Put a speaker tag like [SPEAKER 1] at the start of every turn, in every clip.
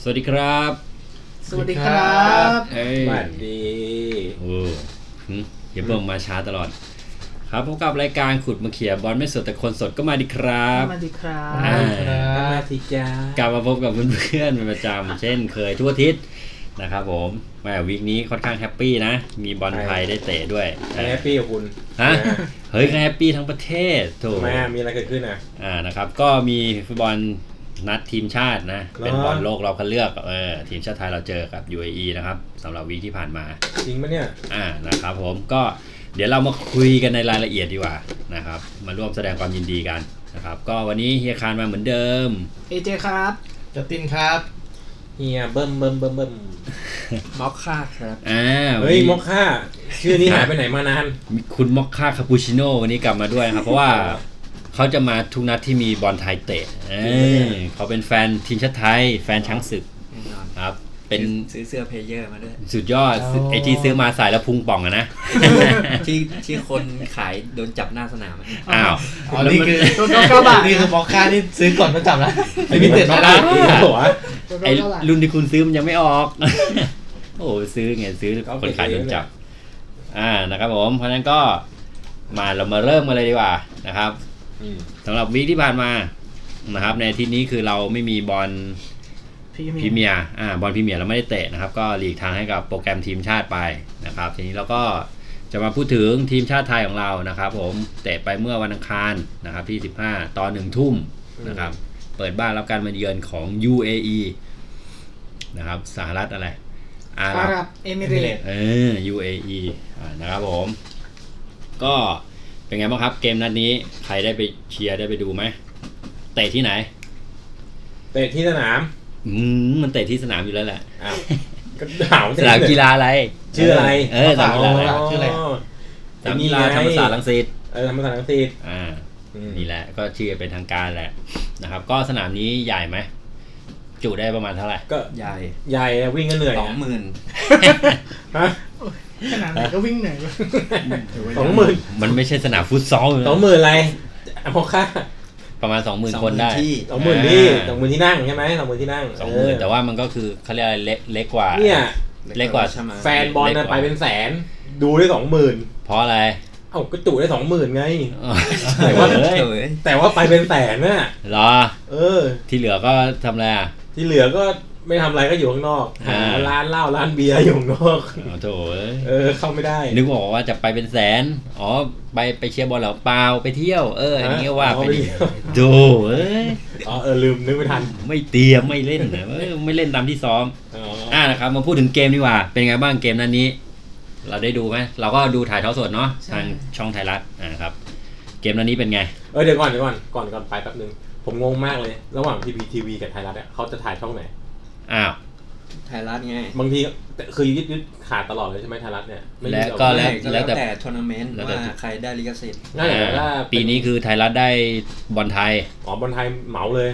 [SPEAKER 1] สวัสดีครับ
[SPEAKER 2] สวัสดีครับ
[SPEAKER 1] เฮ้
[SPEAKER 3] ส
[SPEAKER 1] ย
[SPEAKER 3] วัสดี
[SPEAKER 1] โอ้หึอย่าเบิ่งมาช้าตลอด ครับพบกับรายการขุดมาเขียบอลไม่สดแต่คนสดก็มาดีครับ
[SPEAKER 2] สวัสดีครั
[SPEAKER 1] อ่า
[SPEAKER 2] บ
[SPEAKER 3] ก็มาสิจ้าก
[SPEAKER 1] ลับมาพบกับเพื่อนๆเป็นประจำ เช่นเคยทั่วอาทิศนะครับผมแหม่วีคนี้ค่อนข้างแฮปปี้นะ มีบอลไทยได้เตะด้วย
[SPEAKER 3] ใครแฮปปี้กับคุณ
[SPEAKER 1] ฮะ
[SPEAKER 3] น
[SPEAKER 1] เฮ้ยแฮปปี้ทั้งประเทศโถูก
[SPEAKER 3] มา มีอะไรเกิดขึ้นอ่ะ
[SPEAKER 1] อ่านะครับก็มีฟุตบอลนัดทีมชาตินะ เป็นบอลโลกเราคัดเลือกเออทีมชาติไทยเราเจอกับ UAE นะครับสำหรับวีคที่ผ่านมา
[SPEAKER 3] จริงปะเนี่ย
[SPEAKER 1] อ่านะครับผมก็เดี๋ยวเรามาคุยกันในรายละเอียดดีกว่านะครับ มาร่วมแสดงความยินดีกันนะครับ ก็วันนี้เฮียคารมาเหมือนเดิม
[SPEAKER 2] เอเจครับ
[SPEAKER 4] จตินครับ
[SPEAKER 3] เฮียเบิ่มเบิ่มเบิ่มเบิ่ม
[SPEAKER 2] ม็อกค่าครับ
[SPEAKER 1] อ่าวัน
[SPEAKER 3] เฮ้ย
[SPEAKER 1] นี้
[SPEAKER 3] มอคค่า ชื่อนี้หายไปไหนมานาน
[SPEAKER 1] มีคุณมอคค่าคาปูชิโน่วันนี้กลับมาด้วยนะครับ เพราะว่าเขาจะมาทุกนัดที่มีบอลไทยเตะเออเขาเป็นแฟนทีมชาติไทย แฟนช้างศึก
[SPEAKER 5] แน่นอน
[SPEAKER 1] ครับเป็น
[SPEAKER 5] ซื้อเสื้อเพลเยอร์มา ด้วย
[SPEAKER 1] สุดยอด
[SPEAKER 4] อ๋อ
[SPEAKER 1] ไอที่ซื้อมาใส่แล้วพุงป่องอะนะ
[SPEAKER 5] ที่ที่คนขายโดนจับหน้าสนามอะ
[SPEAKER 1] อ้าว
[SPEAKER 4] อ๋อ นี่คือ
[SPEAKER 2] ตัวเก้าบาท
[SPEAKER 4] นี่คือมอคค่าที่ซื้อก่อนมาจับนะ
[SPEAKER 3] ไอ้นี่เต็ด
[SPEAKER 4] นะ
[SPEAKER 3] นะได้จริงเหรอวะ
[SPEAKER 1] ไอรุ่นที่คุณซื้อมันยังไม่ออก โอ้โหซื้อไงซื้อ
[SPEAKER 3] เอา
[SPEAKER 1] ค
[SPEAKER 3] ไป
[SPEAKER 1] นขายโดนจับ อ่านะครับผมเพราะฉะนั้นก็มาเรามาเริ่มกันเลยดีกว่านะครับ
[SPEAKER 3] อืม
[SPEAKER 1] สำหรับวีคที่ผ่านมานะครับ ในอาที่นี้คือเราไม่มีบอล
[SPEAKER 2] พี
[SPEAKER 1] พรีเมียร์อ่าบอลพรีเมียร์เราไม่ได้เตะนะครับ ก็หลีกทางให้กับโปรแกรมทีมชาติไปนะครับ ทีนี้เราก็จะมาพูดถึงทีมชาติไทยของเรานะครับ ผมเตะไปเมื่อวันอังคารนะครับที่ 15 ตอนหนึ่งทุ่ม นะครับเปิดบ้านรับการมาเยือนของ UAE นะครับสหรัฐอะไรอาห
[SPEAKER 2] อา
[SPEAKER 1] รับ
[SPEAKER 2] หรับ เอมิเรตส์
[SPEAKER 1] เออ UAE อ่านะครับผม ก็เป็นไงบ้างครับเกมนัดนี้ใครได้ไปเชียร์ได้ไปดูไหมเตะที่ไหน
[SPEAKER 3] เตะที่สนาม
[SPEAKER 1] อืมมันเตะที่สนามอยู่แล้วแหละ
[SPEAKER 3] อ้าวก็ถามว่
[SPEAKER 1] สนามกีฬาอะไร
[SPEAKER 3] ชื่ออะไร
[SPEAKER 1] เออสนามกีฬาอะไร
[SPEAKER 4] ชื่ออะไร
[SPEAKER 1] สนามกีฬาธรรมศาสตร์ลังสิต
[SPEAKER 3] เออธรรมศาสตร์ลังสิต
[SPEAKER 1] อ่า
[SPEAKER 3] อืม
[SPEAKER 1] นี่แหละก็ชื่อเป็นทางการแหละนะครับ ก็สนามนี้ใหญ่ไหมจุได้ประมาณเท่าไหร่
[SPEAKER 3] ก็
[SPEAKER 5] ใหญ่
[SPEAKER 3] ใหญ่อะวิ่งก็เหนื่อย
[SPEAKER 5] ส
[SPEAKER 3] อะ
[SPEAKER 5] องหมื่น
[SPEAKER 3] ฮะ
[SPEAKER 2] ขนาดไหนก็วิ่งเหนื่อยเว้ย
[SPEAKER 3] สองหมื่น
[SPEAKER 1] มันไม่ใช่สนามฟุตซอลนะ
[SPEAKER 3] สองหมื่นอะไรมอคค่า
[SPEAKER 1] ประมาณสองหมื่นคนได้
[SPEAKER 5] สองหมื่
[SPEAKER 3] สองห
[SPEAKER 5] ที่
[SPEAKER 3] มื่นนี่
[SPEAKER 1] อ่า
[SPEAKER 3] สองหมื่นที่นั่งใช่ไหมสองหมื่นที่นั่ง
[SPEAKER 1] สองหมื่น
[SPEAKER 3] เ
[SPEAKER 1] แต่ว่ามันก็คือเขาเรียกอะไรเล็กเล็กกว่า
[SPEAKER 3] เนี่ย
[SPEAKER 1] เล็กกว่า
[SPEAKER 5] ใช่ไหม
[SPEAKER 3] แฟนบอล
[SPEAKER 1] เล็ก
[SPEAKER 3] นะ
[SPEAKER 1] กว่า
[SPEAKER 3] ไปเป็นแสน ดูได้สองหมื่น
[SPEAKER 1] เพราะอะไร
[SPEAKER 3] เอ้ากระจุได้สองหมื่นไง
[SPEAKER 1] เอ
[SPEAKER 3] แต่ว่า
[SPEAKER 1] อ
[SPEAKER 5] เฮ้
[SPEAKER 1] เฮ้ย
[SPEAKER 5] ย
[SPEAKER 3] แต่ว่าไปเป็นแสนน่ะ
[SPEAKER 1] เหรอ
[SPEAKER 3] เออ
[SPEAKER 1] ที่เหลือก็ทำอะไรอ่ะ
[SPEAKER 3] ที่เหลือก็ไม่ทำอะไรก็อยู่ข้างนอกหา
[SPEAKER 1] อ่า
[SPEAKER 3] ร้านเหล้าร้านเบียร์อยู่ข้างนอก
[SPEAKER 1] เอาโถเอ้ย
[SPEAKER 3] เออ เข้าไม่ได้
[SPEAKER 1] นึกบอกว่าจะไปเป็นแสน อ๋อ ไปไปเชียร์บอลเหรอเปล่าไปเที่ยวเอออย่างเงี้ยว่าไป
[SPEAKER 3] อ๋อไปเที่ยว
[SPEAKER 1] โถเอ้ย
[SPEAKER 3] อ๋อเออลืมนึกไม่ทัน
[SPEAKER 1] ไม่เตรียมไม่เล่นนะเออไม่เล่นตามที่ซ้อม
[SPEAKER 3] อ๋อ
[SPEAKER 1] อ่านะครับมาพูดถึงเกมดีกว่า เป็นไงบ้างเกมนั้นนี้ เราได้ดูไหมเราก็ดูถ่ายทอดสดเนาะทางช่องไทยรัฐอ่าครับ เกมนั้นนี้เป็นไง
[SPEAKER 3] เออเดี๋ยวก่อนเดี๋ยวก่อนก่อนก่อนไปแป๊บนึง ผมงงมากเลย ระหว่างทีวีทีวีกับไทยรัฐเนี่ยเขาจะถ่ายช่องไหน
[SPEAKER 1] อ้าว
[SPEAKER 5] ไทยรัฐไง
[SPEAKER 3] บางทีแต่คือยึดยึดขาดตลอดเลยใช่ไหมไทยรัฐเนี่ยไม่มี
[SPEAKER 1] และ
[SPEAKER 3] บบ
[SPEAKER 1] ก็ แล้ว
[SPEAKER 5] ไม่
[SPEAKER 1] แล้วแต่
[SPEAKER 5] แต่ทัวร์นาเมนต์
[SPEAKER 1] แล้วแต่
[SPEAKER 5] ว่าใครได้ลิขสิทธิ์
[SPEAKER 3] นั่นแหละว่า
[SPEAKER 1] อ่า
[SPEAKER 3] เป็
[SPEAKER 1] ปีนี้คือไทยรัฐได้บอลไทย
[SPEAKER 3] อ๋อบอลไทยเหมาเลย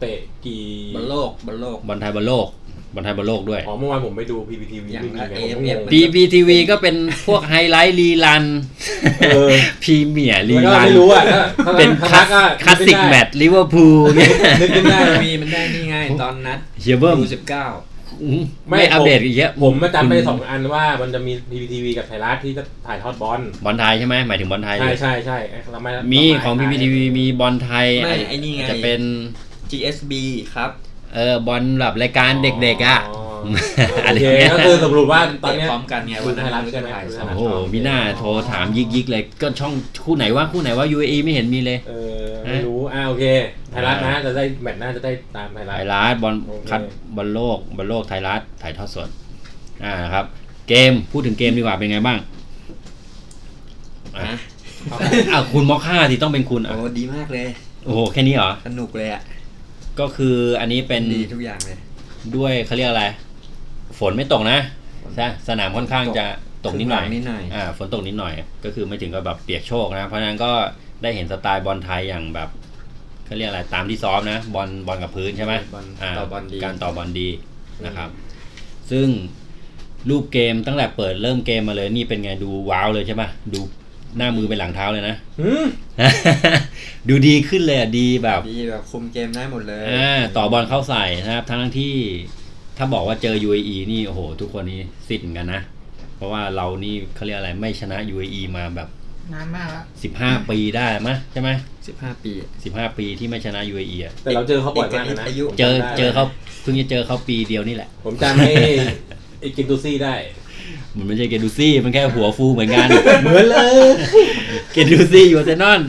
[SPEAKER 3] เตะกี่
[SPEAKER 5] บอลโลกบอลโลก
[SPEAKER 1] บอลไทยบอลโลกบอลไทยบอลโลกด้วย
[SPEAKER 3] อ๋อเมื่อวานผมไปดูพีพีทีวี
[SPEAKER 5] อย่าง
[SPEAKER 3] ไม่มี
[SPEAKER 5] ละ
[SPEAKER 3] ไง
[SPEAKER 5] เอ
[SPEAKER 3] ผ
[SPEAKER 5] ฟ
[SPEAKER 3] มง
[SPEAKER 5] เอฟ
[SPEAKER 3] ง
[SPEAKER 1] ปีบีทีวีก็เป็นพวกไฮไลท์รีรัน
[SPEAKER 3] เอ อ
[SPEAKER 1] พรีเมียร์รี
[SPEAKER 3] แล้วก็
[SPEAKER 1] รัน
[SPEAKER 3] ไม่รู้อ่ะ
[SPEAKER 1] เป็นคลาสคลาสสิกแมตช์ลิเวอร์พูล เนี่ย
[SPEAKER 3] นึกขึ้นได้
[SPEAKER 5] มีมันได้นี่ไงตอนนัด
[SPEAKER 1] เชียร์เบิ้ม
[SPEAKER 5] ยูสิบเก้า
[SPEAKER 1] อืม
[SPEAKER 3] ไม่
[SPEAKER 1] ไม่อัปเดตอีกเยอะ
[SPEAKER 3] ผมมาจำไปสองอันว่ามันจะมีพีพีทีวีกับไทยรัฐที่จะถ่ายทอดบอล
[SPEAKER 1] บอลไทยใช่ไหมหมายถึงบอลไทย
[SPEAKER 3] ใช่ใช่ใช่ไอ้เราไเรา
[SPEAKER 1] มี
[SPEAKER 3] ไ
[SPEAKER 1] ของพีพีทีวีมีบอลไทย
[SPEAKER 5] ไม่ไอ้นี่ไง
[SPEAKER 1] จะเป็น
[SPEAKER 5] GSB ครับ
[SPEAKER 1] เออบอลแบบรายการเด็กๆอ่ะ อะ
[SPEAKER 3] โอ
[SPEAKER 1] ไร
[SPEAKER 3] เค
[SPEAKER 1] เงี้ย
[SPEAKER 3] ก็คือสรุปว่าตอนเนี้ย
[SPEAKER 5] เตะพร้อมกันไงวันนั้น
[SPEAKER 3] ไทยรัฐใช่ไหม
[SPEAKER 5] ไทยส
[SPEAKER 1] โอ้โหมีหน้าโทรถามยิกยิกๆเลย ก็ช่องคู่ไหนว่าคู่ไหนว่า UAE ไม่เห็นมีเลย
[SPEAKER 3] เออไม่รู้อ่าโอเคไทยรัฐนะจะได้แมตช์หน้าจะได้ตามไทยรั
[SPEAKER 1] ไท
[SPEAKER 3] ฐ
[SPEAKER 1] ยรัฐบอล
[SPEAKER 3] โอเค
[SPEAKER 1] คัดบอลโลกบอลโลกไทยรัฐถ่ายทอดสดอ่าครับ เกมพูดถึงเกมดีกว่าเป็นไงบ้าง อ่ะ
[SPEAKER 5] นะ
[SPEAKER 1] อ่ะคุณมอค่าสิต้องเป็นคุณอ่ะ
[SPEAKER 5] โอ้ดีมากเลย
[SPEAKER 1] โอ้โหแค่นี้เหรอ
[SPEAKER 5] สนุกเลยอ่ะ
[SPEAKER 1] ก็คืออันนี้เป็น
[SPEAKER 5] ดีทุกอย่างเลย
[SPEAKER 1] ด้วยเขาเรียกอะไร ฝนไม่ตกนะใช่สนามค่อนข้างจะตกนิดหน่อย
[SPEAKER 5] นิดหน่อย
[SPEAKER 1] อ่าฝนตกนิดหน่อย ก็คือไม่ถึงกับแบบเปียกโชกนะ เพราะฉะนั้นก็ได้เห็นสไตล์บอลไทยอย่างแบบเขาเรียกอะไรตามที่ซ้อมนะบอลบอลกับพื้นใช่ไหม
[SPEAKER 5] บอล
[SPEAKER 1] อ่า
[SPEAKER 5] ต่อบอลดี
[SPEAKER 1] การต่อบอลดีนะครับ ซึ่งรูปเกมตั้งแต่เปิดเริ่มเกมมาเลยนี่เป็นไงดูว้าวเลยใช่ปะดูหน้ามือเป็นหลังเท้าเลยนะ
[SPEAKER 3] หืม
[SPEAKER 1] ดูดีขึ้นเลยอ่ะดีแบบ
[SPEAKER 5] ดีแบบคุมเกมได้หมดเลย
[SPEAKER 1] อ่าต่อบอลเข้าใส่นะครับ ทั้งที่ ถ้าบอกว่าเจอ UAE นี่โอ้โห ทุกคนนี้สิ้นกันนะ เพราะว่าเรานี่เขาเรียกอะไรไม่ชนะ UAE มาแบบ
[SPEAKER 2] นานมากแล้ว
[SPEAKER 1] 15 ปีได้มั้ยใช่ไหม
[SPEAKER 5] สิบห้าปี
[SPEAKER 1] 15 ปีที่ไม่ชนะ UAE อะ
[SPEAKER 3] แต่เราเจอเขาบ่อยมากเลยนะ
[SPEAKER 5] อายุ
[SPEAKER 3] ผม
[SPEAKER 1] เจอ
[SPEAKER 3] จำได้
[SPEAKER 1] เจอเขาเพิ่งจะเจอเขาปีเดียวนี่แหละ
[SPEAKER 3] ผมจำให้ไอ้กินตูซี่ได้
[SPEAKER 1] มันไม่ใช่เกดูซี่ มันแค่หัวฟูเหมือนกัน
[SPEAKER 3] เหมือนเลย
[SPEAKER 1] เกดูซี่อยู่อาร์เซนอน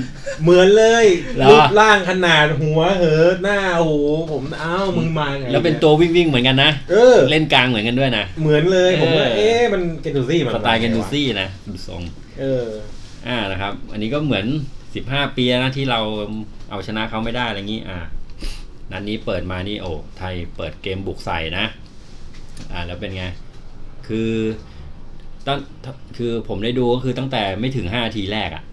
[SPEAKER 3] เหมือนเลย
[SPEAKER 1] เหรอ
[SPEAKER 3] รูปร่างขนาดหัวเหอะหน้าโอ้โหผมอ้าวมึงมาไง
[SPEAKER 1] แล้วเป็นตัววิ่งวิ่งๆเหมือนกันนะ
[SPEAKER 3] เออ
[SPEAKER 1] เล่นกลางเหมือนกันด้วยนะ
[SPEAKER 3] เหมือนเลยผมว่า
[SPEAKER 1] เออ
[SPEAKER 3] เอ๊ะมันเกนตูซี่มัน
[SPEAKER 1] สไตล์เก
[SPEAKER 3] มาไง
[SPEAKER 1] ดู
[SPEAKER 3] วะ
[SPEAKER 1] ซี่นะดูทรง
[SPEAKER 3] เออ
[SPEAKER 1] อ่านะครับ อันนี้ก็เหมือน 15 ปีแล้วนะที่เราเอาชนะเขาไม่ได้อะไรงี้อ่านัดนนี้เปิดมานี่โอ้ไทยเปิดเกมบุกใส่นะ อ่าแล้วเป็นไง คือตั้งคือผมได้ดูก็คือตั้งแต่ไม่ถึง5นาทีแรกอะ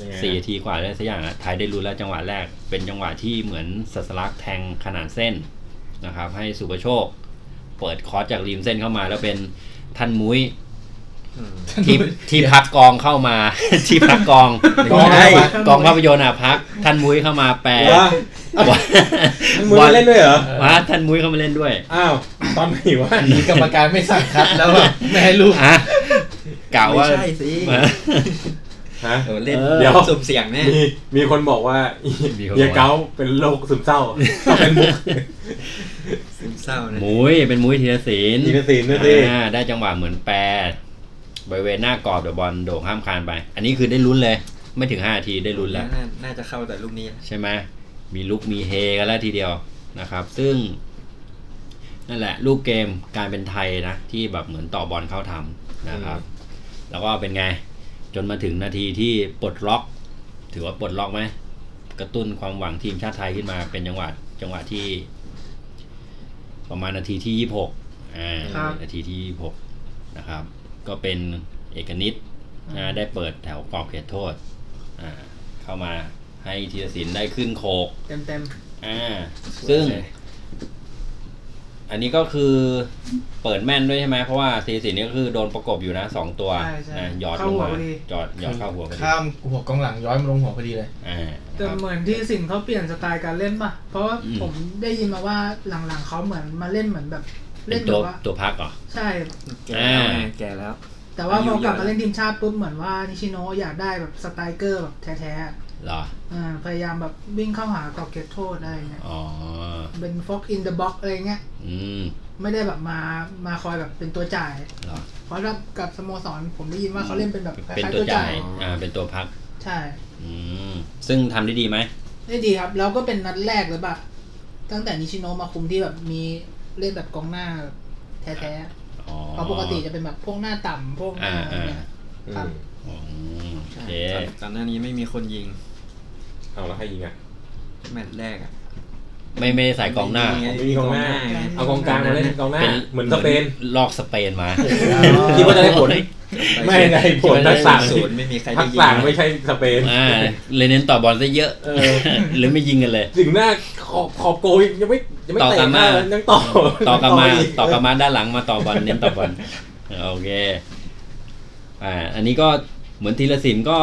[SPEAKER 3] ยังไง
[SPEAKER 1] สี่นาทีกว่าได้สักอย่างอะไทยได้รู้แล้วจังหวะแรก เป็นจังหวะที่เหมือนสัสลักษณ์แทงขนานเส้นนะครับ ให้สุประโชค เปิดคอร์สจากริมเส้นเข้ามา แล้วเป็นท่านมุ้ยที่ที่พักกองเข้ามา ที่พักกอง
[SPEAKER 4] กองอะไรวะ
[SPEAKER 1] กองภาพยนตร์อ่ะพักท่านมุ้ยเข้ามาแปล
[SPEAKER 3] เหรอมันมือเล่นด้วยเหรอ
[SPEAKER 1] ว่าท่านมุ้ยเข้ามาเล่นด้วย
[SPEAKER 3] อ้าวตอนไหนวะ
[SPEAKER 4] หนีกรรมการไม่สั่ง คัดแล้วแบบไม่ให้ลูก
[SPEAKER 1] อ่ะกล่าว
[SPEAKER 5] ไม่
[SPEAKER 1] ว่า
[SPEAKER 5] ใช่สิ
[SPEAKER 3] ฮะ
[SPEAKER 5] เออเล่น
[SPEAKER 1] เออ
[SPEAKER 3] เดี๋ยว
[SPEAKER 5] สุ่มเสี่ยงแน่
[SPEAKER 3] มีมีคนบอกว่า
[SPEAKER 1] มีคนบอกว่า
[SPEAKER 3] เฮียเก้าเป็นโรคซึมเศร้าเป็น มุก
[SPEAKER 5] ซึมเศร้านะ
[SPEAKER 1] มุ้ยเป็นมุ้ยธีรศิลป์
[SPEAKER 3] อีนสินนะสิ
[SPEAKER 1] อ่าได้จังหวะเหมือนแปรบริเวณหน้ากรอบเดี๋ยวบอลโด่งข้ามคานไป อันนี้คือได้ลุ้นเลย ไม่ถึง 5 นาทีได้ลุ้นแล้ว
[SPEAKER 5] าน่าจะเข้าแต่ลูกนี้
[SPEAKER 1] ใช่ไหมมีลุกมีเฮกันแล้วทีเดียวนะครับ ซึ่ง นั่นแหละ ลูกเกมการเป็นไทยนะ ที่แบบเหมือนต่อบอลเข้าทำนะครับ แล้วก็เป็นไง จนมาถึงนาทีที่ปลดล็อก ถือว่าปลดล็อกไหมกระตุ้นความหวังทีมชาติไทยขึ้นมาเป็นจังหวะจังหวะที่ ประมาณนาทีที่ยี่หกอ่า
[SPEAKER 3] ครับ
[SPEAKER 1] นาทีที่ยี่หกนะครับ ก็เป็นเอกนิตอ่าได้เปิดแถวกรอบเขตโทษอ่าเข้ามาให้ธีรศิลป์ได้ขึ้นโคก
[SPEAKER 2] เต็มเต็ม
[SPEAKER 1] อ่าซึ่ง อันนี้ก็คือเปิดแม่นด้วยใช่ไหมเพราะว่าซีสินนี่ก็คือโดนประกบอยู่นะสองตัวนะหยอดลงมาจอดหยอดเข้าหัวพอดี
[SPEAKER 4] ข้ามหัวกองหลังย้อยมาลงหัวพอดีเลย
[SPEAKER 1] อ่าค
[SPEAKER 2] ๆแต่
[SPEAKER 1] รับ
[SPEAKER 2] เหมือนที่สินเขาเปลี่ยนสไตล์การเล่นป่ะ เพราะว่า
[SPEAKER 1] อืม
[SPEAKER 2] ผมได้ยินมาว่าหลังๆเขาเหมือนมาเล่นเหมือนแบบ
[SPEAKER 1] เป็
[SPEAKER 2] เล่
[SPEAKER 1] น
[SPEAKER 2] นแบ
[SPEAKER 1] ตัว
[SPEAKER 2] บว่า
[SPEAKER 1] ตัวพักเหรอ
[SPEAKER 2] ใช่
[SPEAKER 5] แก่แล้วไง
[SPEAKER 1] อ่า
[SPEAKER 5] แก่แล้ว
[SPEAKER 2] แต่ว่า
[SPEAKER 5] อายุ
[SPEAKER 2] พอกลับ
[SPEAKER 5] เยอะ
[SPEAKER 2] มาเล่นทีมชาติปุ๊บเหมือนว่านิชิโนะอยากได้แบบสไตรเกอร์แบบแท้
[SPEAKER 1] เหรอ
[SPEAKER 2] ๆอ่าพยายามแบบวิ่งเข้าหากรอบเขตโทษอะไรอย่างเงี้ย
[SPEAKER 1] อ๋อ
[SPEAKER 2] เป็นฟ็อกอินเดอะบ็อกอะไรเงี้ย
[SPEAKER 1] อืม
[SPEAKER 2] ไม่ได้แบบมามาคอยแบบเป็นตัวจ่าย
[SPEAKER 1] เหรอ
[SPEAKER 2] เพราะกับกับสโมสรผมได้ยินว่าเขาเล่นเป็นแบบค
[SPEAKER 1] เป็น
[SPEAKER 2] ล้ายๆ
[SPEAKER 1] ตัว
[SPEAKER 2] ตัว
[SPEAKER 1] จ่า
[SPEAKER 2] จ่าย ย
[SPEAKER 1] อ่าเป็นตัวพัก
[SPEAKER 2] ใช่
[SPEAKER 1] อืมซึ่งทำได้ดีไหม
[SPEAKER 2] ได้ดีครับ แล้วก็เป็นนัดแรกเลยปะตั้งแต่นิชิโนะมาคุมที่แบบมีเล่นแบบกองหน้าแบบแท้
[SPEAKER 1] อ๋อ
[SPEAKER 2] ๆเพราะปกติจะเป็นแบบพวกหน้าต่ำพวกหน้า
[SPEAKER 1] อ่า
[SPEAKER 2] อะ
[SPEAKER 1] อ่า
[SPEAKER 2] ไรเงี้ย ครับ
[SPEAKER 1] อืมโอเค
[SPEAKER 5] ตอนตอนหน้านี้ไม่มีคนยิง
[SPEAKER 3] เอาแล้วใครยิงอ่ะ
[SPEAKER 5] แมตช์แรกอ่ะ
[SPEAKER 1] ไม่ไม่ได้ใส่กองหน้า
[SPEAKER 5] ไ
[SPEAKER 3] ไม่มีกองหน้า
[SPEAKER 5] ไง
[SPEAKER 3] เอากองกลางมาเล่นกองหน้า
[SPEAKER 1] เป็น
[SPEAKER 3] เหมือนสเปน
[SPEAKER 1] ลอกสเปนมา
[SPEAKER 3] คิดว่าจะได้ผล ไม่ได้ผลทักษะ
[SPEAKER 5] ศูนย์ไม่มีใคร
[SPEAKER 3] ทั
[SPEAKER 5] ได้
[SPEAKER 3] ก
[SPEAKER 5] ยิ
[SPEAKER 3] ษะ
[SPEAKER 5] ง
[SPEAKER 3] ไม่ใช่สเปน
[SPEAKER 1] อ่าเลยเน้นต่อบอลซะเยอะ
[SPEAKER 3] เออ
[SPEAKER 1] หรือไม่ยิงกันเลย
[SPEAKER 3] ถึงหน้าขอบขอบโกยยังไม่ยังไม่
[SPEAKER 1] ต่อก
[SPEAKER 3] เตะ
[SPEAKER 1] ลับมา
[SPEAKER 3] ยังต่อ
[SPEAKER 1] ต่อกลับมา
[SPEAKER 3] อี
[SPEAKER 1] ต่อกลับมาด้านหลังมาต่อบอลเน้นต่อบอลโอเคอ่าอันนี้ก็เหมือนธีรศิลป์ก็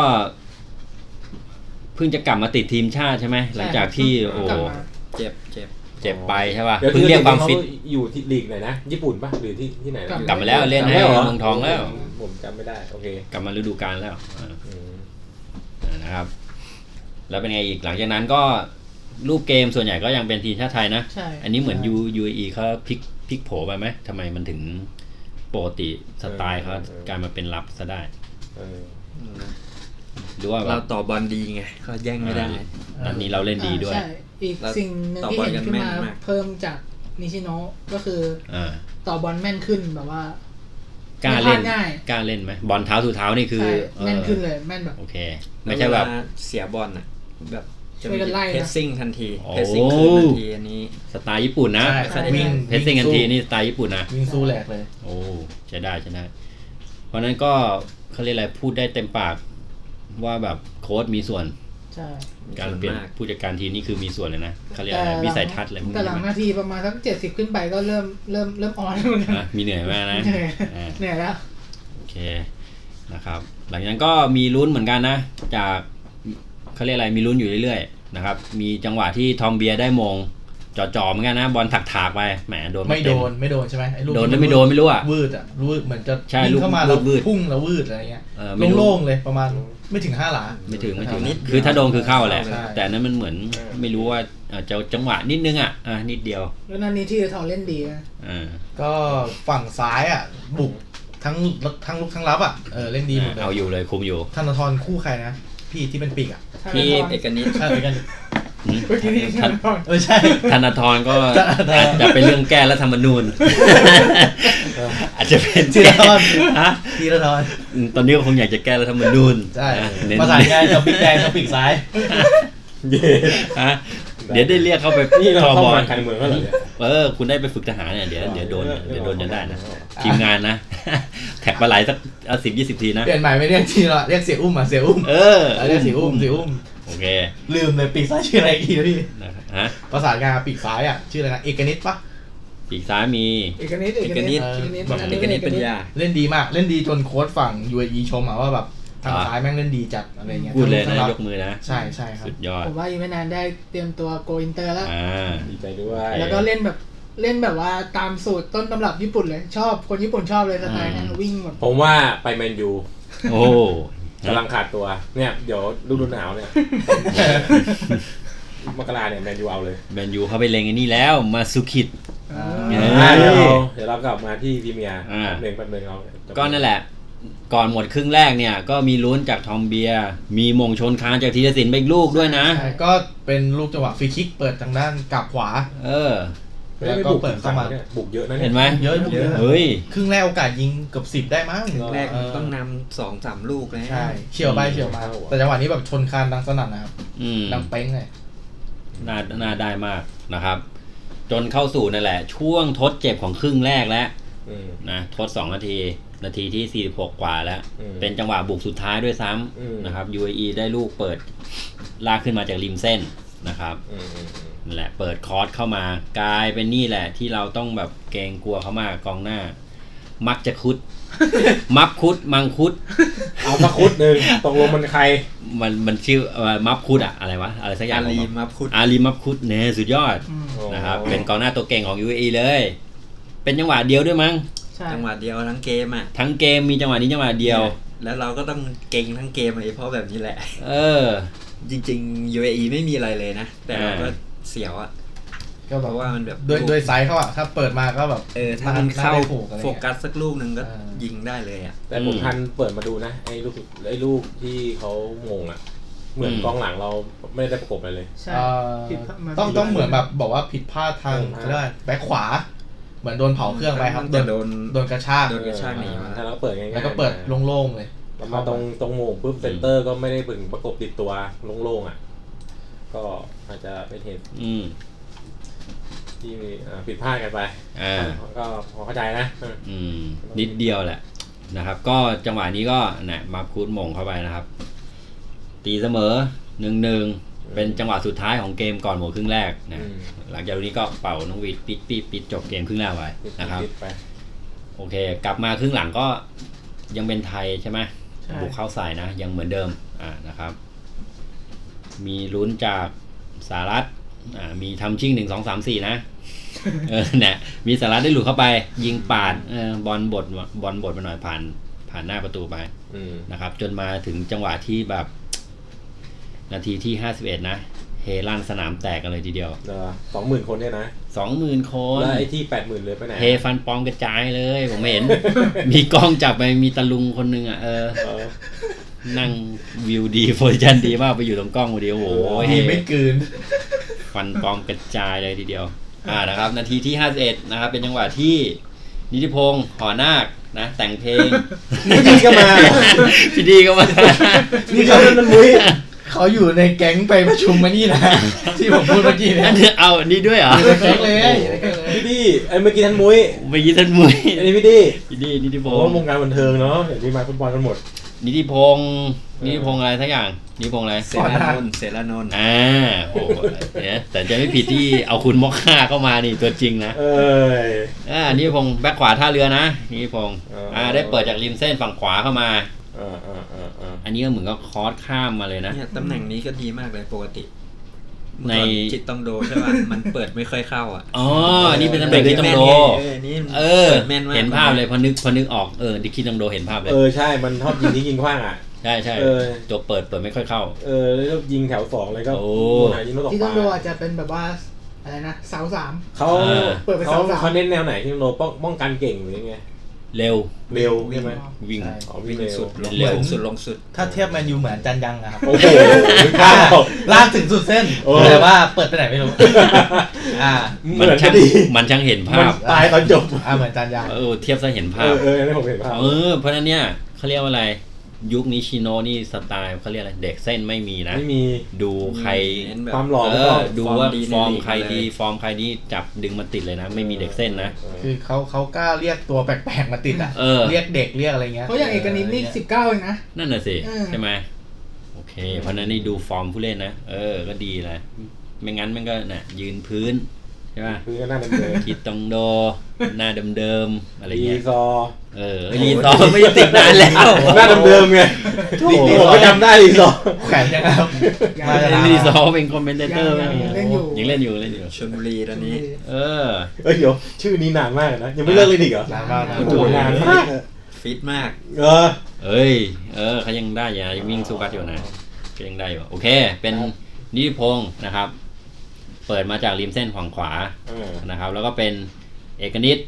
[SPEAKER 1] เพิ่งจะกลับมาติดทีมชาติใช่ไหมหลังจากที่โอ้
[SPEAKER 2] กลับมา
[SPEAKER 5] เจ็บเจ็บ
[SPEAKER 1] เจ็บไปใช่ป่ะ
[SPEAKER 3] ดี๋ว
[SPEAKER 1] เพิ่งเรียกความฟิต
[SPEAKER 3] อยู่ที่ลีกไหนนะญี่ปุ่นป่ะหรือที่ที่ไหนนะ
[SPEAKER 1] กลับมาแล้วเล่น
[SPEAKER 3] จำ
[SPEAKER 1] ให้
[SPEAKER 3] ได้หร
[SPEAKER 1] เมืองทองแล้ว
[SPEAKER 3] ผมจำไม่ได้โอเค
[SPEAKER 1] กลับมาฤดูกาลแล้วอ่า
[SPEAKER 3] อืม
[SPEAKER 1] นะครับ แล้วเป็นไงอีกหลังจากนั้นก็รูปเกมส่วนใหญ่ก็ยังเป็นทีมชาติไทยนะ
[SPEAKER 2] ใช่
[SPEAKER 1] อันนี้เหมือนยูยูอีเขาพลิกพลิกโผไปไหมทำไมมันถึงปกติสไตล์เขา
[SPEAKER 3] เออเออ
[SPEAKER 1] กลายมาเป็นรับซะได้
[SPEAKER 3] เออ
[SPEAKER 1] หรือว่าแบ
[SPEAKER 5] เรา
[SPEAKER 1] บ
[SPEAKER 5] ต่อบอลดีไงเขาแย่งไม่ได้
[SPEAKER 1] อันนี้เราเล่นดีด้วย
[SPEAKER 2] อ่าใช่อีกสิ่งหนึ่งที่เห็นขึ้นมา
[SPEAKER 5] ต่อบอลกันแม่นมาก
[SPEAKER 2] เพิ่มจากนิชิโนะก็คือ
[SPEAKER 1] อ่า
[SPEAKER 2] ต่อบอลแม่นขึ้นแบบว่า
[SPEAKER 1] กล้าเล่น
[SPEAKER 2] ไม่พลาดง่าย
[SPEAKER 1] กล้าเล่นไหมบอลเท้าสู่เท้านี่คือ
[SPEAKER 2] ใช่
[SPEAKER 1] เออ
[SPEAKER 2] แม่นขึ้นเลยแม่นแบบ
[SPEAKER 1] โอเค ไม่ใช่แบบ
[SPEAKER 5] เวลาเสียบอลอ่ะ แบบจะ
[SPEAKER 2] ช่วย
[SPEAKER 5] มี
[SPEAKER 2] กันไล่นะ
[SPEAKER 5] เพสซิ่งทันที
[SPEAKER 1] โอ้
[SPEAKER 5] เพสซิ่งคืนทันทีอันนี้
[SPEAKER 1] สไตล์ญี่ปุ่นนะ
[SPEAKER 4] ใช่
[SPEAKER 2] ใช่
[SPEAKER 4] วิ่ง
[SPEAKER 1] เพสซิ่งกันทีนี่สไตล์ญี่ปุ่นนะ
[SPEAKER 4] วิ่งสู้แหลกเลย
[SPEAKER 1] โอ้ใช้ได้ใช้ได้เพราะฉะนั้นก็เขาเรียกอะไรพูดได้เต็มปากว่าแบบโค้ชมีส่วน
[SPEAKER 2] ใช่
[SPEAKER 1] การเปลี่ยน
[SPEAKER 5] ส่วนมาก
[SPEAKER 1] ผู้จัดการทีมนี่คือมีส่วนเลยนะเขาเรียกอะไรวิสัยทัศน์อะไรพวก
[SPEAKER 2] แต่
[SPEAKER 1] นี้
[SPEAKER 2] หลัง
[SPEAKER 1] ไหม
[SPEAKER 2] นาทีประมาณสักเจ็ดสิบขึ้นไปก็เริ่มเริ่มเริ่มออนเหมือนกัน
[SPEAKER 1] อ่ะมีเหนื่อยมากนะ
[SPEAKER 2] เหนื่อย
[SPEAKER 1] อ่า
[SPEAKER 2] เหนื่อยแล้ว
[SPEAKER 1] โอเคนะครับหลังจากนั้นก็มีลุ้นเหมือนกันนะ จากเขาเรียกอะไรมีลุ้นอยู่เรื่อยๆนะครับมีจังหวะที่ทอมเบียร์ได้มง จ่อๆเหมือนกันนะ บอลถากๆไปแหมโดน
[SPEAKER 4] ไม่โดน
[SPEAKER 1] เต็
[SPEAKER 4] ไม่โดนใช่ไหมไอ้ลูก
[SPEAKER 1] โดนหรือไม่โดนไม่รู้อะ
[SPEAKER 4] วืดอ่ะวืดเหมือนจะ
[SPEAKER 1] ใช่
[SPEAKER 4] วิ่ง
[SPEAKER 1] ลูก
[SPEAKER 4] เข้ามาแล้ว
[SPEAKER 1] วืดๆ
[SPEAKER 4] พุ่งแล้ววืดอะไรเงี้ย
[SPEAKER 1] เออไม่รู้
[SPEAKER 4] โล่งๆเลยประมาณไม่ถึงห้าหลา
[SPEAKER 1] ไม่ถึงไม่ถึง
[SPEAKER 5] นิดเดียว
[SPEAKER 1] คือถ้าโดนคือเข้าแหละ
[SPEAKER 4] ใช่
[SPEAKER 1] แต่อันนั้นมันเหมือนไม่รู้ว่าอาจจะจังหวะนิดนึงอ่ะอ่ะนิดเดียว
[SPEAKER 2] แล้วนันนี้ที่เดทอเล่นดีนะ
[SPEAKER 1] อ่า
[SPEAKER 4] ก็ฝั่งซ้ายอ่ะ บุกทั้งทั้งลุกทั้งรับอ่ะเออเล่นดีหมดเลย
[SPEAKER 1] เอาอยู่เลยคุมอยู่
[SPEAKER 4] ธนาธรคู่ใครนะ พี่ที่เป็นปีกอ่ะ
[SPEAKER 5] พี่เอกนิด
[SPEAKER 4] เออเหมือนกัน
[SPEAKER 1] หืม
[SPEAKER 2] เมื่อกี้ที่ฉันบอก
[SPEAKER 4] เออใช่
[SPEAKER 1] ธนาธรก็
[SPEAKER 4] ธนาธร
[SPEAKER 1] อาจจะเป็นเรื่องแก้รัฐธรรมนูญ อาจจะเป็น
[SPEAKER 4] ธีรทร
[SPEAKER 1] ฮะ
[SPEAKER 4] ธีรทร
[SPEAKER 1] ตอนนี้ก็คงอยากจะแก้รัฐธรรมนูญ
[SPEAKER 4] ใช่
[SPEAKER 1] นะเน้น
[SPEAKER 4] ประสานงานกับปีกแดงกับปีกซ้าย
[SPEAKER 3] เย้
[SPEAKER 1] ฮะเดี๋ยวได้เรียกเข้าไป
[SPEAKER 3] นี่เรา
[SPEAKER 1] ท
[SPEAKER 3] เข้า
[SPEAKER 1] บอล
[SPEAKER 3] มาการเมืองแล้วเหรอเนี่ย
[SPEAKER 1] เออ คุณได้ไปฝึกทหารเนี่ยเดี๋ยวเดี๋ยวโดนเนี่ยเดี๋ยวโดนจนได้นะ
[SPEAKER 4] อ่ะ
[SPEAKER 1] ทีมงานนะ แท็กปลาไหลสักสิบยี่สิบทีนะ
[SPEAKER 4] เปลี่ยนใหม่ไม่เรียกธีรเรียกเสียอุ้มอ่ะเสียอุ้ม
[SPEAKER 1] เออ
[SPEAKER 4] เออเรียกเสียอุ้มเสียอุ้ม
[SPEAKER 1] โอเค
[SPEAKER 4] ลืมเลยปีกซ้ายชื่ออะไรอีกทีนะพี่
[SPEAKER 1] นะครับฮะ
[SPEAKER 4] ประสานงานกับปีกซ้ายอ่ะชื่ออะไรนะเอกนิตปะ
[SPEAKER 1] ปีกซ้ายมี
[SPEAKER 2] เอกนิดเอกนิดเอกนิด
[SPEAKER 4] เอกนิด
[SPEAKER 5] เอกนิดปัญญา
[SPEAKER 4] เล่นดีมากเล่นดีจนโค้ชฝั่ง UAE ชมอ่ะว่าแบบทางซ้ายแม่งเล่นดีจัดอะไรเงี้ย
[SPEAKER 1] พูดเลย
[SPEAKER 4] ทั้
[SPEAKER 1] นะ
[SPEAKER 4] งรับ
[SPEAKER 1] ยกมือนะ
[SPEAKER 4] ใช่ใช่ครับ
[SPEAKER 1] สุดยอด
[SPEAKER 2] ผมว่าอีกไม่นานได้เตรียมตัวโกอินเตอร์แล้ว
[SPEAKER 1] อ่า
[SPEAKER 3] ดีใจด้วย
[SPEAKER 2] แล้วก็เล่นแบบเล่นแบบว่าตามสูตรต้นตำรับญี่ปุ่นเลย ชอบคนญี่ปุ่นชอบเลยสไตล์นั้น
[SPEAKER 1] อืม
[SPEAKER 2] วิ่งแบบ
[SPEAKER 3] ผมว่าไปแมนยู
[SPEAKER 1] โอ้
[SPEAKER 3] กำลังขาดตัว เนี่ย เดี๋ยวฤดูหนาว เนี่ย มกราเนี่ยแมนยูเอาเลย
[SPEAKER 1] แมนยูเขาไปเลงไอ้นี่แล้วมาสุขิต
[SPEAKER 2] เอ
[SPEAKER 1] เอ
[SPEAKER 2] อ
[SPEAKER 3] อ่ะเดี๋ยวเราเดี๋ยวเรากลับมาที่พรีเมียร์
[SPEAKER 1] อ่า
[SPEAKER 3] หนึ่งแป๊บหนึงเรา
[SPEAKER 1] ก็นั่นแหละ ก่อนหมดครึ่งแรกเนี่ย ก็มีลุ้นจากทอมเบียร์มีมงชนค้างจากธีรศิลป์ไปอีกลูกด้วยนะ
[SPEAKER 4] ใช่ก็เป็นลูกจังหวะฟรีคิกเปิดทางด้านกลับขวา
[SPEAKER 1] เออ
[SPEAKER 3] ไม่ได้ไปบุกเข้ามาเนี่ยบุกเยอะนะเนี่ย
[SPEAKER 1] เห็นไหม
[SPEAKER 4] เยอะเยอะ
[SPEAKER 1] เฮ้ย
[SPEAKER 4] ครึ่งแรกโอกาสยิงเกือบสิบได้มั้ง
[SPEAKER 5] แรก
[SPEAKER 4] เ
[SPEAKER 5] ต้องนำสองสามลูกนะ
[SPEAKER 4] ใช่เฉียวไป
[SPEAKER 1] อืม
[SPEAKER 4] เฉียวมา
[SPEAKER 3] เข้าอ่ะ
[SPEAKER 4] แต่จังหวะนี้แบบชนคานดังสนั่นนะครับ
[SPEAKER 1] อืม
[SPEAKER 4] ดังเป้งเลย
[SPEAKER 1] น่าน่าได้มากนะครับ จนเข้าสู่นั่นแหละ ช่วงทดเจ็บของครึ่งแรกแล้ว
[SPEAKER 3] อืม
[SPEAKER 1] นะทด 2 นาที นาทีที่ 46 กว่าแล้ว
[SPEAKER 3] อืม
[SPEAKER 1] เป็นจังหวะบุกสุดท้ายด้วยซ้
[SPEAKER 3] อืม
[SPEAKER 1] ำนะครับ UAE ได้ลูกเปิด ลากขึ้นมาจากริมเส้นนะครับ
[SPEAKER 3] อืมอืมอืม
[SPEAKER 1] นั่นแหละเปิดคอร์สเข้ามากลายเป็นนี่แหละ ที่เราต้องแบบเกรงกลัวเขามากกองหน้า มักจะ คุด มับคุด มังคุด
[SPEAKER 3] เอาพระคุดหนึ่งตกลงมันใคร
[SPEAKER 1] มันมันชื่อเอ่อมับคุดอะอะไรวะอะไรสักอย่า
[SPEAKER 5] อาง
[SPEAKER 1] ของ
[SPEAKER 5] ลี
[SPEAKER 1] มัน
[SPEAKER 5] มาพุทธ
[SPEAKER 1] อาลีมับคุดเน่สุดยอด
[SPEAKER 2] อืม
[SPEAKER 1] นะครับ เป็นกองหน้าตัวเก่งของ UAE เลย เป็นจังหวะเดียวด้วยมั้ง
[SPEAKER 2] ใช่
[SPEAKER 5] จังหวะเดียวทั้งเกมอ่ะ
[SPEAKER 1] ทั้งเกมมีจังหวะนี้จังหวะเดียว
[SPEAKER 5] แล้วเราก็ต้องเก่งทั้งเกมเลยเพราะแบบนี้แหละ
[SPEAKER 1] เออ
[SPEAKER 5] จริง ๆ UAE ไม่มีอะไรเลยนะ แต่เรา
[SPEAKER 1] อ่า
[SPEAKER 5] ก็เสียวอ่ะ
[SPEAKER 4] ก็แบ
[SPEAKER 5] เพ
[SPEAKER 4] บ
[SPEAKER 5] ราะว่ามันแบบ
[SPEAKER 4] ด้วย
[SPEAKER 5] ลูก
[SPEAKER 4] ด้วยไซส์เขาอ่ะ ถ้าเปิดมาก็แบบ
[SPEAKER 5] เออถ้ามันเข้า
[SPEAKER 4] ได้ถูกอะไร
[SPEAKER 5] โฟ
[SPEAKER 4] เงี้ย
[SPEAKER 5] กัสสักลูกหนึ่งก็
[SPEAKER 4] อ่ายิ
[SPEAKER 5] ยิงได้เลยอ่ะ
[SPEAKER 3] แต่ผมทันเปิดมาดูนะไอ้ลูกไอ้ลูกที่เขางงอ่ะ เหมือน
[SPEAKER 1] อืม
[SPEAKER 3] กองหลังเราไม่ได้ประกบเลยเลย
[SPEAKER 2] ใช่
[SPEAKER 4] เอ่อ
[SPEAKER 2] ผิดพลาดา
[SPEAKER 4] ต้องต้องเหมือนแบบบอกว่าผิดพลาดทาง
[SPEAKER 3] เออ
[SPEAKER 4] เขาเรียกว่าแบ็คขวา เหมือนโดนเผาเครื่องไปครับ
[SPEAKER 5] มันจะโดน
[SPEAKER 4] โดนกระชาก
[SPEAKER 5] โดนกระชากหนีมา
[SPEAKER 3] เออถ้าเราเปิดง่ายๆ
[SPEAKER 4] แล้วก็เปิดโล่งๆเลย
[SPEAKER 3] แล้วมาตรงตรงโมงปุ๊บเซนเตอร์ก็ไม่ได้บึงประกบติดตัวโล่งๆอ่ะ ก็อาจจะเป็นเหตุ
[SPEAKER 1] อืม
[SPEAKER 3] ที่มีอ่าผิดพลาดกันไป
[SPEAKER 1] อ่า
[SPEAKER 3] ก็พอเข้าใจนะเออ
[SPEAKER 1] อืม นิดเดียวแหละนะครับ ก็จังหวะนี้ก็นะมาคูดมงเข้าไปนะครับ ตีเสมอหนึ่งหนึ่งเป็นจังหวะสุดท้ายของเกมก่อนหมดครึ่งแรกนะ
[SPEAKER 3] อืม
[SPEAKER 1] หลังจากนี้ก็เป่าน้องวีดปิดปิดปิดจบเกมครึ่งแรกไว้นะครับ
[SPEAKER 3] นิดๆไป
[SPEAKER 1] โอเค กลับมาครึ่งหลังก็ยังเป็นไทยใช่ไหม
[SPEAKER 2] ใช่
[SPEAKER 1] บุกเข้าใส่นะ ยังเหมือนเดิมอ่านะครับ มีลุ้นจากสารัตอ่ามีทำชิ่งหนึ่งสองสามสี่ นะเออเนี่ยมีสารัตได้หลุดเข้าไป ยิงปาดเออบอลบดบอลบดไปหน่อยผ่าน ผ่านหน้าประตูไป
[SPEAKER 3] อืม
[SPEAKER 1] นะครับ จนมาถึงจังหวะที่แบบ นาทีที่ห้าสิบเอ็ดนะ เฮลั่นสนามแตกกันเลยทีเดียว
[SPEAKER 3] เออสองหมื่นคนเนี่ยนะ
[SPEAKER 1] สองหมื่นคน
[SPEAKER 3] แล้วไอ้ที่แปดหมื่นเลยไปไหนอะ
[SPEAKER 1] เทฟันปลอมกระจายเลย ผมเห็น มีกล้องจับไปมีตะลุงคนหนึงอ่ะเออ
[SPEAKER 3] เออ
[SPEAKER 1] นั่งวิวดีโพซิชันดีมากไปอยู่ตรงกล้องพอดีโอ้โห
[SPEAKER 4] ดีไม่กลืน
[SPEAKER 1] ฟันปลอมกระจายเลยทีเดียว อ่านะครับ นาทีที่ 51 นะครับ เป็นจังหวะที่นิติพงศ์หอนาคนะ แต่งเพลง
[SPEAKER 3] พี่ดีก็มา
[SPEAKER 1] พี่ดีก็มา
[SPEAKER 4] นี่เขาเป็นมุ้ยเขาอยู่ในแก๊งไปประชุมมานี่นะ ที่ผมพูดเมื่อกี้เนะ
[SPEAKER 1] เอาอันนี้ด้วยเหรอ
[SPEAKER 4] แก๊งเลยอยู่ในแก๊งเลย
[SPEAKER 3] พี่ดี้ไอ้เมื่อกี้ท่านมุ้ย
[SPEAKER 1] ไปยิงท่านมุ้ย
[SPEAKER 3] อันนี้พี่ดี้
[SPEAKER 1] พี่ดีนิติพ
[SPEAKER 3] โอ้
[SPEAKER 1] งศ์
[SPEAKER 3] วงการบันเทิงเนาะเห็นมีมาฟุตบอลกันหมด
[SPEAKER 1] นิติพงศ์นิติพงศ์อะไรสักอย่างนิติพงศ์อะไร
[SPEAKER 5] เซรานนท์เซรานนท์
[SPEAKER 1] อ่าโอ้โหเนี่ยแต่จะไม่ผิดที่เอาคุณมอกค่าเข้ามานี่ตัวจริงนะ
[SPEAKER 3] เอ้ย
[SPEAKER 1] อ่านี่พงษ์แบ็คขวาท่าเรือนะนี่พงษ์
[SPEAKER 3] เอออ่
[SPEAKER 1] อ่าได้เปิดจากริมเส้นฝั่งขวาเข้ามา
[SPEAKER 3] เออเออเออเออ
[SPEAKER 1] อันนี้ก็เหมือนก็คอร์สข้ามมาเลยนะ
[SPEAKER 5] เนี่ยตำแหน่งนี้ก็ดีมากเลยปกติ
[SPEAKER 1] ใน
[SPEAKER 5] ในจิตต้องโดใช่ป่ะ มันเปิดไม่ค่อยเข้าอ่ะ
[SPEAKER 1] อ๋อ นี่เป็นตำแหน่งที่ต้องโด
[SPEAKER 5] เออนี่
[SPEAKER 1] เออ
[SPEAKER 5] ปิดแม่นมาก
[SPEAKER 1] เห็นภาพเลยพอนึกพอนึกออก เออดิคิดตังโดเห็นภาพเลย
[SPEAKER 3] เออใช่มันชอบยิงที่ยิงขว้างอ่ะ
[SPEAKER 1] ใช่ใช่
[SPEAKER 3] เออ
[SPEAKER 1] ตัวเปิดเปิดไม่ค่อยเข้า
[SPEAKER 3] เออแล้วยิงแถวสองเลยก็
[SPEAKER 1] โอ้
[SPEAKER 3] หายิงลูกตก
[SPEAKER 2] ที่
[SPEAKER 3] ป
[SPEAKER 2] ต้
[SPEAKER 3] ลา
[SPEAKER 2] องโดอาจจะเป็นแบบว่าอะไรนะเสาสาม
[SPEAKER 3] เขา
[SPEAKER 1] เออ
[SPEAKER 2] เปิดไป
[SPEAKER 3] เขา
[SPEAKER 2] สามสาม
[SPEAKER 3] เขาเน้นแนวไหนที่โนป้องป้องกันเก่งหรือยังไง
[SPEAKER 1] เร็ว
[SPEAKER 3] เร็วใช่ไหม
[SPEAKER 1] วิ่ง
[SPEAKER 4] ใช่
[SPEAKER 3] อ๋อวิ่
[SPEAKER 5] วิ่
[SPEAKER 3] งเร็ว
[SPEAKER 5] งสุดลง
[SPEAKER 1] เร็ว
[SPEAKER 5] สุดลงสุด
[SPEAKER 4] ถ้าเทียบแมนยูเหมือนจันยังนะครับ
[SPEAKER 3] โอ้โหข้าว
[SPEAKER 4] ลากถึงสุดเส้น
[SPEAKER 3] โอ้
[SPEAKER 4] แต่ว่าเปิดไปไหนไม่รู้ อ่า
[SPEAKER 1] มั
[SPEAKER 3] เหมือน
[SPEAKER 1] ช่าง
[SPEAKER 3] จะดี
[SPEAKER 1] มันช่างเห็นภา
[SPEAKER 3] มัน
[SPEAKER 1] พ
[SPEAKER 3] ตายตอนจบ
[SPEAKER 4] อ่าเหมือนจันยัง
[SPEAKER 1] เออ เทียบซะเห็น
[SPEAKER 3] เอ
[SPEAKER 1] ภาพ
[SPEAKER 3] อเออนี่ผมเห็นภาพ
[SPEAKER 1] เออ เพราะฉะนั้นเนี่ยเขาเรียกว่าอะไร ยุคนี้ชิโนนี่สไตล์เขาเรียกอะไร เด็กเส้นไม่มีนะ
[SPEAKER 3] ไม่มี
[SPEAKER 1] ดูใคร
[SPEAKER 5] เน้นแบบ
[SPEAKER 3] ความหล่อ
[SPEAKER 1] เอ
[SPEAKER 3] ไม่ต้
[SPEAKER 1] อ
[SPEAKER 3] อง
[SPEAKER 1] ดูว่า
[SPEAKER 5] ฟอร์ม
[SPEAKER 1] ฟอ
[SPEAKER 5] ดี
[SPEAKER 1] ร์ม
[SPEAKER 5] ในลีก
[SPEAKER 1] ใครดี
[SPEAKER 5] เลย
[SPEAKER 1] ฟอร์มใครนี้จับดึงมาติดเลยนะ ไม่มีเด็กเส้นนะ
[SPEAKER 3] เออ
[SPEAKER 4] คือเขาเขากล้าเรียกตัวแปลกๆมาติดอ่ะ
[SPEAKER 1] เออ
[SPEAKER 4] ยกเด็กเรียกอะไรเงี้ย
[SPEAKER 2] เพราะอย่างเอกนิตนี่สิบเก้าเองนะ
[SPEAKER 1] นั่นน่ะสิ
[SPEAKER 2] เออ
[SPEAKER 1] ใช่ไหมโอเค เพราะฉะนั้นนี่ดูฟอร์มผู้เล่นนะ เออ ก็ดีเลยไม่งั้นมันก็น่ะ ยืนพื้นใช่ป่ะ
[SPEAKER 3] คือก็น่าเป็นเลย
[SPEAKER 1] คิดตองโด หน้าเดิมๆอะไร
[SPEAKER 3] ดี
[SPEAKER 1] เงี้ย
[SPEAKER 3] ซอ
[SPEAKER 1] เออรีซอร์ไม่ได้ติดนานแล้ว
[SPEAKER 3] หน้าเดิมๆไง
[SPEAKER 4] ดี
[SPEAKER 3] ผม
[SPEAKER 4] ดี
[SPEAKER 3] ก็จำได้ดีซอ
[SPEAKER 4] แขวนยังครับ มาจะลา
[SPEAKER 1] รีซอร์เป็นคอมเมนเตอร์
[SPEAKER 2] ยังยังเล่นอยู่
[SPEAKER 1] ยังเล่นอยู่เล่นอยู่
[SPEAKER 5] ชลบุรีตอนนี้
[SPEAKER 1] เออ
[SPEAKER 3] เอ้ยเดี๋ยวชื่อนี้นานมากนะ ยังไม่เลิกเลยดิเหรอ
[SPEAKER 4] ลาบ้านนะ
[SPEAKER 1] โอ้โห
[SPEAKER 3] นานมาก
[SPEAKER 5] ฟิตมาก
[SPEAKER 3] เออ
[SPEAKER 1] เอ้ย เออเขายังได้อยู่นะยังวิ่งสู้กัดอยู่นะก็ยังได้อยู่โอเค เป็น
[SPEAKER 3] ครับ
[SPEAKER 1] นิติพงศ์นะครับ เปิดมาจากริมเส้นฝั่งขวา
[SPEAKER 3] เออ
[SPEAKER 1] นะครับแล้วก็เป็นเอกนิต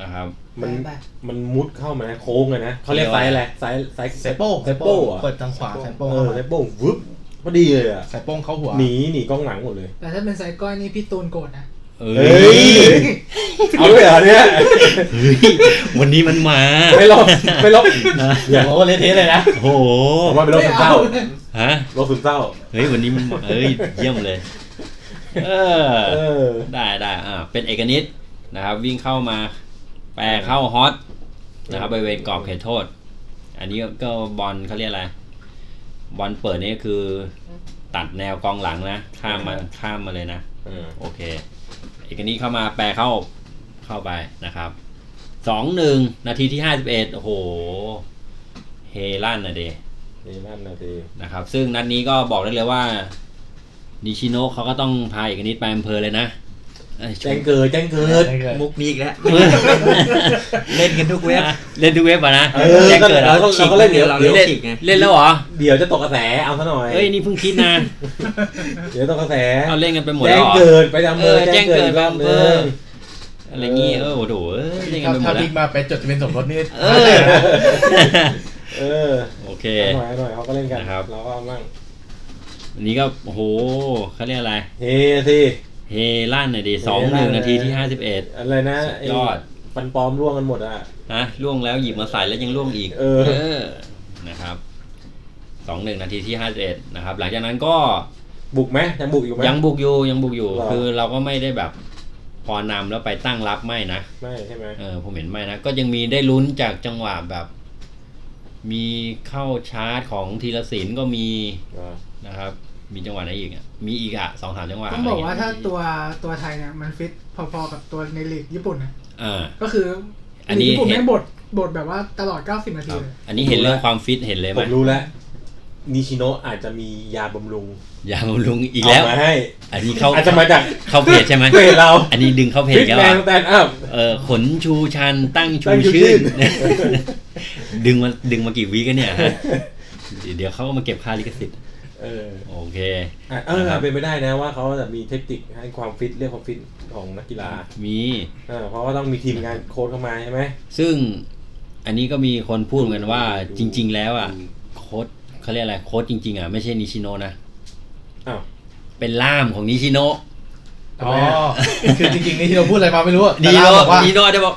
[SPEAKER 1] นะครับ
[SPEAKER 3] มัน
[SPEAKER 2] ไป
[SPEAKER 3] มันมุดเข้ามานะโค้งเลยนะเขาเรียกไซส์อะไรไซส์ไซส์
[SPEAKER 4] ไซโป้
[SPEAKER 3] ไซโป้อะ
[SPEAKER 4] เปิดทางขวาไซโป้
[SPEAKER 3] เออไซโป้วึบพอดีเลยอ่ะ
[SPEAKER 4] ไซโป้งเข้าหัว
[SPEAKER 3] หนีหนีกล้องหลังหมดเลย
[SPEAKER 2] แต่ถ้าเป็นไซก้อยนี่พี่ตูนโกรธนะ
[SPEAKER 1] เอ้
[SPEAKER 3] เฮ้ยเอาด้วยเหรอเนี่ย
[SPEAKER 1] เฮ้ย วันนี้มันมา
[SPEAKER 3] ไม่ลบไม่ลบอย่า
[SPEAKER 4] โอ้โหเละเทะเลยนะ
[SPEAKER 1] โอ้โห
[SPEAKER 3] ผมว่าเป็นโรคซึมเศร้า
[SPEAKER 1] ฮะ
[SPEAKER 3] โรคซึมเศร้า
[SPEAKER 1] เฮ้ยวันนี้มันมาเฮ้ยเยี่ยมเลย เออ
[SPEAKER 3] เออ
[SPEAKER 1] ได้ได้อ่าเป็นเอกนิตนะครับ วิ่งเข้ามา แปรเข้าฮอตนะครับบริเวณกรอบเขตโทษ อันนี้ก็บอลเขาเรียกอะไรบอลเปิดนี่ก็คือ ตัดแนวกองหลังนะข้ามมาข้ามมาเลยนะ
[SPEAKER 3] เออ
[SPEAKER 1] โอเคเอกนี้เข้ามาแปลเข้าเข้าไปนะครับสองหนึ่งนาทีที่ห้าสิบเอ็ดโอ้โห เฮลั่นนะเด
[SPEAKER 3] นี่นั่นนะที
[SPEAKER 1] นะครับ ซึ่งนัดนี้ก็บอกได้เลยว่านิชิโนะเขาก็ต้องพาเอกนิดไปอำเภอเลยนะเอ้ยช
[SPEAKER 3] แจ้
[SPEAKER 1] ม
[SPEAKER 3] งเกิดแจ้งเกิด
[SPEAKER 5] มุกนี้อีกแล้ว เล่นกันทุกเว็บ
[SPEAKER 1] เล่นทุกเว็บอ่ะนะ
[SPEAKER 3] เออ
[SPEAKER 1] แจ้งเกิดแล้ว
[SPEAKER 3] ก็
[SPEAKER 5] ฉีก
[SPEAKER 3] ขาเล่นเดี๋ยว
[SPEAKER 5] เรา
[SPEAKER 1] เล่น
[SPEAKER 5] เล่นฉีกไง
[SPEAKER 1] เล่นแล้วเหรอ
[SPEAKER 3] เดี๋ยวจะตกกระแสเอาซะหน่อย
[SPEAKER 1] เอ้ยนี่เพิ่งคิดนะ
[SPEAKER 3] เดี๋ยวตกกระแส
[SPEAKER 1] เอาเล่นกันไปหมด
[SPEAKER 3] แจ้
[SPEAKER 1] แล้ว
[SPEAKER 3] ง
[SPEAKER 1] เหรอ
[SPEAKER 3] เกิดไปทำเบอ
[SPEAKER 1] เออ
[SPEAKER 3] แจ้งเกิด
[SPEAKER 1] แจ้งเกิด
[SPEAKER 3] ไปทำเบอ
[SPEAKER 1] เออ
[SPEAKER 3] ร์
[SPEAKER 1] อะไรงี้เออโอ้โหเอ้ยเล่นกันไปหม
[SPEAKER 4] ถ้า
[SPEAKER 1] ดแล้
[SPEAKER 4] บิ๊
[SPEAKER 1] ว
[SPEAKER 4] กมาไปจดทะเบียนสมรสนี่
[SPEAKER 1] เออ
[SPEAKER 3] เออ
[SPEAKER 1] โอเค
[SPEAKER 3] หน่อยหน่อยเขาก็เล่นกัน
[SPEAKER 1] นะครับ
[SPEAKER 3] เราก็มั่ง
[SPEAKER 1] อันนี้ก็โอ้โหเขาเรียกอะไร
[SPEAKER 3] เฮ้สิ
[SPEAKER 1] เฮลั่นหน่อยดิสองหนึ่งนาทีที่ห้าสิบเอ็ด
[SPEAKER 3] อะไรนะ
[SPEAKER 1] สุดยอด
[SPEAKER 3] ไฟันปลอมร่วงกันหมดอ่ะ
[SPEAKER 1] นะล่วงแล้วหยิบมาใส่แล้วยังล่วงอีก
[SPEAKER 3] เออ
[SPEAKER 1] อนะครับสองหนึ่งนาทีที่ห้าสิบเอ็ดนะครับ หลังจากนั้นก็
[SPEAKER 3] บุกไหมยังบุกอยู่ไหม
[SPEAKER 1] ยังบุกอยู่ยังบุกอยู่
[SPEAKER 3] หรอ
[SPEAKER 1] คือเราก็ไม่ได้แบบพอนำแล้วไปตั้งรับไม่นะ
[SPEAKER 3] ไม่ใช่ไหม
[SPEAKER 1] เออผมเห็นไม่นะ ก็ยังมีได้ลุ้นจากจังหวะแบบ มีเข้าชาร์จของธีรศิลป์ก็มี
[SPEAKER 3] อ่า
[SPEAKER 1] นะครับ มีจังหวะไหนอีกอะมีอีกอะสองสามจังหวะ
[SPEAKER 2] ต้องบอกว่า
[SPEAKER 1] ะไรเงี้ย
[SPEAKER 2] ถ้าตัวตัวไทยเนี่ยมันฟิตพอๆกับตัวในลีกญี่ปุ่นนะ
[SPEAKER 1] อ่า
[SPEAKER 2] ก็คือ
[SPEAKER 1] อันนี้
[SPEAKER 2] ลีกญี่ปุ่นแม่งบทบทแบบว่าตลอด 90 นา
[SPEAKER 1] ค
[SPEAKER 2] ที
[SPEAKER 1] รับ
[SPEAKER 2] เลย
[SPEAKER 1] อันนี้เห็นเรื่องความฟิตเห็นเลยไห
[SPEAKER 3] ผม มรู้แล้วนิชิโนะอาจจะมียาบำรุง
[SPEAKER 1] ยาบำรุงอีกแล้ว
[SPEAKER 3] เามาให้
[SPEAKER 1] อันนี้เข้า
[SPEAKER 3] อาจจะมาจาก
[SPEAKER 1] เข้าเพจใช่ไหม
[SPEAKER 3] เพจเรา
[SPEAKER 1] อันนี้ดึงเข้าเพจ
[SPEAKER 3] พิก
[SPEAKER 1] แล้ว
[SPEAKER 3] แม
[SPEAKER 1] อะ
[SPEAKER 3] นแตนอัพ
[SPEAKER 1] เออขนชูชันตั้งชู
[SPEAKER 3] ตั้งชูชื่
[SPEAKER 1] ชื่น
[SPEAKER 3] น
[SPEAKER 1] ดึงมาดึงมากี่วีกันเนี่ยฮะเดี๋ยวเขาก็มาเก็บค่าลิขสิทธิ์
[SPEAKER 3] เออ
[SPEAKER 1] โอเค
[SPEAKER 3] อ่ะเออเป็นไปได้นะว่าเขาจะมีเทคนิคให้ความฟิตเรียกความฟิตของนักกีฬา
[SPEAKER 1] มี
[SPEAKER 3] เออเพราะว่าต้องมีทีมงานโค้ชเข้ามาใช่ไหม
[SPEAKER 1] ซึ่งอันนี้ก็มีคนพูดเหมือนกันว่าจริง ๆ แล้วอ่ะโค้ดเขาเรียกอะไรโค้ดจริง ๆ อ่ะ ไม่ใช่นิชิโนะนะ
[SPEAKER 3] อ้าว
[SPEAKER 1] เป็นล่ามของนิชิโนะ
[SPEAKER 4] อ๋อ คือจริงๆนี่ที่เราพูดอะไรมาไม่รู้อะแต่
[SPEAKER 1] นิ
[SPEAKER 4] เรา
[SPEAKER 1] โนะ
[SPEAKER 4] บอกว่า
[SPEAKER 1] นิโนะจะบอก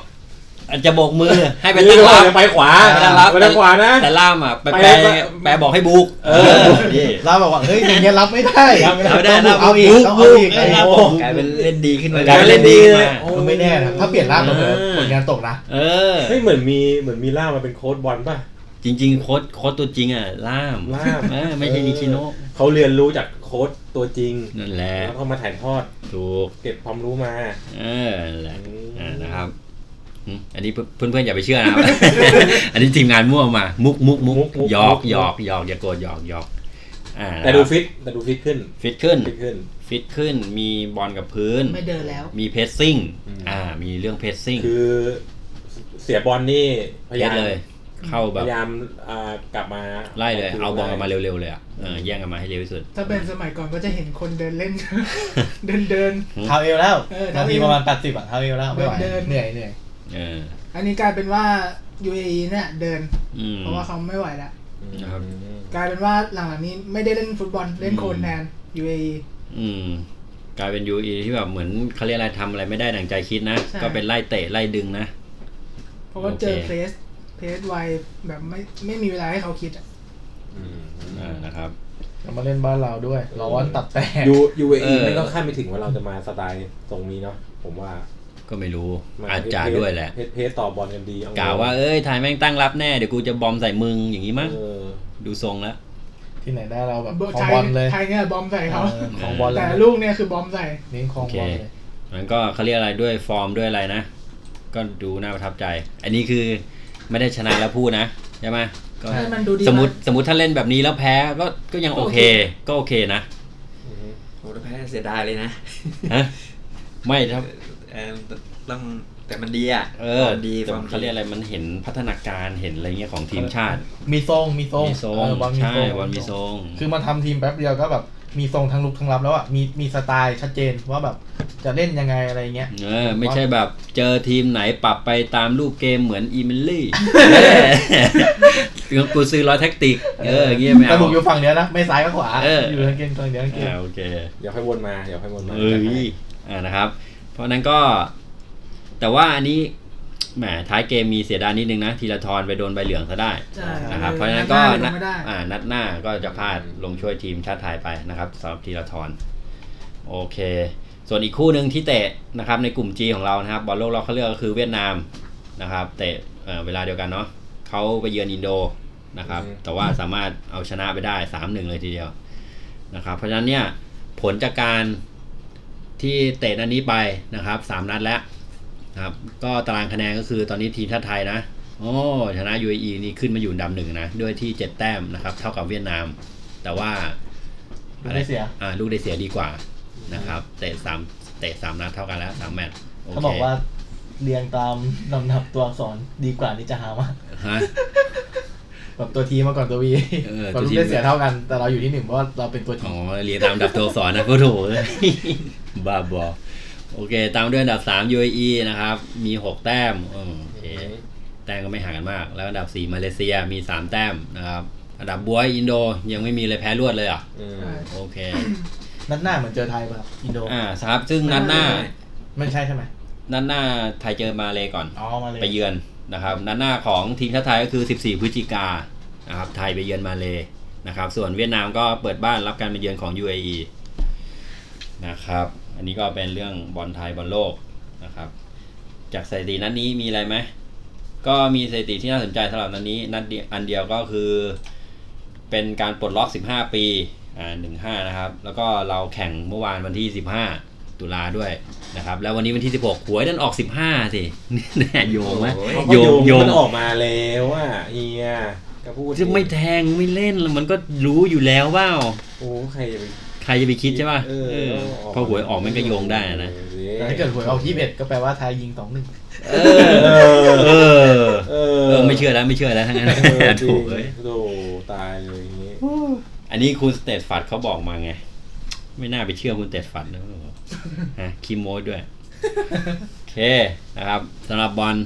[SPEAKER 1] อาจจะโบกมือให้ไป
[SPEAKER 3] เดี๋
[SPEAKER 1] ตั้
[SPEAKER 3] ย
[SPEAKER 1] ง
[SPEAKER 3] ว
[SPEAKER 1] รั
[SPEAKER 3] เรา
[SPEAKER 1] บ
[SPEAKER 3] จะไปขวา
[SPEAKER 1] ไปตั้งรับ
[SPEAKER 3] ไปทางขวานะ
[SPEAKER 1] แต่ล่ามอ่ะไป
[SPEAKER 3] ไป
[SPEAKER 1] แปล
[SPEAKER 3] ไป
[SPEAKER 1] แปลบอกให้บุกเออนี่
[SPEAKER 4] เราบอกว่า เฮ้ยอย่างเงี้ยรับไม่ได้
[SPEAKER 1] รับไม่ได้
[SPEAKER 4] ต้องเอาอีก
[SPEAKER 1] รับ
[SPEAKER 4] ต้องเอาอีก
[SPEAKER 1] เอ้ย
[SPEAKER 4] เอา
[SPEAKER 1] ล่าม
[SPEAKER 4] อีก
[SPEAKER 1] บอก
[SPEAKER 5] กลายเป็นเล่นดีขึ้นมา
[SPEAKER 1] ลายเป็นเล่นดีขึ้นมา
[SPEAKER 3] โอ้
[SPEAKER 4] ก็ไม่แน่นะถ้าเปลี่ยนร่างมาเผลอ
[SPEAKER 1] เออ
[SPEAKER 4] ผลงานตกนะ
[SPEAKER 1] เออ
[SPEAKER 3] เฮ้ยเหมือนมีเหมือนมีล่ามมาเป็นโค้ดบอลป่ะ
[SPEAKER 1] จริง ๆ โค้ดโค้ดตัวจริงอ่ะ ล่าม
[SPEAKER 3] ล่าม
[SPEAKER 1] เออไม่ใช่
[SPEAKER 3] เออ
[SPEAKER 1] นิชิโนะ
[SPEAKER 3] เขาเรียนรู้จากโค้ดตัวจริง
[SPEAKER 1] นั่นแหละ
[SPEAKER 3] แล้วเขามาถ่ายทอด
[SPEAKER 1] ถูก
[SPEAKER 3] เก็บความรู้มา
[SPEAKER 1] เออนั่นแหละ
[SPEAKER 3] อืม
[SPEAKER 1] อ่านะครับอืมอันนี้เพื่อนเพื่อนๆอย่าไปเชื่อนะครับ อันนี้ทีมงานมั่วมา มุกมุกมุก
[SPEAKER 3] มุกมุก
[SPEAKER 1] หยอก
[SPEAKER 3] มุก
[SPEAKER 1] หยอกหยอกอย่าโกรธหยอกหยอก อ่า
[SPEAKER 3] แต่ดูฟิตแต่ดูฟิตขึ้น
[SPEAKER 1] ฟิตขึ้น
[SPEAKER 3] ฟิตขึ้น
[SPEAKER 1] ฟิตขึ้นมีบอลกับพื้น
[SPEAKER 2] ไม่เดินแล้ว
[SPEAKER 1] มีเพสซิ่ง
[SPEAKER 3] อืม
[SPEAKER 1] อ่ามีเรื่องเพสซิ่ง
[SPEAKER 3] คือเสียบอลนี่พ
[SPEAKER 1] เพ
[SPEAKER 3] ยา
[SPEAKER 1] ส
[SPEAKER 3] ยาม
[SPEAKER 1] เลย เข้า
[SPEAKER 3] พ
[SPEAKER 1] แบบ
[SPEAKER 3] ยายามอ่ากลับมา
[SPEAKER 1] ไล่เลย เอาบอลกลันมา
[SPEAKER 3] เลย
[SPEAKER 1] เร็วๆเลยอ่ะเออแย่งกันมาให้เร็วที่สุด
[SPEAKER 2] ถ้าเป็นสมัยก่อนก็จะเห็นคนเดิน เล่น เดินเดิน
[SPEAKER 4] เท้าเอวแล้ว
[SPEAKER 2] เออเท้า
[SPEAKER 4] นา
[SPEAKER 2] เอว
[SPEAKER 4] ทีประมาณ 80อ่ะเท้าเอวแล้วไม่ไหว
[SPEAKER 2] เดิน
[SPEAKER 4] เหนื่อยเหนื่อย
[SPEAKER 1] เออ
[SPEAKER 2] อันนี้กลายเป็นว่า UAE เนี่ยเดิน
[SPEAKER 1] อืม
[SPEAKER 2] เพราะว่าเขาไม่ไหวแล้ว
[SPEAKER 1] ครับ
[SPEAKER 2] กลายเป็นว่าหลังๆนี้ไม่ได้เล่นฟุตบอลเล่นโคลนแทน UAE
[SPEAKER 1] อืมกลายเป็นยูอีที่แบบเหมือนเขาเรียกอะไรทำอะไรไม่ได้ดังใจคิดนะ
[SPEAKER 2] ใช่
[SPEAKER 1] ก็เป็นไล่เตะไล่ดึงนะ
[SPEAKER 2] เพราะว่าเจอ
[SPEAKER 1] โอเค
[SPEAKER 2] เพรสเพรสไวแบบไม่ไม่มีเวลาให้เขาคิดอะ
[SPEAKER 1] อ่านะครับ
[SPEAKER 4] เรามาเล่นบ้านเราด้วยร้อนตับแตก
[SPEAKER 3] ยูยูเอ
[SPEAKER 1] เอ
[SPEAKER 3] อี
[SPEAKER 1] อ
[SPEAKER 3] ไม่ก็คาดไม่ถึงว่าเราจะมาสไตล์ตรงนี้เนาะผมว่า
[SPEAKER 1] ก็ไม่รู้
[SPEAKER 3] มัน
[SPEAKER 1] อาจจะด้วยแหละ
[SPEAKER 3] เพจเพจต่อบอลกันดีเอก
[SPEAKER 1] ล่าวว่าเอ้ยไทยแม่งตั้งรับแน่ เดี๋ยวกูจะบอมใส่มึงอย่างนี้มั้ง
[SPEAKER 3] เออ
[SPEAKER 1] ดูทรงแล้ว
[SPEAKER 4] ที่ไหนได้เราแบบ
[SPEAKER 2] บ
[SPEAKER 4] ของ
[SPEAKER 2] ไทย
[SPEAKER 4] บอลเลย
[SPEAKER 2] ไทยเนี่ยบอมใส่เขา
[SPEAKER 4] เออของบอลเล
[SPEAKER 2] แต่
[SPEAKER 4] ย
[SPEAKER 2] ลูกเนี่ยคือบอมใส่
[SPEAKER 4] นิ้งของบอลเลย
[SPEAKER 1] มันก็เขาเรียกอะไรด้วยฟอร์มด้วยอะไรนะ ก็ดูน่าประทับใจ อันนี้คือไม่ได้ชนะแล้วพูดนะ ใช่ไหมก็
[SPEAKER 2] ใช่มันดูดี
[SPEAKER 1] สมมติ
[SPEAKER 2] มาก
[SPEAKER 1] สมมติถ้าเล่นแบบนี้แล้วแพ้ก็ก็ยังโอเค ก็โอเคนะ
[SPEAKER 3] อืม
[SPEAKER 5] โหแต่แพ้เสียดายเลยนะ
[SPEAKER 1] ฮะไม่ถ้า
[SPEAKER 5] เออต้องแต่มันดีอ่ะ
[SPEAKER 1] เออ
[SPEAKER 5] ความดี
[SPEAKER 1] แต่
[SPEAKER 5] ความดี
[SPEAKER 1] เขาเรียกอะไรมันเห็นพัฒนาการเห็นอะไรเงี้ยของทีมชาติ
[SPEAKER 4] มีทรงมีทรง
[SPEAKER 1] มีทรง
[SPEAKER 4] เออบอลมี
[SPEAKER 1] ใช่
[SPEAKER 4] ทรง
[SPEAKER 1] บอลมีทรง
[SPEAKER 4] คือมาทำทีมแป๊บเดียวก็แบบมีทรงทั้งลุกทั้งรับแล้วอ่ะมีมีสไตล์ชัดเจนว่าแบบจะเล่นยังไงอะไรเงี้ย
[SPEAKER 1] เออ ไม่ใช่แบบเจอทีมไหนปรับไปตามรูปเกมเหมือนอีเมลลี่ เออกูซื้อร้อยแท็กติก เอออย่างเงี้ยไม่
[SPEAKER 4] แต่
[SPEAKER 1] เอา
[SPEAKER 4] บุกอยู่ฝั่งเดียวนะ ไม่ซ้ายก็ขวา
[SPEAKER 1] เอออ
[SPEAKER 4] ยู่ทางเกมทางเดียวทางเกม
[SPEAKER 1] อ่าโอเค
[SPEAKER 3] เดี๋ยวค่อยวนมา เดี๋ยวค่อยวนมา
[SPEAKER 1] เอ้ยอ่านะครับ เพราะฉะนั้นก็แต่ว่าอันนี้แหมท้ายเกมมีเสียดายนิดนึงนะทีละทรไปโดนใบเหลืองซะได้
[SPEAKER 2] ใช่
[SPEAKER 1] นะครับ
[SPEAKER 2] เออ
[SPEAKER 1] เพราะฉะนั้นก็
[SPEAKER 2] นั
[SPEAKER 1] นั
[SPEAKER 2] ดหน้าลงไม่ได้
[SPEAKER 1] อ่านัดหน้าก็จะพลาดลงช่วยทีมชาติไทยไปนะครับสำหรับทีละทรโอเค ส่วนอีกคู่หนึ่งที่เตะนะครับในกลุ่ม G ของเรานะครับบอลโลกรอบคัดเลือกก็คือเวียดนามนะครับ เตะเอ่อเวลาเดียวกันเนาะเขาไปเยือนอินโดนะครับ แต่ว่าสามารถเอาชนะไปได้ 3-1 เลยทีเดียวนะครับ เพราะฉะนั้นเนี่ยผลจากการ ที่เตะนัดนี้ไปนะครับสามนัดแล้วนะครับ ก็ตารางคะแนนก็คือตอนนี้ทีมชาติไทยนะโอ้ชนะ UAE นี่ขึ้นมาอยู่อันดับหนึ่งนะ ด้วยที่ 7 แต้มนะครับ เท่ากับเวียดนาม แต่ว่า
[SPEAKER 4] ลูกได้เสีย
[SPEAKER 1] อ่าลูกได้เสียดีกว่านะครับเตะสามเตะสามนัดเท่ากันแล้วสามแมตช์โอ
[SPEAKER 4] เขา
[SPEAKER 1] เค
[SPEAKER 4] บอกว่าเรียงตามลำดับตัวอักษรดีกว่านี่จะหามาก
[SPEAKER 1] ฮะ
[SPEAKER 4] แบบตัวทีมาก่อนตัววี
[SPEAKER 1] เออ
[SPEAKER 4] ก่อน
[SPEAKER 1] ตัว
[SPEAKER 4] ลู
[SPEAKER 1] T
[SPEAKER 4] กได้เสียเท่ากัน แต่เราอยู่ที่หนึ่งเพราะว่าเราเป็นตัวที
[SPEAKER 1] อ๋อเรียงตามอันดับตัวอักษรนะก็ถูกเลยบ้าบอโอเค ตามด้วยอันดับ 3 UAE นะครับ มี 6 แต้มอืมโอเค แต้มก็ไม่ห่างกันมาก แล้วอันดับ 4 มาเลเซียมี 3 แต้มนะครับ อันดับบวยอินโดยังไม่มีเลยแพ้รวดเลยเหรอ่ะ
[SPEAKER 3] อืม
[SPEAKER 1] โอเค
[SPEAKER 4] นัดหน้าเหมือนเจอไทยแบบอินโด
[SPEAKER 1] อ่าครับซึ่งนัดหน้า
[SPEAKER 4] ไม่ใช่ใช่ไหม
[SPEAKER 1] นัดหน้าไทยเจอมาเลก่อน
[SPEAKER 4] อ๋อมาเลย
[SPEAKER 1] ไปเยือนนะครับ นัดหน้าของทีมชาติไทยก็คือ 14 พฤศจิกานะครับ ไทยไปเยือนมาเลนะครับ ส่วนเวียดนามก็เปิดบ้านรับการไปเยือนของ UAE นะครับ อันนี้ก็เป็นเรื่องบอลไทยบอลโลกนะครับ จากสถิตินัดนี้มีอะไรไหม ก็มีสถิติที่น่าสนใจสำหรับนัดนี้ นัดเดียวอันเดียวก็คือ เป็นการปลดล็อก 15 ปีอ่า15 นะครับ แล้วก็เราแข่งเมื่อวานวันที่ 15 ตุลาด้วยนะครับ แล้ววันนี้วันที่ 16หวยดันออก 15 สิ แน่โยงไหม
[SPEAKER 5] โอ้
[SPEAKER 3] เขาก็
[SPEAKER 1] โยงโยง
[SPEAKER 3] มันออกมาแล้วอ่ะเฮียก็พูด
[SPEAKER 1] จะไม่
[SPEAKER 3] ดิ
[SPEAKER 1] แทงไม่เล่นแล้วมันก็รู้อยู่แล้วว่า
[SPEAKER 3] โอ้ใครจะไป
[SPEAKER 1] ใครจะไปคิดใช่ป่ะ
[SPEAKER 3] เออ
[SPEAKER 1] เออ
[SPEAKER 3] เา
[SPEAKER 1] พอหวยออกมันก็โยงได้นะ
[SPEAKER 3] เย้
[SPEAKER 4] แต่ถ้าเกิดหวยออกยี่สิบเอ็ดก็แปลว่าไทยยิงสองหนึ่ง
[SPEAKER 1] เออ
[SPEAKER 3] เออ
[SPEAKER 1] เออ
[SPEAKER 3] เอ
[SPEAKER 1] เออ ไม่เชื่อแล้วไม่เชื่อแล้วทั้งนั้น
[SPEAKER 3] เออจริ
[SPEAKER 1] ถู
[SPEAKER 3] ง
[SPEAKER 1] กเลย
[SPEAKER 3] โดตายเลยอย่างงี้
[SPEAKER 1] อันนี้คุณสเตตฟัดเขาบอกมาไง ไม่น่าไปเชื่อคุณสเตตฟัดนะ เขาบอกฮะคีโมด้วย โอเคนะครับสำหรับบอล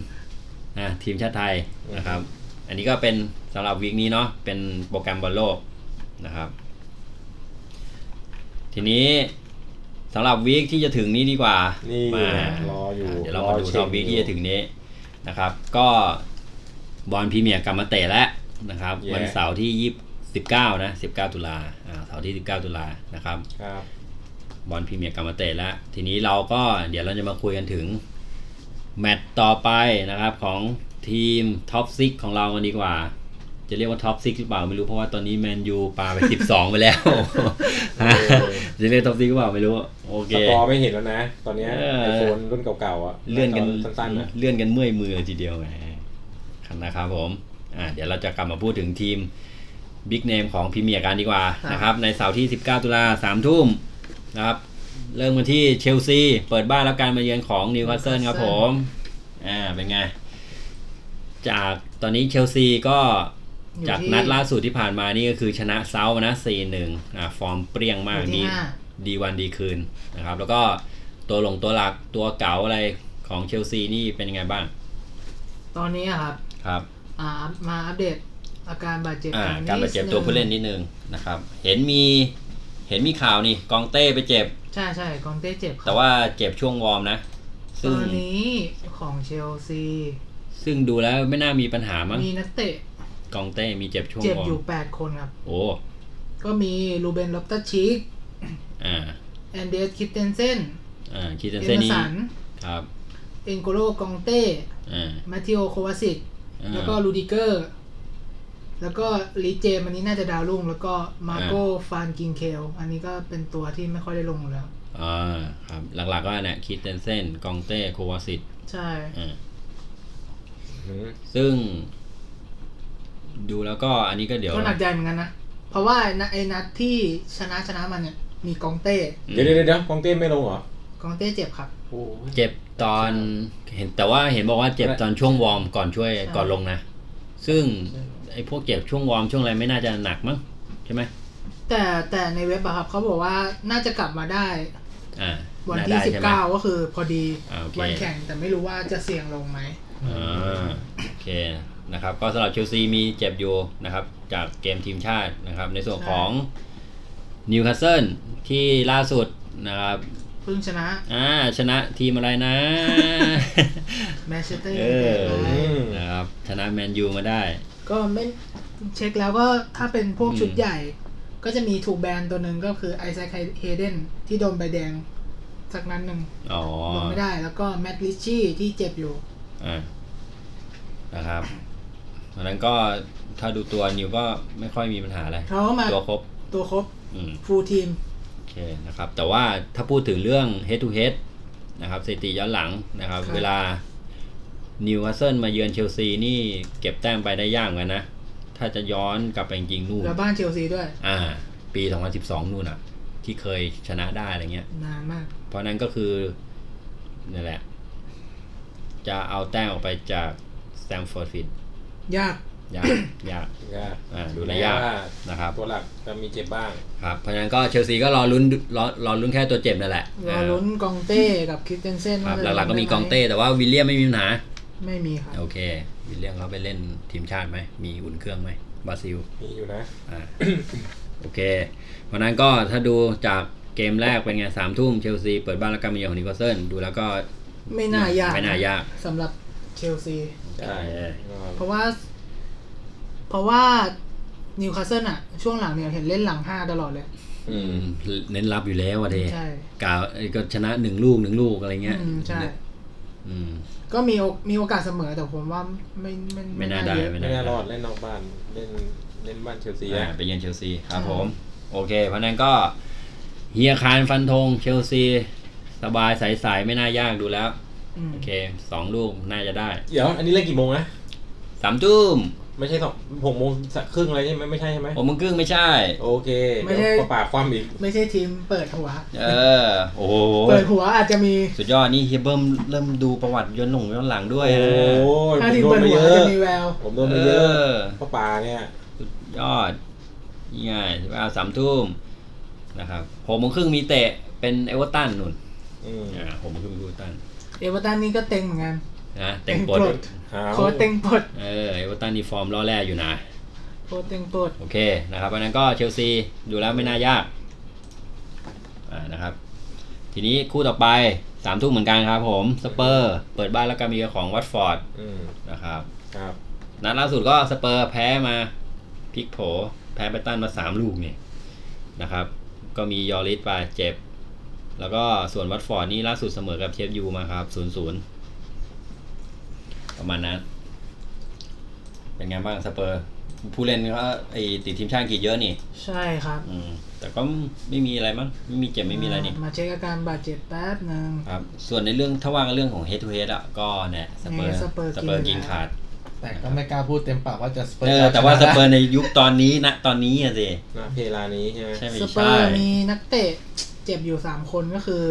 [SPEAKER 1] นะทีมชาติไทยนะครับ อันนี้ก็เป็นสำหรับวีคนี้เนาะเป็นโปรแกรมบอลโลกนะครับ ทีนี้สำหรับวีคที่จะถึงนี้ดีกว่า
[SPEAKER 3] นี่
[SPEAKER 1] มาร
[SPEAKER 3] ออยู่
[SPEAKER 1] เดี๋ยวเรามาดู
[SPEAKER 3] ช็
[SPEAKER 1] สำหรับวีคที่จะถึงนี้นะครับ ก็บอลพรีเมียร์กลับมาเตะแล้วนะครับ
[SPEAKER 3] แย่
[SPEAKER 1] วันเสาร์ที่ยี่สิบเก้านะสิบเก้าตุลาอ่าเสาร์ที่สิบเก้าตุลานะครับ
[SPEAKER 3] ครับ
[SPEAKER 1] บอลพรีเมียร์กลับมาเตะแล้ว ทีนี้เราก็เดี๋ยวเราจะมาคุยกันถึง แมตช์ต่อไปนะครับของทีมท็อปซิกของเรากันดีกว่า จะเรียกว่าท็อปซิกหรือเปล่าไม่รู้เพราะว่าตอนนี้แมนยูปาไป 12 ไป แล้ว จะเรียกท็อปซิกหรือเปล่าไม่รู้โอเค
[SPEAKER 3] สกอร์ไม่เห็นแล้วนะ ตอนเนี้ย
[SPEAKER 1] เออ
[SPEAKER 3] ไอโฟนรุ่นเก่าๆอ่ะ
[SPEAKER 1] เลื่อนกัน
[SPEAKER 3] สั้นๆนะ
[SPEAKER 1] เลื่อนกันเมื่อยมือเลยทีเดียวแหมครับนะครับผมอ่าเดี๋ยวเราจะกลับมาพูดถึงทีม บิ๊กเนมของพรีเมียร์กันดีกว่า
[SPEAKER 2] ครับ
[SPEAKER 1] นะครับในเสาร์ที่ 19 ตุลา3ทุ่มนะครับ เริ่มกันที่เชลซีเปิดบ้านรับการมาเยือนของนิวคาสเซิลครับผมอ่าเป็นไง จากตอนนี้เชลซีก็
[SPEAKER 2] อยู่
[SPEAKER 1] จาก
[SPEAKER 2] ที่
[SPEAKER 1] นัดล่าสุดที่ผ่านมานี่ก็คือชนะเซาท์นะ4-1อ่าฟอร์มเปรี้ยงมาก
[SPEAKER 2] อยู่ที่
[SPEAKER 1] ดี
[SPEAKER 2] ห้า
[SPEAKER 1] ดีวันดีคืนนะครับ แล้วก็ตัวหลงตัวหลักตัวเก๋าอะไรของเชลซีนี่เป็นยังไงบ้าง
[SPEAKER 2] ตอนนี้อะครับ
[SPEAKER 1] ครับ
[SPEAKER 2] อ่ามาอัปเดตอาการบาดเจ็บ
[SPEAKER 1] อ่า
[SPEAKER 2] นิ
[SPEAKER 1] การบาดเจ็บตัวผู้เล่นนิดนึงนะครับ เห็นมีเห็นมีข่าวนี่กองเต้ไปเจ็บ
[SPEAKER 2] ใช่ใช่กองเต้เจ็บครับ
[SPEAKER 1] แต่ว่าเจ็บช่วงวอร์มนะ
[SPEAKER 2] ต
[SPEAKER 1] ซึ่ง
[SPEAKER 2] อนนี้ของเชลซี
[SPEAKER 1] ซึ่งดูแล้วไม่น่ามีปัญหามั้ง
[SPEAKER 2] มีนักเตะ
[SPEAKER 1] กองเต้มีเจ็บช่วง
[SPEAKER 2] เจ็บ
[SPEAKER 1] วอร์ม
[SPEAKER 2] อยู่ 8 คนครับ
[SPEAKER 1] โอ้
[SPEAKER 2] ก็มีลูเบนลอปตัสชีก
[SPEAKER 1] อ่า
[SPEAKER 2] แอนเดรสคิตเตนเซน
[SPEAKER 1] อ่าคิด
[SPEAKER 2] เอ
[SPEAKER 1] เซนเซ่
[SPEAKER 2] เม
[SPEAKER 1] นี่
[SPEAKER 2] สัน
[SPEAKER 1] ครับ
[SPEAKER 2] เอ็นโกโลกองเต้
[SPEAKER 1] อ่า
[SPEAKER 2] มาทิโอโควาสิก
[SPEAKER 1] อ่า
[SPEAKER 2] แล้วก็ลูดิเกอร์ แล้วก็ลีเจมอันนี้น่าจะดาวรุ่ง แล้วก็มาโกฟานกิงเคลอันนี้ก็เป็นตัวที่ไม่ค่อยได้ลงอยู่แล้ว
[SPEAKER 1] อ่าครับ หลักๆก็เนี่ยคิดเซนเซ่นกองเต้โควาซิต
[SPEAKER 2] ใช่
[SPEAKER 1] อ่า
[SPEAKER 3] อืม
[SPEAKER 1] ซึ่ง ดูแล้วก็อันนี้ก็เดี๋ยว
[SPEAKER 2] ก็หนักใจเหมือนกันนะ เพราะว่าไอ้นัดไอ้นัดที่ชนะชนะมันเนี่ย มีกองเต้
[SPEAKER 1] อืม
[SPEAKER 3] เดี๋ยวเดี๋ยวเดี๋ยวกองเต้ไม่ลงเหรอก
[SPEAKER 2] องเต้เจ็บครับ
[SPEAKER 3] โอ้ย
[SPEAKER 1] เจ็บตอนเห็นแต่ว่าเห็นบอกว่าเจ็บตอนช่วงวอร์มก่อนช่วย
[SPEAKER 2] ใช่
[SPEAKER 1] ก่อนลงนะ ซึ่งไอ้พวกเจ็บช่วงวอร์มช่วงอะไรไม่น่าจะหนักมั้งใช่ไหม
[SPEAKER 2] แต่แต่ในเว็บอะครับเขาบอกว่าน่าจะกลับมาได้
[SPEAKER 1] อ่า
[SPEAKER 2] วัน
[SPEAKER 1] น่า
[SPEAKER 2] ที่
[SPEAKER 1] ได้ใช่ไหม
[SPEAKER 2] 19 ก็คือพอดี
[SPEAKER 1] อ่าโอเค
[SPEAKER 2] วันแข่งแต่ไม่รู้ว่าจะเสี่ยงลงไหม
[SPEAKER 1] อ่าโอเคนะครับ ก็สำหรับเชลซีมีเจ็บอยู่นะครับ จากเกมทีมชาตินะครับ ในส่วน
[SPEAKER 2] ใช่
[SPEAKER 1] ของนิวคาสเซิลที่ล่าสุดนะครับ
[SPEAKER 2] เพิ่งชนะ
[SPEAKER 1] อ่าชนะทีมอะไรนะ
[SPEAKER 2] แมนเชสเตอร์
[SPEAKER 1] เออ
[SPEAKER 2] ไป
[SPEAKER 3] ม
[SPEAKER 1] นะครับชนะแมนยูมาได้
[SPEAKER 2] ก็ไม่เช็คแล้วก็ถ้าเป็นพวก
[SPEAKER 1] อืม
[SPEAKER 2] ชุดใหญ่ ก็จะมีถูกแบนตัวหนึ่งก็คือไอแซคเฮเดนที่โดนใบแดงสักนั้นหนึ่ง
[SPEAKER 1] อ๋อ
[SPEAKER 2] ลงไม่ได้แล้วก็แมตต์ลิชชี่ที่เจ็บอยู่
[SPEAKER 1] อ่านะครับดังนั้นก็ถ้าดูตัวนิวก็ไม่ค่อยมีปัญหาอะไร
[SPEAKER 2] เขามา
[SPEAKER 1] ตัวครบ
[SPEAKER 2] ตัวครบ
[SPEAKER 1] อืม
[SPEAKER 2] ฟูลทีม
[SPEAKER 1] โอเคนะครับ แต่ว่าถ้าพูดถึงเรื่อง head to head นะครับสถิติย้อนหลังนะครับ
[SPEAKER 2] ครับ
[SPEAKER 1] เวลานิวคาสเซิลมาเยือนเชลซีนี่เก็บแต้มไปได้ยากเหมือนกันนะ ถ้าจะย้อนกลับไปจริงๆนู่น
[SPEAKER 2] แล้วบ้านเชลซีด้วย
[SPEAKER 1] อ่า ปี 2012 นู่นอ่ะ ที่เคยชนะได้อะไรเงี้ย
[SPEAKER 2] นานมาก
[SPEAKER 1] เพราะนั้นก็คือนี่นแหละ จะเอาแต้มออกไปจากสแตมฟอร์ดฟิลด์
[SPEAKER 2] ยาก
[SPEAKER 1] ยาก ยาก
[SPEAKER 3] ยาก
[SPEAKER 1] อ่าดูแลยากนะครับ
[SPEAKER 3] ตัวหลักจะมีเจ็บบ้าง
[SPEAKER 1] ครับ เพราะฉะนั้นก็เชลซีก็รอลุ้นรอรอลุ้นแค่ตัวเจ็บนั่นแหละ
[SPEAKER 2] รอลุ้นกองเต้กับคริสเตนเซน
[SPEAKER 1] ครับ
[SPEAKER 2] ว่า
[SPEAKER 1] ห
[SPEAKER 2] จะ
[SPEAKER 1] ลักๆก็มี
[SPEAKER 2] ได้ไห
[SPEAKER 1] กองเต้แต่ว่าวิลเลียมไม่มีปัญหา
[SPEAKER 2] ไม่มีครับ
[SPEAKER 1] โอเค วิลเลียมเขาไปเล่นทีมชาติไหม มีอุ่นเครื่องไหมบราซิล
[SPEAKER 3] มีอยู่นะ
[SPEAKER 1] อ่า โอเค เพราะฉะนั้นก็ถ้าดูจากเกมแรกเป็นไงสามทุ่มเชลซีเปิดบ้านแล้วก็มาเยือนของนิโคาสเซิลดูแล้วก็
[SPEAKER 2] ไม่น่ายาก
[SPEAKER 1] ไม่น่ายาก
[SPEAKER 2] สำหรับเชลซี
[SPEAKER 3] ใช่
[SPEAKER 1] เออ
[SPEAKER 2] เพราะว่า เพราะว่านิวคาสเซิลอะช่วงหลังเนี่ยเห็นเล่นหลังห้าตลอดเลย
[SPEAKER 1] อืมเน้นรับอยู่แล้วอะเด
[SPEAKER 2] ใช่
[SPEAKER 1] กล่าวเอ้ยก็ชนะหนึ่งลูกหนึ่งลูกอะไรเงี้ย
[SPEAKER 2] อืมใช่
[SPEAKER 1] อืม
[SPEAKER 2] ก็มีโอมีโอกาสเสมอแต่ผมว่าไม่ไม่
[SPEAKER 1] ไม่น่าได้
[SPEAKER 2] เยอะ
[SPEAKER 1] ไม่
[SPEAKER 3] ไม่
[SPEAKER 1] น่า
[SPEAKER 3] น่าร
[SPEAKER 1] ได้
[SPEAKER 3] อดเล่นนอกบ้านเล่นเล่นบ้านเชลซี
[SPEAKER 1] อ่า
[SPEAKER 3] อะ
[SPEAKER 1] ไปเยือนเชลซีครับ
[SPEAKER 2] ใช่
[SPEAKER 1] ผม โอเค เพราะนั้นก็เฮียคารฟันธงเชลซี สบายใสๆไม่น่ายากดูแล้ว
[SPEAKER 2] อืม
[SPEAKER 1] โอเคสองลูกน่าจะได้
[SPEAKER 3] เดี๋ยว อันนี้เล่นกี่โมงนะ
[SPEAKER 1] สามตุ้ม
[SPEAKER 3] ไม่ใช่สองหกโมงครึ่งอะไรใช่ไหมไม่ใช่ใช่ไหม
[SPEAKER 1] หกโมงครึ่งไม่ใช่
[SPEAKER 3] โอเคเดี๋ยวปากความอีก
[SPEAKER 2] ไม่ใช่ทีมเปิดหัว
[SPEAKER 1] เออ โอ้โห
[SPEAKER 2] เปิดหัวอาจจะมี
[SPEAKER 1] สุดยอดนี่เฮียเบิ้มเริ่มดูประวัติย้อนหลงย้อนหลังด้วย
[SPEAKER 3] โอ้
[SPEAKER 1] นะ
[SPEAKER 3] ยผ
[SPEAKER 2] ถ้าม ทีม
[SPEAKER 3] โด
[SPEAKER 2] เปิ
[SPEAKER 3] น
[SPEAKER 2] ด
[SPEAKER 3] มา
[SPEAKER 2] หัว
[SPEAKER 3] เย
[SPEAKER 2] อาจ
[SPEAKER 3] อะ
[SPEAKER 2] จะมีแวว
[SPEAKER 3] ผมโด
[SPEAKER 1] เอน
[SPEAKER 3] มาเยอะ
[SPEAKER 1] อ
[SPEAKER 3] พ่อปาเนี่ย
[SPEAKER 1] ยอดนี่ไงว่าสามทุ่มนะครับหกโมงครึ่งมีเตะเป็นเอเวอร์ตันนู่น
[SPEAKER 3] อืม
[SPEAKER 1] อ่าหกโมงครึ่งเอเวอร์ตัน
[SPEAKER 2] เอเวอร์ตันนี่ก็เต็งเหมือนกัน
[SPEAKER 1] นะเต็งปลด
[SPEAKER 2] เต็งปลด
[SPEAKER 3] เอา
[SPEAKER 2] โค้ชเต็งปลด
[SPEAKER 1] เออเอเวอร์ตันนี่ฟอร์มล่อแร่อยู่นะ
[SPEAKER 2] โค้ชเต็งปลด
[SPEAKER 1] โอเคนะครับวันนั้นก็เชลซีดูแล้วไม่น่ายากอ่านะครับ ทีนี้คู่ต่อไปสามทุ่มเหมือนกันครับผมสเปอร์เปิดบ้านแล้วก็มีของวัตฟอร์ด
[SPEAKER 3] อืม
[SPEAKER 1] นะครับ
[SPEAKER 3] ครับ
[SPEAKER 1] นัดล่าสุดก็สเปอร์แพ้มาพลิกโผ แพ้ไปตันมาสามลูกเนี่ยนะครับ ก็มียอริสไปเจ็บ แล้วก็ส่วนวัตฟอร์ดนี่ล่าสุดเสมอกับเชฟยูมาครับศูนย์ศูนย์ประมาณนั้นเป็นไงบ้างสเปอร์ ผู้เล่นก็ไอติดทีมชาติอังกฤษเยอะนี่
[SPEAKER 2] ใช่ครับ
[SPEAKER 1] อืมแต่ก็ไม่มีอะไรมั้งไม่มีเจ็บไม่มีอะไรนี่
[SPEAKER 2] มาเช็คอาการบาดเจ็บแป๊บหนึ่ง
[SPEAKER 1] ครับส่วนในเรื่องถ้าว่างเรื่องของ head to head อ่ะก็เนี่ยสเปอร์
[SPEAKER 2] เออสเปอร์
[SPEAKER 1] สเปอร์
[SPEAKER 2] กิ
[SPEAKER 1] กิ
[SPEAKER 2] น
[SPEAKER 1] น
[SPEAKER 2] ไปแล้ว
[SPEAKER 1] ขาด
[SPEAKER 4] แต่ก็ไม่กล้าพูดเต็มปากว่าจะสเปอร์
[SPEAKER 1] เออแต่ว่าสเปอร์ในยุคตอนนี้นะตอนนี้อะสิ
[SPEAKER 3] นะเพลานี้ใช่ไหม
[SPEAKER 1] ใช่ไหม
[SPEAKER 2] สเปอ
[SPEAKER 1] ใช่
[SPEAKER 2] ร์มีนักเตะเจ็บอยู่ 3 คนก็คือ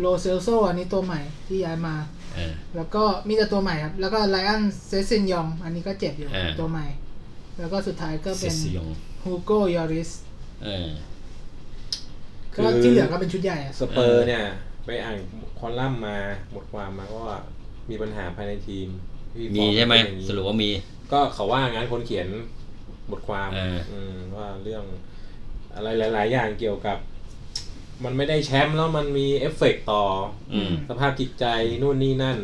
[SPEAKER 2] โลเซลโซอันนี้ตัวใหม่ที่ย้ายมา
[SPEAKER 1] เออ
[SPEAKER 2] แล้วก็มีแต่ตัวใหม่ครับ แล้วก็ไลออนเซซินยอง อันนี้ก็เจ็บอยู่
[SPEAKER 1] อ่า
[SPEAKER 2] ตัวใหม่ แล้วก็สุดท้ายก็
[SPEAKER 1] เซ
[SPEAKER 2] เป็น
[SPEAKER 1] ซิยง
[SPEAKER 2] ฮูโกยอริส
[SPEAKER 1] เออ
[SPEAKER 2] ก็ที่เหลือก็เป็นชุดใหญ่อะ
[SPEAKER 3] สเปอร์เนี่ย ไปอ่านคอลัมน์มาบทความมาก็ว่ามีปัญหาภายในทีมที่
[SPEAKER 1] มีใช่ไหม
[SPEAKER 3] ฟอเป็นอย่างนี้
[SPEAKER 1] สรุปว่ามี
[SPEAKER 3] ก็เขาว่างั้นคนเขียนบทความ
[SPEAKER 1] เอออื
[SPEAKER 3] มว่าเรื่องอะไรหลาย ๆ อย่างเกี่ยวกับ มันไม่ได้แชมป์แล้วมันมีเอฟเฟกต์ต่อ
[SPEAKER 1] อืม
[SPEAKER 3] สภาพจิตใจนู่นนี่นั่น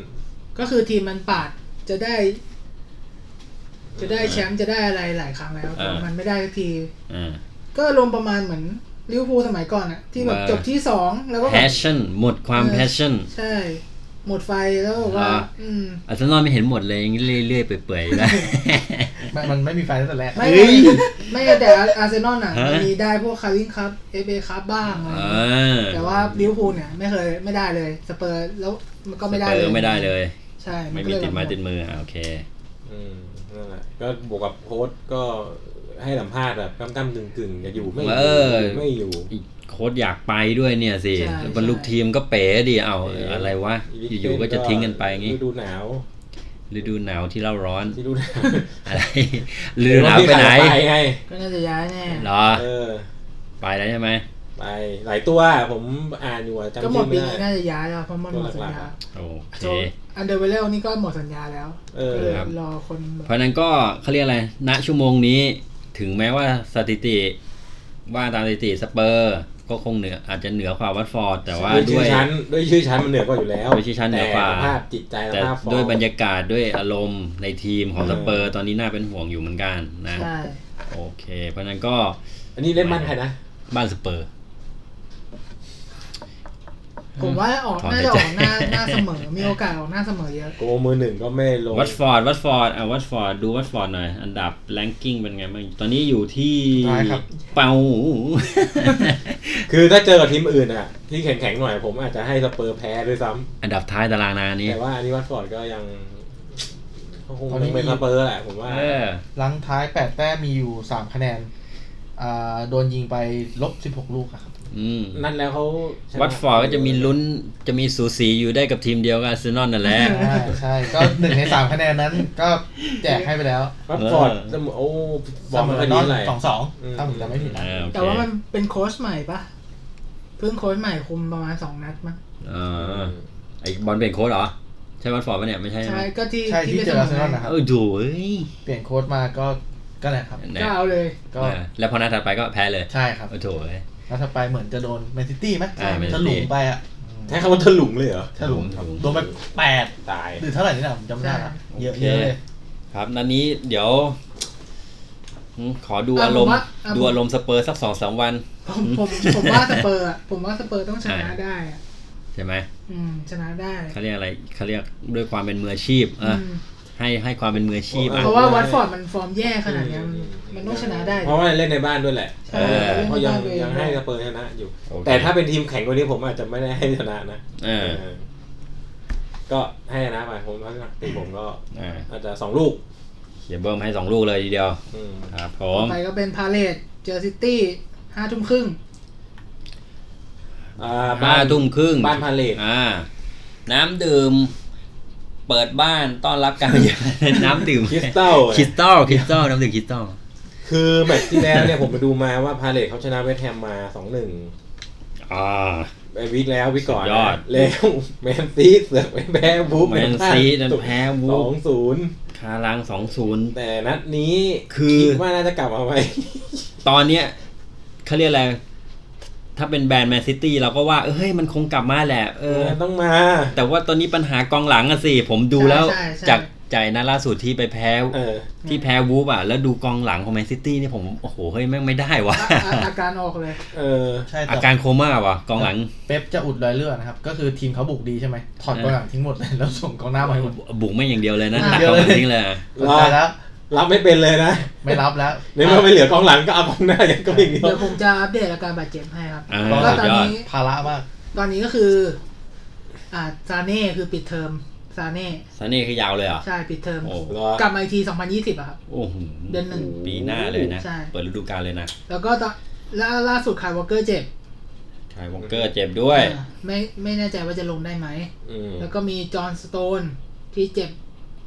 [SPEAKER 2] ก็คือทีมมันปาดจะได้ จะได้แชมป์จะได้อะไรหลายครั้งแล้วแต่ว่า
[SPEAKER 1] อ่ามั
[SPEAKER 2] มันไม่ได้สักที
[SPEAKER 1] อ่า
[SPEAKER 2] ก็ลมณ์ประมาณเหมือนลิเวอร์พูลสมัยก่อนอะที่แบบ
[SPEAKER 1] มา
[SPEAKER 2] จบที่สองแล้วก็แบบ
[SPEAKER 1] passion หมดความ
[SPEAKER 2] เออ
[SPEAKER 1] passion
[SPEAKER 2] ใช่ หมดไฟแล้วบอกว่า
[SPEAKER 1] อ่า
[SPEAKER 2] อืม
[SPEAKER 1] อาร์เซนอลไม่เห็นหมดเลยอย่างนี้เรื่อยๆเปื่อยๆได้
[SPEAKER 4] ไม่มันไม่มีแฟนตั้งแต่แรก
[SPEAKER 2] ไม่
[SPEAKER 1] เฮ้ย
[SPEAKER 2] ไม่แต่อาร์เซนอลน่ะ
[SPEAKER 1] ฮะ
[SPEAKER 2] มันมีได้พวกคาริงครับเอฟเอครับบ้างอะไร
[SPEAKER 1] เอ
[SPEAKER 2] เงี้ย
[SPEAKER 1] อ
[SPEAKER 2] แต่ว่าลิเวอร์พูลเนี่ยไม่เคยไม่ได้เลยสเปอร์แล้วมันก็ไม่ได้
[SPEAKER 1] สเป
[SPEAKER 2] เล
[SPEAKER 1] อย ร์ไม่ได้เลย
[SPEAKER 2] ใช่
[SPEAKER 1] ไม่
[SPEAKER 2] นก็
[SPEAKER 1] มี
[SPEAKER 2] เลย
[SPEAKER 1] ติดไม้
[SPEAKER 2] แบบ
[SPEAKER 1] ติดมืออ่ะโอเค
[SPEAKER 3] อืมนั่นแหละก็บวกกับโค้ดก็ให้สัมภาษณ์แบบก้ำก้ำกึ่งกึ่งๆอย่าอยู่ไม่อยู่อยู่ไม่อยู่
[SPEAKER 1] อีกโค้ดอยากไปด้วยเนี่ยสิ
[SPEAKER 2] ใช่
[SPEAKER 1] แล้วบรรลุทีมก็เป๋ดิเอา
[SPEAKER 3] เอออ
[SPEAKER 1] อะไรวะ อยู่ๆก็จะทิ้งกันไปอย่างงี้
[SPEAKER 3] ฤดูหนาว
[SPEAKER 1] ฤดูหนาวที่เล่าร้อน
[SPEAKER 3] ฤดูหนาว
[SPEAKER 1] อะไรฤดูหนาวไปไหน
[SPEAKER 3] ไง
[SPEAKER 2] ก็น่าจะย้ายแน่
[SPEAKER 1] เหรอ
[SPEAKER 3] เออ
[SPEAKER 1] ไปแล้วใช่ไหม
[SPEAKER 3] ไปหลายตัวผมอ่านอยู่อะจำ
[SPEAKER 2] ก็หม
[SPEAKER 3] ชื่
[SPEAKER 2] ด
[SPEAKER 3] อ
[SPEAKER 2] ปี
[SPEAKER 3] ไม่
[SPEAKER 2] นี้
[SPEAKER 3] ได้
[SPEAKER 2] น่าจะย้ายแล้วเพราะมันหมดสัญ
[SPEAKER 3] ตัวหลั
[SPEAKER 2] ญาก
[SPEAKER 1] โอเค
[SPEAKER 2] โจอันเดอร์เวลนี่ก็หมดสัญญาแล้ว
[SPEAKER 3] เออ
[SPEAKER 2] ก็เลย
[SPEAKER 1] ครับ
[SPEAKER 2] รอคนแบบ
[SPEAKER 1] เพราะฉะนั้นก็เขาเรียกอะไร ณ ชั่วโมงนี้ ถึงแม้ว่าสถิติ ว่าตามสถิติสเปอร์ ก็คงเหนืออาจจะเหนือกว่าวัตฟอร์ด แต่ว่า
[SPEAKER 3] ด้วย
[SPEAKER 1] ด้
[SPEAKER 3] ชื่อ
[SPEAKER 1] วย
[SPEAKER 3] ชั้นด้วยชื่อชั้นมันเหนือกว่าอยู่แล้ว
[SPEAKER 1] ด้วยชื่อชั้นเหนือกว่า
[SPEAKER 3] แต่สภาพจิตใจส
[SPEAKER 1] แต่
[SPEAKER 3] ภาพฟอร์ม
[SPEAKER 1] ด้วยบรรยากาศด้วยอารมณ์ในทีมของ
[SPEAKER 3] เออ
[SPEAKER 1] สเปอร์ ตอนนี้น่าเป็นห่วงอยู่เหมือนกันนะ
[SPEAKER 2] ใช่
[SPEAKER 1] โอเค เพราะฉะนั้นก็
[SPEAKER 3] อันนี้เล่นบ้านใครนะ
[SPEAKER 1] บ้านสเปอร์
[SPEAKER 2] ผมว่าออก
[SPEAKER 1] ถอน
[SPEAKER 2] น่าจะอ
[SPEAKER 1] หา
[SPEAKER 2] อก
[SPEAKER 1] ยใจ
[SPEAKER 2] หน้าหน้าเสมอมีโอกาสออกหน้าเสมอเยอะ
[SPEAKER 3] โกมือหนึ่งก็ไม่ลง
[SPEAKER 1] วัตฟอร์ด วัตฟอร์ด อ่ะวัตฟอร์ด ดูวัตฟอร์ดหน่อย อันดับแรงกิ้งเป็นไงบ้าง ตอนนี้อยู่ที่
[SPEAKER 4] สุดท้ายครับ
[SPEAKER 1] เปา
[SPEAKER 3] คือถ้าเจอกับทีมอื่นอะที่แข็งๆหน่อยผมอาจจะให้สเปอร์แพ้ด้วยซ้ำ
[SPEAKER 1] อันดับท้ายตารางนานี้
[SPEAKER 3] แต่ว่าอันนี้วัตฟอร์ดก็ยังก็คงยังเป็นสเปอร์แหละผมว่า
[SPEAKER 1] เออ
[SPEAKER 4] หลังท้ายแปดแต้มมีอยู่สามคะแนนอ่าโดนยิงไปลบสิบหกลูกอะครับ
[SPEAKER 1] อืม
[SPEAKER 3] นั่นแล้วเขาชนะ
[SPEAKER 1] วัตฟอร์ดก็จะมีลุ้นจะมีสูสีอยู่ได้กับทีมเดียวกับอาร์เซนอลนั่นแหละ
[SPEAKER 4] ใช่ใช่ ก็หนึ่งในสามคะแนนนั้นก็แจกให้ไปแล้ว
[SPEAKER 3] วัตฟอร์ด
[SPEAKER 1] เออ
[SPEAKER 3] เสมอโอ้บ
[SPEAKER 4] เส
[SPEAKER 3] อล
[SPEAKER 4] ม
[SPEAKER 3] มัน
[SPEAKER 4] อ
[SPEAKER 3] ก็
[SPEAKER 4] น
[SPEAKER 3] ดี
[SPEAKER 4] อน
[SPEAKER 3] เลย
[SPEAKER 4] สองสอง
[SPEAKER 3] อืม
[SPEAKER 4] ถ้าผมจำไม่ผิดนะ
[SPEAKER 1] อ่าโอเค
[SPEAKER 2] แต่ว่ามันเป็นโค้ชใหม่ปะเพิ่งโค้ชใหม่คุมประมาณสองนัดมั้ง
[SPEAKER 1] อ่าไอบอลเปลี่ยนโค้ชเหรอ ใช่วัตฟอร์ดปะเนี่ยไม่ใช่
[SPEAKER 2] ใช่
[SPEAKER 1] ไหม
[SPEAKER 2] ก็ที่
[SPEAKER 4] ใช่ที่เจออาร์เซนอลนะครับ
[SPEAKER 1] เออดูเอ้ย
[SPEAKER 4] เปลี่ยนโค้ดมาก็ก็แหละครับ
[SPEAKER 1] เนี่ย
[SPEAKER 2] ก็เอาเลย
[SPEAKER 4] ก็
[SPEAKER 1] อ่าแล้วพอหน้าถัดไปก็แพ้เลย
[SPEAKER 4] ใช่ครับ
[SPEAKER 1] โอ้โถเอ้ย
[SPEAKER 4] แล้วถ้าไปเหมือนจะโดนแมนซิตี้ไหม
[SPEAKER 1] อ่าแมนซิตี้
[SPEAKER 4] ถลุงไปอ่ะ
[SPEAKER 3] ใช้คำว่าถลุงเลยเหรอ
[SPEAKER 4] ถลุง
[SPEAKER 1] ถลุง
[SPEAKER 4] โดนไปแปด
[SPEAKER 3] ตาย
[SPEAKER 4] หรือเท่าไหร่นี่แหละผมจำไม่ได้ละ
[SPEAKER 1] ใช่
[SPEAKER 4] เยอะเยอะเลย
[SPEAKER 1] ครับนันนี้เดี๋ยวอืมขอดู
[SPEAKER 2] อ่ะ
[SPEAKER 1] อารม
[SPEAKER 2] ผม
[SPEAKER 1] ณ์
[SPEAKER 2] ว่าอ่ะ
[SPEAKER 1] ดูอารมณ์สเปอร์สักสองสามวัน
[SPEAKER 2] ผมผมผมว่าสเปอร์อะผมว่าสเปอร์ต้องชนะ
[SPEAKER 1] อ่า
[SPEAKER 2] ได้อะ
[SPEAKER 1] ใช่ไหม
[SPEAKER 2] อืม ชนะได้
[SPEAKER 1] เขาเรียกอะไรเขาเรียกด้วยความเป็นมืออาชีพ
[SPEAKER 2] อื
[SPEAKER 1] อ่ะ
[SPEAKER 2] ม
[SPEAKER 1] ให้ให้ความเป็นมืออาชีพอ่ะ
[SPEAKER 2] เพราะว่าวัตฟอร์ดมันฟอร์มแย่ขนาดเนี้ยมัน
[SPEAKER 3] อืม
[SPEAKER 2] มันต้องชนะได้
[SPEAKER 3] เพราะว่าเล่นในบ้านด้วยแหละ
[SPEAKER 2] ใช่
[SPEAKER 1] เออ
[SPEAKER 2] มัน
[SPEAKER 3] เพ
[SPEAKER 2] ต้อ
[SPEAKER 3] ราะยัง
[SPEAKER 2] ชนะได้
[SPEAKER 3] ยังให้สเปอร์ชนะอยู่
[SPEAKER 1] โอเค
[SPEAKER 3] แต่ถ้าเป็นทีมแข่งกว่านี้ผมอาจจะไม่ได้ให้ชนะนะ
[SPEAKER 1] เออ
[SPEAKER 3] เออก็ให้ชนะไปผมว่าทีมผมก็
[SPEAKER 1] อ่า
[SPEAKER 3] อาจจะสองลูก
[SPEAKER 1] เขียนเบิ้มให้สองลูกเลยทีเดียว
[SPEAKER 3] อืม
[SPEAKER 1] ครับผ
[SPEAKER 2] ต่อ
[SPEAKER 1] ม
[SPEAKER 2] ไปก็เป็นพาเลตเจอซิตี้ห้าทุ่มครึ่ง
[SPEAKER 3] อ่
[SPEAKER 1] ห้าทุ่มครึ่ง
[SPEAKER 3] บ้านพาเลท
[SPEAKER 1] อ่า น้ำดื่ม เปิดบ้านต้อนรับการมาเยือน น้ำดื่ม
[SPEAKER 3] คริสตัล
[SPEAKER 1] คริสตัลคริสตัลน้ำดื่มคริสตัล
[SPEAKER 3] คือแมตช์ที่แล้วเนี่ยผมไปดูมาว่าพาเลทเขาชนะเวสต์แฮมมาสองหนึ่ง
[SPEAKER 1] อ่า
[SPEAKER 3] ไปวิกแล้ววิกก่อน
[SPEAKER 1] สุดยอด
[SPEAKER 3] แล้วแมนซีเสือกไปแพ้บู๊
[SPEAKER 1] แมนซีนั้นแพ้วู
[SPEAKER 3] ส
[SPEAKER 1] ฟ
[SPEAKER 3] องศูนย์
[SPEAKER 1] คารังสองศูนย์
[SPEAKER 3] แต่นัดนี้
[SPEAKER 1] คือ
[SPEAKER 3] คิดว่าน่าจะกลับมาไหม
[SPEAKER 1] ตอนเนี้ยเขาเรียกอะไร ถ้าเป็นแบรนด์แมนซิตี้เราก็ว่า เอ้ย มันคงกลับมาแหละ เออ
[SPEAKER 3] มันต้องมา
[SPEAKER 1] แต่ว่าตอนนี้ปัญหากองหลังอะสิ ผมดูแล้ว
[SPEAKER 2] ใช่ใช่
[SPEAKER 1] จากใจายนัดล่าสุดที่ไปแพ้
[SPEAKER 3] เออ
[SPEAKER 1] ที่แพ้วูฟอ่ะ แล้วดูกองหลังของแมนซิตี้นี่ผม โอ้โห เฮ้ย แม่งไม่ได้วะ
[SPEAKER 2] อ่ะอ่ะอาการออกเลย
[SPEAKER 3] เออ
[SPEAKER 4] ใช่
[SPEAKER 1] อา
[SPEAKER 4] แต่
[SPEAKER 1] การโคม่าว่ะกองหลัง
[SPEAKER 4] เป๊ปจะอุดรอยเลือดนะครับ ก็คือทีมเขาบุกดีใช่ไหมถอดกองหลังทิ้งหมดเลยแล้วส่งกองหน้ามาให้หมด
[SPEAKER 1] บุกไม่อย่างเดียวเลยนะ
[SPEAKER 2] อ่า
[SPEAKER 1] ตักกองหลังทิ้งเลยอะ
[SPEAKER 4] สนใจแล้ว
[SPEAKER 3] รับไม่เป็นเลยนะ
[SPEAKER 4] ไม่รับแล้ว
[SPEAKER 3] ในเมื่อไม่เหลือกองหลังก็เอากองหน้าอย่างก็อย่างเดียว
[SPEAKER 2] เดี๋ยวผมจะอัปเดตอาการบาดเจ็บให้ครับ
[SPEAKER 1] อ่า
[SPEAKER 4] ก็
[SPEAKER 2] ก็
[SPEAKER 1] สุ
[SPEAKER 2] ต
[SPEAKER 1] ด
[SPEAKER 2] อน
[SPEAKER 1] ยอด
[SPEAKER 2] นี้
[SPEAKER 4] ภาระมาก
[SPEAKER 2] ตอนนี้ก็คือ อ่าซาเน่คือปิดเทอม ซาเน่
[SPEAKER 1] ซาเน่คือยาวเลยเหรอ
[SPEAKER 2] ใช่ปิดเทอม
[SPEAKER 1] โอ้
[SPEAKER 3] แล้ว
[SPEAKER 2] กลับมาอีกที 2020อะครับ
[SPEAKER 1] โอ้โห
[SPEAKER 2] เดือนหนึ่ง
[SPEAKER 1] ปีหน้าเลยนะ
[SPEAKER 2] ใช่
[SPEAKER 1] เปิดฤดูกาลเลยนะ
[SPEAKER 2] แล้วก็ตอนล่าล่าสุดคายวอลเกอร์เจ็บ
[SPEAKER 1] คายวองเกอร์เจ็บด้วย
[SPEAKER 2] อ่าไม่ไม่แน่ใจว่าจะลงได้ไหม
[SPEAKER 3] อืม
[SPEAKER 2] แล้วก็มีจอห์นสโตนที่เจ็บ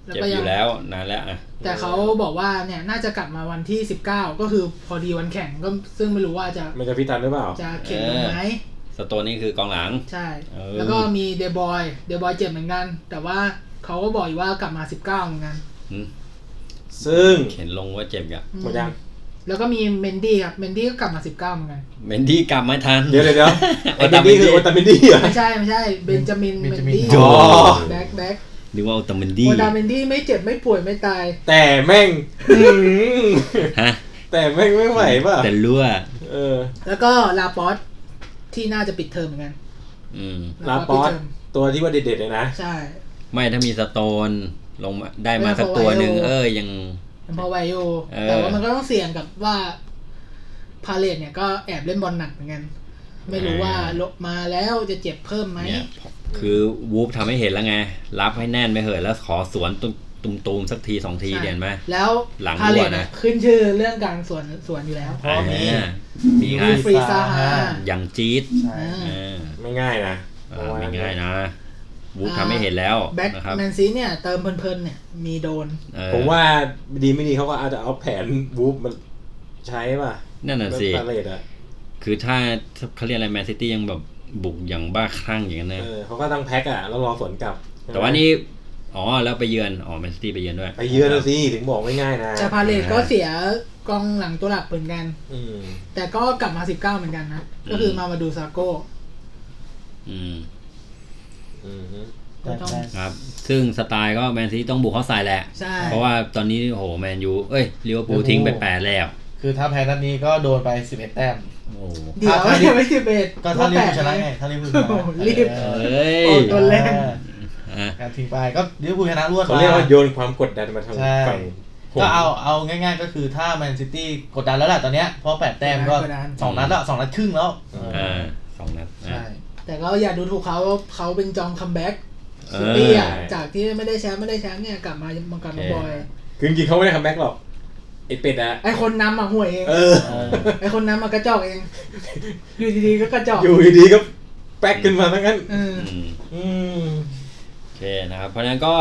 [SPEAKER 1] เจ็บ
[SPEAKER 2] ก็
[SPEAKER 1] อง ยู่แล้วนานแล้วอ่ะ
[SPEAKER 2] แต่เขาบอกว่าเนี่ยน่าจะกลับมาวันที่ 19 ก็คือพอดีวันแข่งก็ซึ่งไม่รู้ว่าจะ
[SPEAKER 3] มันจะพิทันหรือเปล่า
[SPEAKER 2] จะเข็นลงไหม
[SPEAKER 1] สโตนนี่คือกองหลัง
[SPEAKER 2] ใช่
[SPEAKER 1] เออ
[SPEAKER 2] แล้วก็มีเดบอยเดบอยเจ็บเหมือนกัน แต่ว่าเขาก็บอกอยู่ว่ากลับมา 19 เหมือนกัน
[SPEAKER 1] หืม
[SPEAKER 3] ซึ่ง
[SPEAKER 1] เข็นลงว่าเจ็บอ่ะ
[SPEAKER 2] อื
[SPEAKER 3] หมดยัง
[SPEAKER 2] แล้วก็มีเมนดี้ครับเมนดี้ก็กลับมา 19 เหมือน กัน
[SPEAKER 1] เมนดี้กลับไม่ทัน
[SPEAKER 3] เดี๋ยวเดี๋ยวเดี๋ยว
[SPEAKER 1] ไอ้
[SPEAKER 3] โอ
[SPEAKER 1] ตา
[SPEAKER 3] ตา
[SPEAKER 1] เม
[SPEAKER 3] มิน
[SPEAKER 1] นดี้
[SPEAKER 3] ดี้คือโอตามินดี้เหรอ
[SPEAKER 2] ไม่ใช่ไม่ใช่เบนจามิน
[SPEAKER 4] เบ
[SPEAKER 2] เม
[SPEAKER 4] นจาน มิน
[SPEAKER 2] ดี้
[SPEAKER 3] อ๋อ
[SPEAKER 2] แบ็คแบ็ค
[SPEAKER 1] นึกว่าเอาแตาเมนดี้
[SPEAKER 2] โอดาเมนดี้ไม่เจ็บไม่ป่วยไม่ตาย
[SPEAKER 3] แต่แม่งอื้อหือ
[SPEAKER 1] ฮะ
[SPEAKER 3] แต่แม่งไม่ไหวป่ะ
[SPEAKER 1] แต่รั่ว
[SPEAKER 3] เออ
[SPEAKER 2] แล้วก็ลาปอสที่น่าจะปิดเทอมเหมือนกัน
[SPEAKER 1] อืม
[SPEAKER 3] ลาปอสตัวที่ว่าเด็ดๆเลยนะ
[SPEAKER 2] ใช่
[SPEAKER 1] ไม่ถ้ามีสโตนลงมาได้มา
[SPEAKER 2] เออ
[SPEAKER 1] สักตัวหนึ่ง
[SPEAKER 2] เพราะว่า
[SPEAKER 1] เออยัง
[SPEAKER 2] เพราะไวโอ
[SPEAKER 1] เออ
[SPEAKER 2] แต่ว่ามันก็ต้องเสี่ยงกับว่า พาเลตเนี่ยก็แอบเล่นบอลหนักเหมือนกัน ไม่รู้ว่าลบมาแล้วจะเจ็บเพิ่มไหม
[SPEAKER 1] เนี่ยคือวูฟทำให้เห็นแล้วไง รับให้แน่นไปเหอะแล้วขอสวนตุมตูมๆสักทีสองที
[SPEAKER 2] ใช่
[SPEAKER 1] เดียนไหม
[SPEAKER 2] แล้ว
[SPEAKER 1] หลัง
[SPEAKER 2] พาเล
[SPEAKER 1] รั่
[SPEAKER 2] ต
[SPEAKER 1] วนะ
[SPEAKER 2] ขึ้นชื่อเรื่องการสวนสวนอยู่แล้ว
[SPEAKER 4] เพราะมี
[SPEAKER 1] อ่ามี
[SPEAKER 2] มี
[SPEAKER 1] งาน
[SPEAKER 2] ฟรีซาฮา
[SPEAKER 1] อย่างจี๊ด
[SPEAKER 4] ใช่
[SPEAKER 2] อ่า
[SPEAKER 1] อา
[SPEAKER 3] ไม่ง่ายนะ
[SPEAKER 1] อ่าไม่ง่ายนะวูฟทำให้เห็นแล้ว
[SPEAKER 2] แบ็ค
[SPEAKER 1] นะครับ
[SPEAKER 2] แมนซีเนี่ยเติมเพลินๆเนี่ยมีโดน
[SPEAKER 1] เออ
[SPEAKER 3] ผมว่าดีไม่ดีเขาก็อาจจะเอาแผนบูฟมันใช้ป่ะ
[SPEAKER 1] นั่นน่ะสิ
[SPEAKER 3] เรื่องพาเลตอ่ะ
[SPEAKER 1] คือถ้าเขาเรียกอะไรแมนซิตี้ยังแบบบุกอย่างบ้าคลั่งอย่างนั้นนะ
[SPEAKER 3] เออเขาก็ตั้งแพ็กอ่ะ แล้วรอสวนกลับ
[SPEAKER 1] แต่ว่านี่อ๋อแล้วไปเยือนอ๋อแมนซิตี้ไปเยือนด้วย
[SPEAKER 3] ไปเยือนนะสิ ถึงบอกไม่ง่ายนะ
[SPEAKER 2] แต่พาเลต
[SPEAKER 1] อ่า
[SPEAKER 2] ก็เสียกองหลังตัวหลักเหมือนกัน
[SPEAKER 3] อืม
[SPEAKER 2] แต่ก็กลับมา 19 เหมือนกันนะ ก็คือมามาดูซาโก้
[SPEAKER 1] อืม
[SPEAKER 3] อืมฮึ
[SPEAKER 4] แต่แต่
[SPEAKER 1] ครับ ซึ่งสไตล์ก็แมนซีต้องบุกเข้าใส่แหละ
[SPEAKER 2] ใช่
[SPEAKER 1] เพราะว่าตอนนี้โหแมนยูเอ้ยลิเวอร์พูล
[SPEAKER 4] Liverpool
[SPEAKER 1] ทิ้งไปแปดแล้ว
[SPEAKER 4] คือถ้าแพ้นัดนี้ก็โดนไป 11 แต้ม
[SPEAKER 1] โอ้
[SPEAKER 2] เดี๋ยว
[SPEAKER 4] ถ้า
[SPEAKER 2] ยังไม่สิบเอ็ด
[SPEAKER 4] ก็ถ้าลิเวอร์พูลชนะ
[SPEAKER 2] แปด
[SPEAKER 4] ไงถ้าลิเวอร์พูลช
[SPEAKER 2] โอ้โห
[SPEAKER 4] นะ
[SPEAKER 2] รีบ
[SPEAKER 4] เออ
[SPEAKER 1] เอ้ย
[SPEAKER 2] โอ้โดนแรง
[SPEAKER 1] อ่ะ
[SPEAKER 4] การทิ้งไปก็ลิเวอร์พูลชนะรวด
[SPEAKER 3] เขาเรียกว่า
[SPEAKER 4] มา
[SPEAKER 3] โยนความกดดันมาทาง
[SPEAKER 4] ใช่
[SPEAKER 3] ฝั่งผม
[SPEAKER 4] ก็เอาเอาง่ายๆก็คือถ้าแมนซิตี้กดดันแล้วแหละตอนเนี้ยเพราะแปดแต้มก็
[SPEAKER 2] กดดัน
[SPEAKER 4] สองนัดแล้วสองนัดครึ่งแล้ว
[SPEAKER 1] อ่าสองนัดอ่ะ
[SPEAKER 4] ใช่
[SPEAKER 2] แต่ก็อย่าดูถูกเขาเขาเป็นจอมคัมแบ็ก
[SPEAKER 1] เออ
[SPEAKER 2] ซิตี้อ่ะจากที่ไม่ได้แชมป์ไม่ได้แชมป์เนี่ยกลับมามังกร
[SPEAKER 1] โอเค
[SPEAKER 2] บอย
[SPEAKER 3] คือจริงๆเขาไม่ได้คัมแบ็กหรอกไอเป็ดอ่ะ
[SPEAKER 2] ไอคนนำมาห่วยเอง
[SPEAKER 3] เออ
[SPEAKER 4] เออ
[SPEAKER 2] ไอคนนำมากระจอกเอง อยู่ดีๆก็กระจอก
[SPEAKER 3] อยู่ดีๆก็แป๊กขึ้นมาทั้งนั้น
[SPEAKER 2] เออ
[SPEAKER 1] อืม
[SPEAKER 3] อืม
[SPEAKER 1] โอเคนะครับ เพราะฉะนั้นก็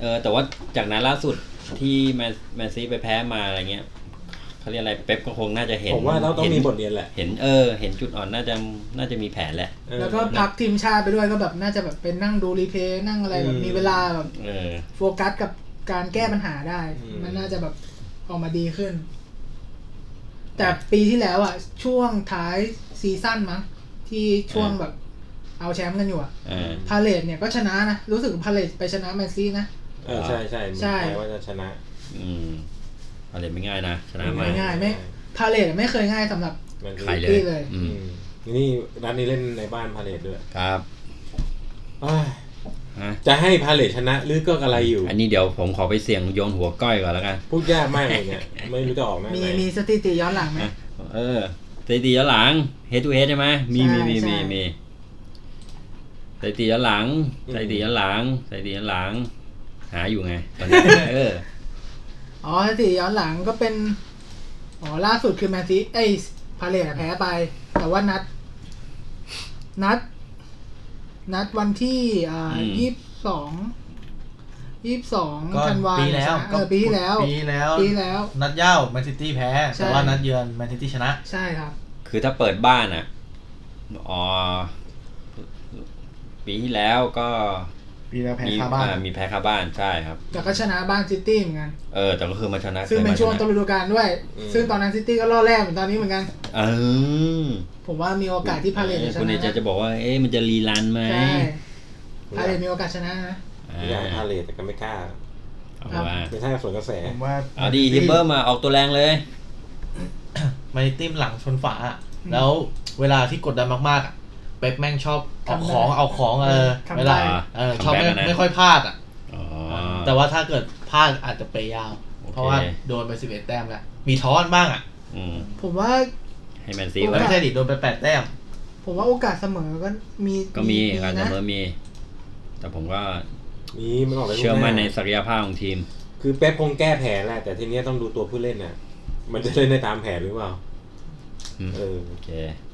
[SPEAKER 1] เออแต่ว่าจากนั้นล่าสุดที่แมนแมนซีไปแพ้มาอะไรเงี้ยเขาเรียกอะไรเป๊ปก็คงน่าจะเห็น
[SPEAKER 3] ผมว่าเราต้อง
[SPEAKER 1] ห็น
[SPEAKER 3] มีบทเรียนแหละ
[SPEAKER 1] เห็นเออ เห็นจุดอ่อนน่าจะน่าจะมีแผนแหละ
[SPEAKER 3] เออ
[SPEAKER 2] แล้วก็พักทีมชาติไปด้วยก็แบบน่าจะแบบเป็นนั่งดูรีเพลย์นั่งอะไรแบบ
[SPEAKER 3] อืม
[SPEAKER 2] มีเวลาแบบ
[SPEAKER 1] เออ
[SPEAKER 2] โฟกัสกับการแก้ปัญหาได้
[SPEAKER 3] อืม
[SPEAKER 2] มันน่าจะแบบออกมาดีขึ้น แต่ปีที่แล้วอ่ะ ช่วงท้ายซีซั่นมั้งที่ช่วง
[SPEAKER 1] เออ
[SPEAKER 2] แบบเอาแชมป์กันอยู่อ่ะ
[SPEAKER 1] เออ
[SPEAKER 2] พาเลตเนี่ยก็ชนะนะ รู้สึกพาเลตไปชนะแมนซีนะ
[SPEAKER 3] เออใช่ใช่
[SPEAKER 2] ใช่
[SPEAKER 3] แม้ว่าจะชนะ
[SPEAKER 1] อืมอะไรไม่ง่ายนะชนะมา
[SPEAKER 2] ไม่ง่ายไม่พาเลตไม่เคยง่ายสำหรับ
[SPEAKER 3] มัน
[SPEAKER 1] ใครเล
[SPEAKER 2] นี่
[SPEAKER 1] ย
[SPEAKER 2] เลย
[SPEAKER 1] อื
[SPEAKER 3] อื
[SPEAKER 1] ม
[SPEAKER 3] มนี่นัดนี้เล่นในบ้านพาเลทด้วย
[SPEAKER 1] ครับ
[SPEAKER 3] อ้าว
[SPEAKER 1] ฮะ
[SPEAKER 3] จะให้พาเลทชนะหรือก็อะไรอยู่
[SPEAKER 1] อันนี้เดี๋ยวผมขอไปเสี่ยงโยนหัวก้อยก่อนแล้วกัน
[SPEAKER 3] พูดยากมากเลยเนี่ย ไม่รู้จะออกหน้า
[SPEAKER 2] มี
[SPEAKER 3] ไหน
[SPEAKER 2] มีสถิติย้อนหลังไหม
[SPEAKER 1] นะ เออสถิติย้อนหลัง head to head ใช่ไหมมีมีมี
[SPEAKER 2] ใช่
[SPEAKER 1] มี
[SPEAKER 2] ใช่
[SPEAKER 1] มีสถิติย้อนหลังสถิติย้อนหลังสถิติย้อนหลัง หาอยู่ไงตอนนี้ เอ อ
[SPEAKER 2] อ๋อสถิติย้อนหลังก็เป็น อ๋อล่าสุดคือแมนซีเอ้ยพาเลตแพ้ไป แต่ว่านัด นัด นัดวันที่อ่า
[SPEAKER 1] อืม
[SPEAKER 2] ยี่สิบสองยี่สิบสอง
[SPEAKER 4] ก็
[SPEAKER 2] ธันวา
[SPEAKER 4] ปีแล้ว
[SPEAKER 2] เออปีที่แล้ว
[SPEAKER 4] ปีที่แล้ว
[SPEAKER 2] ปีที่แล้ว
[SPEAKER 4] นัดเย้าแมนซิตี้แพ้
[SPEAKER 2] ใช่
[SPEAKER 4] แต่ว่านัดเยือนแมนซิตี้ชนะ
[SPEAKER 2] ใช่ครับ
[SPEAKER 1] คือถ้าเปิดบ้านอ่ะอ๋อปีที่แล้วก็
[SPEAKER 4] ปีแล้วแพ้
[SPEAKER 1] มี
[SPEAKER 4] คาบ้าน
[SPEAKER 1] อ่ามีแพ้คาบ้านใช่ครับ
[SPEAKER 2] แต่ก็ชนะบ้านซิตี้เหมือนกัน
[SPEAKER 1] เออ แต่ก็คือมาชนะ
[SPEAKER 2] ซึ่งเป็น
[SPEAKER 1] คยมา
[SPEAKER 2] ช่วง
[SPEAKER 1] ชะ
[SPEAKER 2] ต้นฤดูกาลด้วย ซึ่งตอนนั้นซิตี้ก็ล่อแร่เหมือนตอนนี้เหมือนกัน
[SPEAKER 1] เออ
[SPEAKER 2] ผมว่ามีโอกาสที่พาเลตจะช
[SPEAKER 1] คุณเอ
[SPEAKER 2] นะ
[SPEAKER 1] จะ
[SPEAKER 2] นะ
[SPEAKER 1] จะบอกว่า เอ๊ะมันจะรีรันไหม
[SPEAKER 2] ใช่ พาเลตมีโอกาสชนะนะ
[SPEAKER 1] อ่
[SPEAKER 3] อยากให้
[SPEAKER 1] า
[SPEAKER 3] พาเลทแต่ก็ไม่กล้า
[SPEAKER 1] เอาว่า
[SPEAKER 3] ไม่ใช่สวนกระแส
[SPEAKER 4] ผมว่า
[SPEAKER 1] เอาดีฮิปเปอร์มาออกตัวแรงเลย
[SPEAKER 4] แมนซิตี้หลังชนฝาอะแล้วเวลาที่กดดันมากๆอะเป๊ปแม่งชอบเอา
[SPEAKER 2] ทำได้
[SPEAKER 4] ของเอาของเออ
[SPEAKER 2] ทำได้
[SPEAKER 4] เวลาเออชอบไม่
[SPEAKER 1] ทำแบ็คอะนะ
[SPEAKER 4] ไม่ค่อยพลาดอ่ะ
[SPEAKER 1] อ๋อ
[SPEAKER 4] แต่ว่าถ้าเกิดพลาดอาจจะไปยาว
[SPEAKER 1] โอเค
[SPEAKER 4] เพราะว่าโดนไป 11 แต้มแล้ว มีท้อนบ้างอ่ะ
[SPEAKER 1] อืม
[SPEAKER 2] ผมว่า
[SPEAKER 1] ให้แมนซี
[SPEAKER 2] โอ
[SPEAKER 1] ไว้
[SPEAKER 2] เค
[SPEAKER 4] ไม่ใช่ดิโดนไป 8 แต้ม
[SPEAKER 2] ผมว่าโอกาสเสมอก็มี
[SPEAKER 1] ก็มี
[SPEAKER 2] มี
[SPEAKER 1] การเส
[SPEAKER 2] นะ
[SPEAKER 1] มอมี แต่ผมก็
[SPEAKER 3] นี่มันออกไป
[SPEAKER 1] เชื่อมั่นในศักยภาพของทีม
[SPEAKER 3] คือเป๊ปคงแก้แผนแหละแต่ทีเนี้ยต้องดูตัวผู้เล่นน่ะ มันจะเล่นได้ตามแผนหรือเปล่า
[SPEAKER 1] อืม
[SPEAKER 3] เออ
[SPEAKER 1] โอเค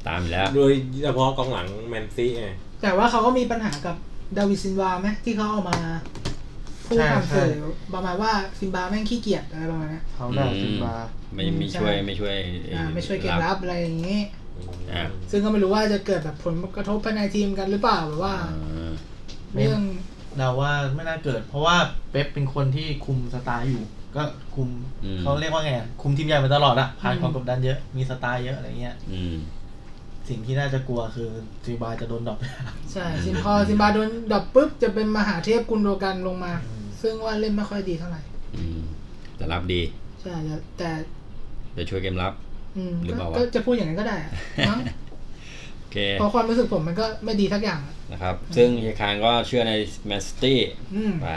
[SPEAKER 1] ตามอยู่แล้ว
[SPEAKER 3] โดยเฉพาะกองหลังแมนซีไง
[SPEAKER 2] แต่ว่าเขาก็มีปัญหากับดาวิดซินวาไหมที่เขาเอามาพูด
[SPEAKER 4] ใช่
[SPEAKER 2] ทางสื่อ
[SPEAKER 4] ใช่
[SPEAKER 2] ประมาณว่าซินบาแม่งขี้เกียจอะไรประมาณเนี้ย
[SPEAKER 4] เขาได้
[SPEAKER 1] อืม
[SPEAKER 4] ซิมบา
[SPEAKER 1] ไม่
[SPEAKER 2] อืม
[SPEAKER 1] ไม่ช่วย
[SPEAKER 2] ใช่
[SPEAKER 1] ไม่ช่วยอ้
[SPEAKER 2] อ่าไม่ช่วยเกมรับอะไรอย่างนี้
[SPEAKER 1] อ่า
[SPEAKER 2] ซึ่งก็ไม่รู้ว่าจะเกิดแบบผลกระทบภายในทีมกันหรือเปล่าแบบว่า
[SPEAKER 1] อ่า
[SPEAKER 2] เรื่อง
[SPEAKER 4] เดาว่าไม่น่าเกิด เพราะว่าเป๊ปเป็นคนที่คุมสไตล์อยู่ ก็คุม
[SPEAKER 1] อืม
[SPEAKER 4] เขาเรียกว่าไงอะคุมทีมใหญ่มาตลอดอะผ่านความกดดันเยอะมีสไตล์เยอะอะไรเงี้ย
[SPEAKER 1] อืม
[SPEAKER 4] สิ่งที่น่าจะกลัวคือซิมบาจะโดนดรอป
[SPEAKER 2] ใช่ซินพอซินบาโดนดรอปปุ๊บจะเป็นมหาเทพกุนโดกันลงมา
[SPEAKER 4] อืม
[SPEAKER 2] ซึ่งว่าเล่นไม่ค่อยดีเท่าไหร่
[SPEAKER 1] อืมแต่รับดี
[SPEAKER 2] ใช่แล้วแต่
[SPEAKER 1] จะช่วยเกมรับ
[SPEAKER 2] อืม
[SPEAKER 1] หรือเป
[SPEAKER 2] ก็
[SPEAKER 1] ล่าวะ
[SPEAKER 2] ก็จะพูดอย่างนั้นก็ได้อะมั้ ง
[SPEAKER 1] โอเค
[SPEAKER 2] เพราะความรู้สึกผมมันก็ไม่ดีทักอย่างอะ
[SPEAKER 1] นะครับ ซึ่งเฮยคางก็เชื่อในแมนซิตี้
[SPEAKER 2] อืม
[SPEAKER 1] ไป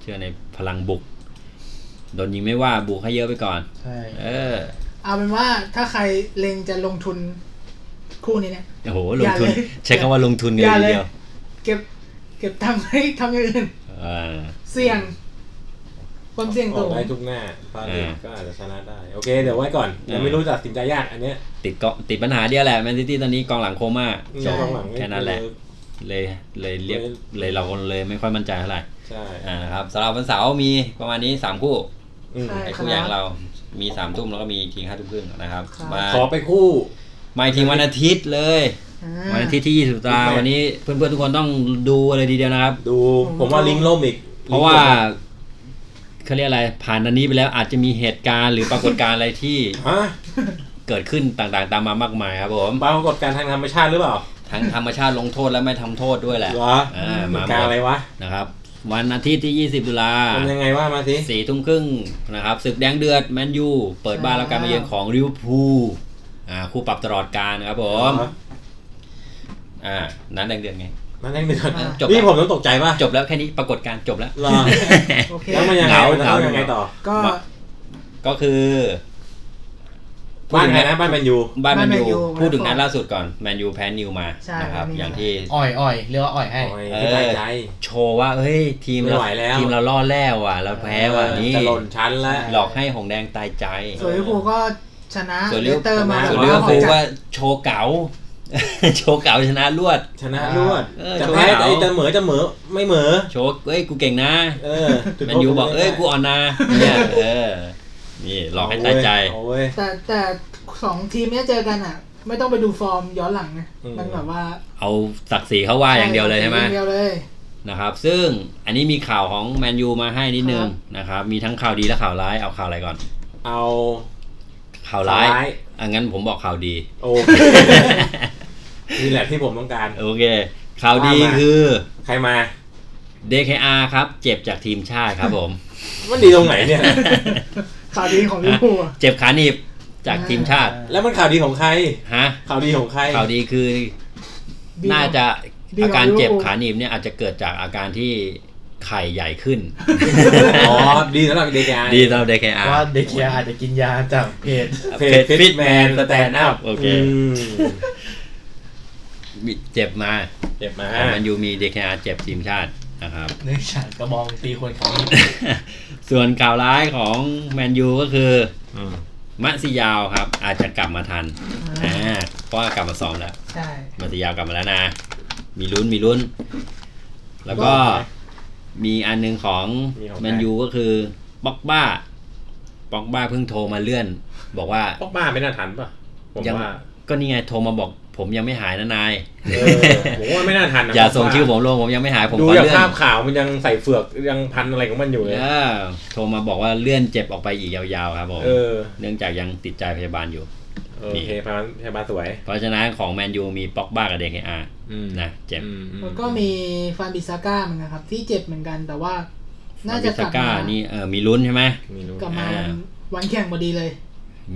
[SPEAKER 1] เชื่อในพลังบุก โดนยิงไม่ว่าบุกให้เยอะไปก่อน
[SPEAKER 4] ใช่
[SPEAKER 1] เออ
[SPEAKER 2] เอาเป็นว่าถ้าใครเล็งจะลงทุนคู่นี้เนี่ย
[SPEAKER 1] โอ้โหลงทุน
[SPEAKER 2] อย่าเลย
[SPEAKER 1] ใช้คำว่าลงทุนเล
[SPEAKER 2] อย ย่า
[SPEAKER 1] ที
[SPEAKER 2] เลย
[SPEAKER 1] เดียว
[SPEAKER 2] เก็บ เก็บตังค์ไว้ทำอย่างอื่น
[SPEAKER 1] อ่า
[SPEAKER 2] เสี่ยง ความเสี่ยง
[SPEAKER 3] อ
[SPEAKER 2] สู
[SPEAKER 3] อก
[SPEAKER 2] ง
[SPEAKER 3] ได้ทุกหน้าฟาด
[SPEAKER 1] อ่า
[SPEAKER 3] ก็อาจจะชนะได้ โอเค เดี๋ยวไว้ก่อนยังไม่
[SPEAKER 1] อ่า
[SPEAKER 3] รู้ตัดสินใจยากอันเนี้ย
[SPEAKER 1] ติดเกาะติดปัญหาเดียวแหละแมนซิตี้ตอนนี้กองหลังโคม่าจบ
[SPEAKER 3] กองหลังไม่
[SPEAKER 1] แค่นั้นแหละ เลยเลยเรียกเลยเราคนเลยไม่ค่อยมั่นใจเท่าไหร่
[SPEAKER 3] ใช่
[SPEAKER 1] อ่านะครับสำหรับวันเสาร์มีประมาณนี้ 3 คู่
[SPEAKER 3] อืม
[SPEAKER 2] ใช่
[SPEAKER 1] ไอ้
[SPEAKER 2] ค
[SPEAKER 1] คู่อย่าง
[SPEAKER 2] รับ
[SPEAKER 1] เรามี3ามทุ่มแล้วก็มีอีกทีห้าทุ่มครึ่งนะครับ
[SPEAKER 2] ครับ
[SPEAKER 1] มา
[SPEAKER 3] ขอไปคู่
[SPEAKER 1] มาอีกทีวันอาทิตย์เลย
[SPEAKER 2] อ่า
[SPEAKER 1] วันอาทิตย์ที่ 20ตุลา
[SPEAKER 3] โอเค
[SPEAKER 1] วันนี้เพื่อนๆทุกคนต้องดูเลยทีเดียวนะครับ
[SPEAKER 3] ดู
[SPEAKER 2] ผม
[SPEAKER 3] ผมว่า
[SPEAKER 2] ก็
[SPEAKER 3] ลิงก์ล่มอีก
[SPEAKER 1] เพราะว่าเขาเรียกอะไรผ่านอันนี้ไปแล้วอาจจะมีเหตุการณ์หรือปรากฏการณ์อะไรที่
[SPEAKER 3] ฮะ
[SPEAKER 1] เกิดขึ้นต่างๆ ตามมามากมายครับผม
[SPEAKER 3] ปรากฏการณ์ทางธรรมชาติหรือเปล่า
[SPEAKER 1] ทั้งธรรมชาติลงโทษและไม่ทำโทษด้วยแหละ
[SPEAKER 3] เหรอ
[SPEAKER 1] อ่า
[SPEAKER 3] เห
[SPEAKER 1] มา
[SPEAKER 3] ตุ
[SPEAKER 1] หม
[SPEAKER 3] การณ์อะไร
[SPEAKER 1] ด
[SPEAKER 3] วะ
[SPEAKER 1] นะครับ วันอาทิตย์ที่ 20ตุลา
[SPEAKER 3] มันยังไงว่ามาสิ
[SPEAKER 1] สี่ทุ่มครึ่งนะครับศึกแดงเดือดแมนยูเปิดบ้านรับการมาเยือนของลิเวอร์พูลอ่าคู่ปรับตลอดการนะครับผมอ่านัดแดงเดือดไง
[SPEAKER 3] นั่นเองเดือน
[SPEAKER 2] อ่ะ
[SPEAKER 1] จบ
[SPEAKER 3] นี่ผมต้องตกใจป่ะ
[SPEAKER 1] จบแล้วแค่นี้ปรากฏการณ์จ บแล้ว
[SPEAKER 3] เหรอ
[SPEAKER 2] โอเค
[SPEAKER 3] แล้วมันยังไง
[SPEAKER 1] เหงา
[SPEAKER 3] มันต้องยังไง
[SPEAKER 1] เหงา
[SPEAKER 3] ต่อ
[SPEAKER 2] ก็
[SPEAKER 1] มา ก็คือ
[SPEAKER 3] บ้านใครนะ บ้านแมนยู
[SPEAKER 1] บ้านแมนยู
[SPEAKER 2] บ้านแมนยู
[SPEAKER 1] พูดถึงนัด
[SPEAKER 2] นะครับ
[SPEAKER 1] ล่าสุดก่อนแมนยูแพ้นิวมา
[SPEAKER 2] ใช่
[SPEAKER 1] นะครับ
[SPEAKER 2] แมนยู
[SPEAKER 1] อย่างที่
[SPEAKER 4] อ่อยอ่อยเรียกว่าอ่อยให้
[SPEAKER 3] โอ้ย
[SPEAKER 1] เออ
[SPEAKER 3] สบายใจ
[SPEAKER 1] โชว์ว่าเฮ้ยทีมเรา
[SPEAKER 3] ไม่ไหวแล้ว
[SPEAKER 1] ทีมเราล่อดแล้วว่ะ เราแพ้ว่ะนี่
[SPEAKER 3] จะหล่นชั้นแล้ว
[SPEAKER 1] หลอกให้หงแดงตายใจ
[SPEAKER 2] สวยลิเวอร์พูลก็ชนะ
[SPEAKER 1] ส่วน
[SPEAKER 2] เล
[SPEAKER 1] เลี้ยว
[SPEAKER 2] สเตอร์มา
[SPEAKER 3] ชนะ
[SPEAKER 1] ส่วน
[SPEAKER 2] แบบ
[SPEAKER 1] เลี้ยว
[SPEAKER 2] ว่าหอ
[SPEAKER 1] คู
[SPEAKER 2] ยจั
[SPEAKER 1] ว่า
[SPEAKER 2] ด
[SPEAKER 1] โชว์เก๋า โชว์เก๋าชนะรวด
[SPEAKER 3] ชนะรวด
[SPEAKER 1] เออ
[SPEAKER 3] จะแพ้
[SPEAKER 1] ชนะ
[SPEAKER 3] แต่
[SPEAKER 1] เอา
[SPEAKER 3] จะเหมอจะเหมอไม่เหมอ
[SPEAKER 1] โชว์เอ้ยกูเก่งนะ
[SPEAKER 3] เออจุด
[SPEAKER 1] แม
[SPEAKER 3] โท
[SPEAKER 1] น
[SPEAKER 3] ษ
[SPEAKER 1] ยูบอกเอ้ยกูอ่อนนะเนี่ยเออนี่หลอกให้ตายใจ
[SPEAKER 3] โอ้ย
[SPEAKER 2] แต่แต่สองทีมเนี้ยเจอกันอ่ะ ไม่ต้องไปดูฟอร์มย้อนหลังนะ
[SPEAKER 3] อืม
[SPEAKER 2] มันแบบว่า
[SPEAKER 1] เอาศักดิ์ศรีเขาว่าอย่างเดียวเลยใช่ไหม
[SPEAKER 2] อย่างเดียวเลย
[SPEAKER 1] นะครับซึ่งอันนี้มีข่าวของแมนยูมาให้นิดนึ
[SPEAKER 2] ครั
[SPEAKER 1] ง
[SPEAKER 2] บ
[SPEAKER 1] นะครับมีทั้งข่าวดีและข่าวร้ายเอาข่าวอะไรก่อน
[SPEAKER 3] เอา
[SPEAKER 1] ข่าวร้าย
[SPEAKER 3] สย
[SPEAKER 1] อังั้นผมบอกข่าวดี
[SPEAKER 3] โอเคนี่แหละที่ผมต้องการ
[SPEAKER 1] โอเค ข่าวดี
[SPEAKER 3] ว่ามา
[SPEAKER 1] คือ
[SPEAKER 3] ใครมา
[SPEAKER 1] เดคอาครับ เจ็บจากทีมชาติครับผม
[SPEAKER 3] มันดีตรงไหนเนี่ย
[SPEAKER 2] ข่าวดีของลิเวอร์พูลอะ
[SPEAKER 1] เจ็บขาหนีบจากทีมชาติ
[SPEAKER 3] แล้วมันข่าวดีของใคร
[SPEAKER 1] ฮะ
[SPEAKER 3] ข่าวดีของใคร
[SPEAKER 1] ข่าวดีคือ
[SPEAKER 2] ดีกว่า
[SPEAKER 1] น่าจะ
[SPEAKER 2] ดีก
[SPEAKER 1] อา
[SPEAKER 2] ว่า
[SPEAKER 1] การเจ็บ
[SPEAKER 2] ลิเวอร์พูล
[SPEAKER 1] ขาหนีบเนี่ยอาจจะเกิดจากอาการที่ไข่ใหญ่ขึ้น
[SPEAKER 3] อ๋อ ดีสำหรับเด็กไง
[SPEAKER 1] ดีสำหรับเดคอา
[SPEAKER 4] ว่าเดคเคียอาจจะกินยาจากเพจ
[SPEAKER 3] เพจฟิตแมนสแตนด์อัพ
[SPEAKER 1] โอเค เจ็บมา
[SPEAKER 3] เจ็บมา
[SPEAKER 1] แมนยูมีเดคอาเจ็บทีมชาตินะครับ
[SPEAKER 4] เนื่องจากกระบองตีคนเขานี่
[SPEAKER 1] ส่วนข่าวร้ายของแมนยูก็คือมะซิยาวครับ อาจจะกลับมาทัน
[SPEAKER 2] อ่า
[SPEAKER 1] อ่าเพราะว่ากลับมาซ้อมแล้ว
[SPEAKER 2] ใช่
[SPEAKER 1] มะซิยาวกลับมาแล้วนะ มีลุ้นมีลุ้น แล้วก็มีอันหนึงของแมนยูก็คือบ็อกบ้าบ็อกบ้าเพิ่งโทรมาเลื่อน บอกว่า
[SPEAKER 3] พวกบ้าไม่น่าทันป่ะ ผม
[SPEAKER 1] ยัง
[SPEAKER 3] ว่า
[SPEAKER 1] ก็นี่ไงโทรมาบอก ผมยังไม่หายนะนาย
[SPEAKER 3] เออผมว่าไม่น่าทันนะ
[SPEAKER 1] อย่าส่งชื่อผมลงผมยังไม่หายผม
[SPEAKER 3] ดู
[SPEAKER 1] ขอ
[SPEAKER 3] จาก
[SPEAKER 1] เลื่อน
[SPEAKER 3] ภาพข่าวมันยังใส่เฟือกยังพันอะไรของมันอยู่เลย
[SPEAKER 1] เออโทรมาบอกว่าเลื่อนเจ็บออกไปอีกยาวๆครับผม
[SPEAKER 3] เออ
[SPEAKER 1] เนื่องจากยังติดใจพยาบาลอยู่
[SPEAKER 3] เออโอเคพยาบาลพยาบาลสวย
[SPEAKER 1] เพราะฉะนั้นของแมนยูมีป็อกบ้ากับเดคอาร์
[SPEAKER 3] อืม
[SPEAKER 1] นะเจ็บ
[SPEAKER 3] อือื
[SPEAKER 2] แล้วก็มีฟานบิซาก้าเหมือนกันครับ ที่เจ็บเหมือนกันแต่ว่า น่าจะก
[SPEAKER 1] ซา
[SPEAKER 2] ลับ
[SPEAKER 1] ก้า
[SPEAKER 2] มา
[SPEAKER 1] นี่เออมีลุ้นใช่ไหม
[SPEAKER 3] มีนู้น
[SPEAKER 2] กลับมา
[SPEAKER 1] อ่า
[SPEAKER 2] วันแข่งพอดีเลย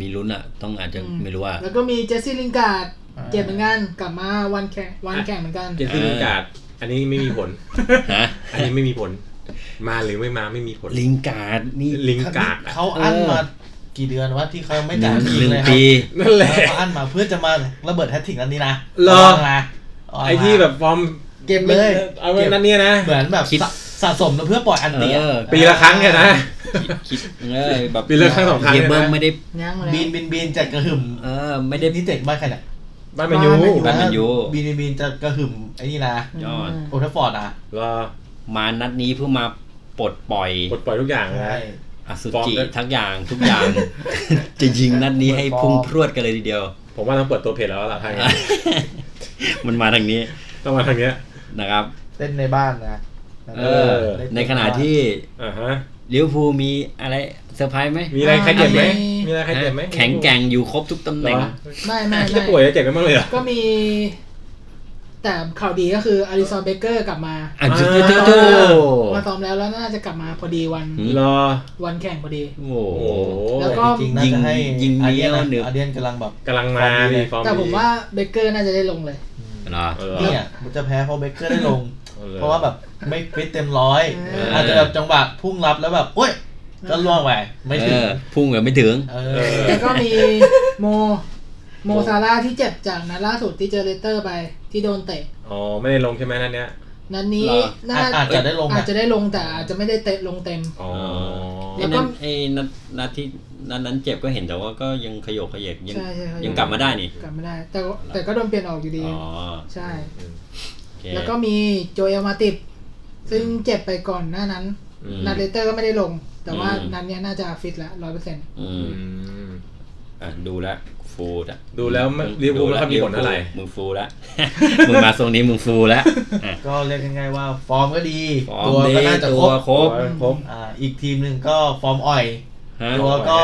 [SPEAKER 1] มีลุ้นอะต้องอาจจะ
[SPEAKER 2] อื
[SPEAKER 1] ไม่รู้ว่า
[SPEAKER 2] แล้วก็มีเจสซี่ลิงการ์ด
[SPEAKER 4] อ่า
[SPEAKER 2] เจ็บเหมือนกันกลับมาวันแข่งวันแข่งเหมือนกัน
[SPEAKER 3] เจสซี่
[SPEAKER 1] เออ
[SPEAKER 3] ลิงการ์ดอันนี้ไม่มีผล
[SPEAKER 1] ฮะ
[SPEAKER 3] อันนี้ไม่มีผล มาหรือไม่มาไม่มีผล
[SPEAKER 1] ลิงการ์ดนี่
[SPEAKER 3] ลิงการ์ดอะ
[SPEAKER 4] เขาอั้น
[SPEAKER 1] เออ
[SPEAKER 4] มากี่เดือนวะที่เขาไม่จ่ายที
[SPEAKER 1] หนึ่ง
[SPEAKER 4] เลยครับ
[SPEAKER 1] ปี
[SPEAKER 3] นั่นแหละ
[SPEAKER 4] เขาอั้นมาเพื่อจะมาระเบิดแฮตทริกนั้นนี้นะ
[SPEAKER 3] เหรอ
[SPEAKER 4] นะ
[SPEAKER 3] ไอที่แบบฟอร์ม
[SPEAKER 4] เก็บเลย
[SPEAKER 3] เอาไว้นั่นเนี่ยนะ
[SPEAKER 4] เหมือนแบบ
[SPEAKER 5] คิด
[SPEAKER 4] สะสะสมแล้วเพื่อปล่อยอัน
[SPEAKER 1] เอ
[SPEAKER 4] เตีย
[SPEAKER 1] อ
[SPEAKER 3] ปีละครั้งเนี่ยนะ
[SPEAKER 5] คิดเออแบบ
[SPEAKER 3] ปีละครั้งสองครั้ง
[SPEAKER 1] เฮีย
[SPEAKER 3] นี่ยนะ
[SPEAKER 1] เบิ้มไม่ได้
[SPEAKER 2] ย่างมาแล้ว
[SPEAKER 4] บินบินบินจะกระหึ่ม
[SPEAKER 5] เออไม่ได้
[SPEAKER 4] นี่เด็กบ้านใครเนี่ย
[SPEAKER 3] บ้านแมนยู
[SPEAKER 2] บ้าน
[SPEAKER 1] บ้าน
[SPEAKER 2] แมนยู
[SPEAKER 1] แมันยู
[SPEAKER 4] บินบินบินจะกระหึ่มไอ้นี่นะ
[SPEAKER 1] ยอด
[SPEAKER 4] โอทัฟฟอร์ดนะ
[SPEAKER 3] รอ
[SPEAKER 1] มานัดนี้เพื่อมาปลดปล่อย
[SPEAKER 3] ปลดปล่อยทุกอย่างนะ
[SPEAKER 1] อสุ
[SPEAKER 3] ฟอร์ม
[SPEAKER 1] จิ
[SPEAKER 3] ด้วย
[SPEAKER 1] ทั้งอย่างทุก อย่าง จะยิงนัดนี้ให้พุ่งพรวดกันเลยทีเดียว
[SPEAKER 3] ผมว่าต้องเปิดตัวเพจแล้วล่ะทางนี้
[SPEAKER 1] มันมาทางนี้
[SPEAKER 3] ต้องมาทางเนี้ย
[SPEAKER 1] นะครับ
[SPEAKER 4] เล่นในบ้านนะ
[SPEAKER 1] เออ
[SPEAKER 4] เล่
[SPEAKER 1] ในขณะที่
[SPEAKER 3] อ่าฮะ
[SPEAKER 1] ลิเวอร์พูลมีอะไรเซอร์ไพรส์ไหม
[SPEAKER 3] มีอะไรใครเจ็บไหม
[SPEAKER 2] อ่ามี
[SPEAKER 3] มีอะไรใครเจ็บไหม
[SPEAKER 1] แข็งแกร่งอยู่ครบทุกตำแห
[SPEAKER 3] เหร
[SPEAKER 1] น่ง
[SPEAKER 3] อ
[SPEAKER 2] ไม่ไม่
[SPEAKER 3] จะ
[SPEAKER 2] ไม่
[SPEAKER 3] ป่วยจะเจ็บกันบ้างเลยเหรอ
[SPEAKER 2] ก็มี แต่ข่าวดีก็คืออาริซอนเบเกอร์กลับมา
[SPEAKER 1] อ่ะจุด
[SPEAKER 3] อ่า
[SPEAKER 1] จุดจุด
[SPEAKER 2] มาซ้อมแล้วแล้วน่าจะกลับมาพอดีวัน
[SPEAKER 3] รอ
[SPEAKER 2] วันแข่งพอดี
[SPEAKER 1] โอ้โห
[SPEAKER 3] โอ้โห
[SPEAKER 2] แล้วก็
[SPEAKER 4] จริงๆน่าจะให้
[SPEAKER 1] ยิงยิง
[SPEAKER 4] อาร์เดียน
[SPEAKER 1] เนี้ย
[SPEAKER 4] นะ
[SPEAKER 1] หนึบ
[SPEAKER 4] อาร์เดียนกำลังแบบ
[SPEAKER 3] กำลังมาดีฟอร์มดี
[SPEAKER 2] แต่ผมว่าเบเกอร์น่าจะได้ลงเลย
[SPEAKER 1] เหรอ
[SPEAKER 3] ออ
[SPEAKER 4] เนี่ยมันจะแพ้เพราะเบเกอร์ได้ลง
[SPEAKER 3] เออ
[SPEAKER 4] เพราะว่าแบบไม่ฟิตเต็มร้อย
[SPEAKER 2] เออ
[SPEAKER 4] อาจจะแบบจังหวะพุ่งรับแล้วแบบโอ้ยก็ล่วงไปไม่
[SPEAKER 1] เอ
[SPEAKER 4] ถึง
[SPEAKER 1] อ พุ่งเหรอไม่ถึง
[SPEAKER 4] เอ
[SPEAKER 3] เอ
[SPEAKER 4] อ
[SPEAKER 3] อ
[SPEAKER 2] แล้วก็มีโม โมซาร่าห์ที่เจ็บจากนัดล่าสุดที่เจอเลสเตอร์ไปที่โดนเตะ
[SPEAKER 3] อ๋อ ไม่ได้ลงใช่ไหมนั่นเนี้ย
[SPEAKER 2] นัดนี้
[SPEAKER 1] เหรอ
[SPEAKER 2] น่า
[SPEAKER 4] อาจอาจจะได้ลง
[SPEAKER 2] อาจ
[SPEAKER 4] นะ
[SPEAKER 2] จะได้ลงแต่อาจจะไม่ได้เตะลงเต็ม
[SPEAKER 3] อ๋อ
[SPEAKER 1] ไอ้นั่นไอ้นัดนัดที่นัดนั้นเจ็บก็เห็นแต่ว่าก็ยังขยโกขยเยกยัง
[SPEAKER 2] ใช่ใช่ครับ
[SPEAKER 1] ยังกลับมาได้นี่
[SPEAKER 2] กลับมาได้ แต่ก็แต่ก็โดนเปลี่ยนออกอยู่ดี
[SPEAKER 1] อ๋อ
[SPEAKER 2] ใช่
[SPEAKER 1] โอเค
[SPEAKER 2] แล้วก็มีโจเอลมาติด ซึ่งเจ็บไปก่อนหน้านั้น
[SPEAKER 3] อืม
[SPEAKER 2] นัดเลสเตอร์ก็ไม่ได้ลง แต่ว่า
[SPEAKER 1] อืม
[SPEAKER 2] นัดเนี้ยน่าจะฟิตแล้วร้อยเปอร์เซ็นต์
[SPEAKER 1] อื
[SPEAKER 3] อื
[SPEAKER 1] ม
[SPEAKER 3] ม
[SPEAKER 1] อ่ะดูแล้วฟูดอะ
[SPEAKER 3] ดูแล้วไม่ลิเวอร์พูลไม่ค่อยมีผลเท่าไหร่
[SPEAKER 1] มึงฟูแล้ว มึงมาทรงนี้มึงฟูแล้วอ่ะ
[SPEAKER 4] ก็เรียกง่ายๆว่าฟอร์มก็ดี
[SPEAKER 1] ฟอร์ม
[SPEAKER 4] ตัว
[SPEAKER 1] ดี
[SPEAKER 4] ก็น่าจะ
[SPEAKER 1] ตั
[SPEAKER 4] คร
[SPEAKER 1] ว
[SPEAKER 4] บ
[SPEAKER 1] ครบ
[SPEAKER 3] ครบ
[SPEAKER 4] อ่าอีกทีมหนึ่งก็ฟอร์มอ่อย
[SPEAKER 1] ฮะ
[SPEAKER 4] ตัวก็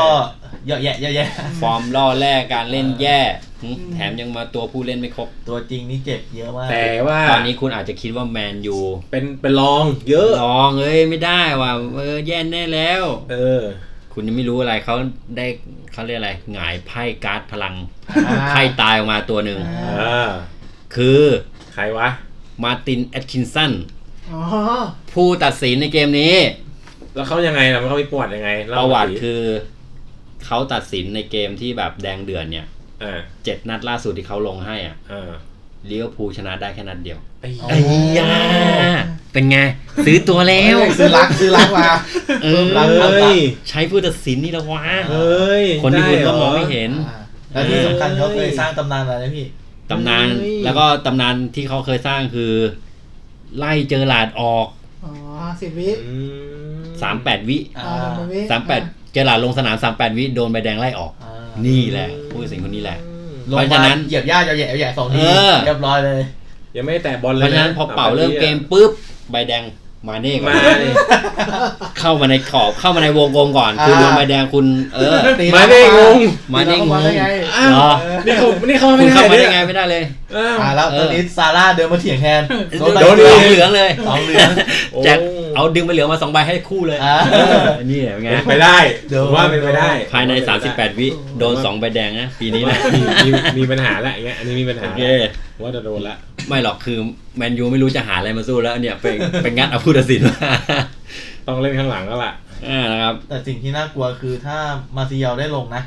[SPEAKER 4] เยอะแยะเยอะแยะ
[SPEAKER 1] ฟอร์มล่อแร่การเล่นแย่หึแถมยังมาตัวผู้เล่นไม่ครบ
[SPEAKER 4] ตัวจริงนี่เจ็บเยอะมาก
[SPEAKER 3] แต่ว่า
[SPEAKER 1] ตอนนี้คุณอาจจะคิดว่าแมนยู
[SPEAKER 3] เป็นเป็นรองเยอะ
[SPEAKER 1] ลองเอ้ยไม่ได้ว่ะเออแย่แน่แล้ว
[SPEAKER 3] เออ
[SPEAKER 1] คุณยังไม่รู้อะไรเขาได้เขาเรียกอะไรหงายไพ่การ์ดพลัง
[SPEAKER 4] อ่า
[SPEAKER 1] ไพ่ตายออกมาตัวหนึ่ง
[SPEAKER 2] อ่า
[SPEAKER 3] อ่า
[SPEAKER 1] คือ
[SPEAKER 3] ใครวะ
[SPEAKER 1] มาร์ตินแอดคินสัน
[SPEAKER 2] อ๋อ
[SPEAKER 1] ผู้ตัดสินในเกมนี้
[SPEAKER 3] แล้วเขายังไงล่ะมันเขามีประวัติยังไงเล่า
[SPEAKER 1] ประวัติ
[SPEAKER 3] มาสิ
[SPEAKER 1] คือเขาตัดสินในเกมที่แบบแดงเดือดเนี่ย
[SPEAKER 3] อ่า
[SPEAKER 1] เจ็ดนัดล่าสุดที่เขาลงให้อ่ะ
[SPEAKER 3] อ่า
[SPEAKER 1] เลี้ยวภูลชนะได้แค่นัดเดียว
[SPEAKER 3] ไอ้
[SPEAKER 4] โอ้
[SPEAKER 1] ไอ้ยาเป็นไง ซื้อตัวแล้ว
[SPEAKER 4] ซื้อรักซื้อรักมา
[SPEAKER 1] เออ
[SPEAKER 4] รักรัก
[SPEAKER 3] เฮ้ย
[SPEAKER 1] ใช้ผู้ตัดสินนี่ละวะ
[SPEAKER 3] เฮ้ย
[SPEAKER 1] คนที่คุณก็มองไม่
[SPEAKER 3] น
[SPEAKER 1] เห็น
[SPEAKER 4] อ่าแล้วที่สำคัญเขาเคยสร้างตำนานอะไรนะพี่
[SPEAKER 1] ตำนาน
[SPEAKER 2] เฮ้ย
[SPEAKER 1] แล้วก็ตำนานที่เขาเคยสร้างคือ ไล่เจอหลาดออก
[SPEAKER 2] อ๋อสิบวิ
[SPEAKER 1] สามแปดวิ
[SPEAKER 4] อ่า
[SPEAKER 2] อ่าสามวิ
[SPEAKER 1] สามแปด
[SPEAKER 2] อ่
[SPEAKER 1] เจอหลาดลงสนามสามแปดวิโดนใบแดงไล่ออก
[SPEAKER 4] อ่า
[SPEAKER 1] นี่แหละผู้ตัดสินคนนี้แหละ
[SPEAKER 4] ลง
[SPEAKER 1] เพราะ
[SPEAKER 4] มา
[SPEAKER 1] ฉะนั้น
[SPEAKER 4] เหยียบหญ้าเหยียบแหย่เหยียบแหย่สองที
[SPEAKER 1] เออ
[SPEAKER 4] เรียบร้อยเลย
[SPEAKER 3] ยังไม่ได้แตะบอล
[SPEAKER 1] เพ
[SPEAKER 3] เลย
[SPEAKER 1] ราะฉะนั้นพอเป่าเริ่มเกมปุ๊บใบแดงมาเน่ก่อน
[SPEAKER 3] มาดิ
[SPEAKER 1] เข้ามาในขอบเข้ามาในวงกลมก่อน คือ
[SPEAKER 4] อ่า
[SPEAKER 1] โดนใบแดงคุณ เออ
[SPEAKER 4] ตี
[SPEAKER 3] มาดิงง
[SPEAKER 1] มาเน่ง
[SPEAKER 4] ตี
[SPEAKER 1] ง
[SPEAKER 4] เราเข้ได้ไง
[SPEAKER 3] อ้าว
[SPEAKER 1] เหรอ
[SPEAKER 3] นี่เขานี่เขา
[SPEAKER 1] คุ
[SPEAKER 3] ไม่
[SPEAKER 1] ณ
[SPEAKER 3] ได้
[SPEAKER 1] เข้ามาได้
[SPEAKER 3] เนี่
[SPEAKER 1] ไง
[SPEAKER 3] ย
[SPEAKER 1] ไม่ได้เลย
[SPEAKER 3] อ้าว
[SPEAKER 4] อ่าแล้วตอนนี้ซาร่าเดินมาเถียงแทน
[SPEAKER 3] โดน
[SPEAKER 4] ไป
[SPEAKER 1] ส
[SPEAKER 4] เล
[SPEAKER 1] อย งเหลืองเลย
[SPEAKER 4] สองเหลือง
[SPEAKER 3] โอ้
[SPEAKER 1] แจกเอาดึงไปเหลืองมาสองใบให้คู่เลย
[SPEAKER 4] อ่า
[SPEAKER 1] เออนี่เป็นไง
[SPEAKER 3] เป็นไปได้
[SPEAKER 4] เดี๋ยว
[SPEAKER 3] ผมว่าเป็นไปได้
[SPEAKER 1] ภายใน 38 วิโดน 2 ใบแดงนะปี
[SPEAKER 3] ปี
[SPEAKER 1] นี้
[SPEAKER 3] นี้
[SPEAKER 1] นะ
[SPEAKER 3] มีมีมีปัญหาละอย่างเงี้ยอันนี้มีปัญหา
[SPEAKER 1] โอ
[SPEAKER 3] ละ
[SPEAKER 1] เค
[SPEAKER 3] ผมว่าจะโดนละ
[SPEAKER 1] ไม่หรอกคือแมนยูไม่รู้จะหาอะไรมาสู้แล้วเนี่ยไปไปงัดเอาผู้ตัดสินมา
[SPEAKER 3] ต้องเล่นข้างหลังแล้วล่ะ
[SPEAKER 1] อ่านะครับ
[SPEAKER 4] แต่สิ่งที่น่ากลัวคือถ้ามาซิเยาได้ลงนะ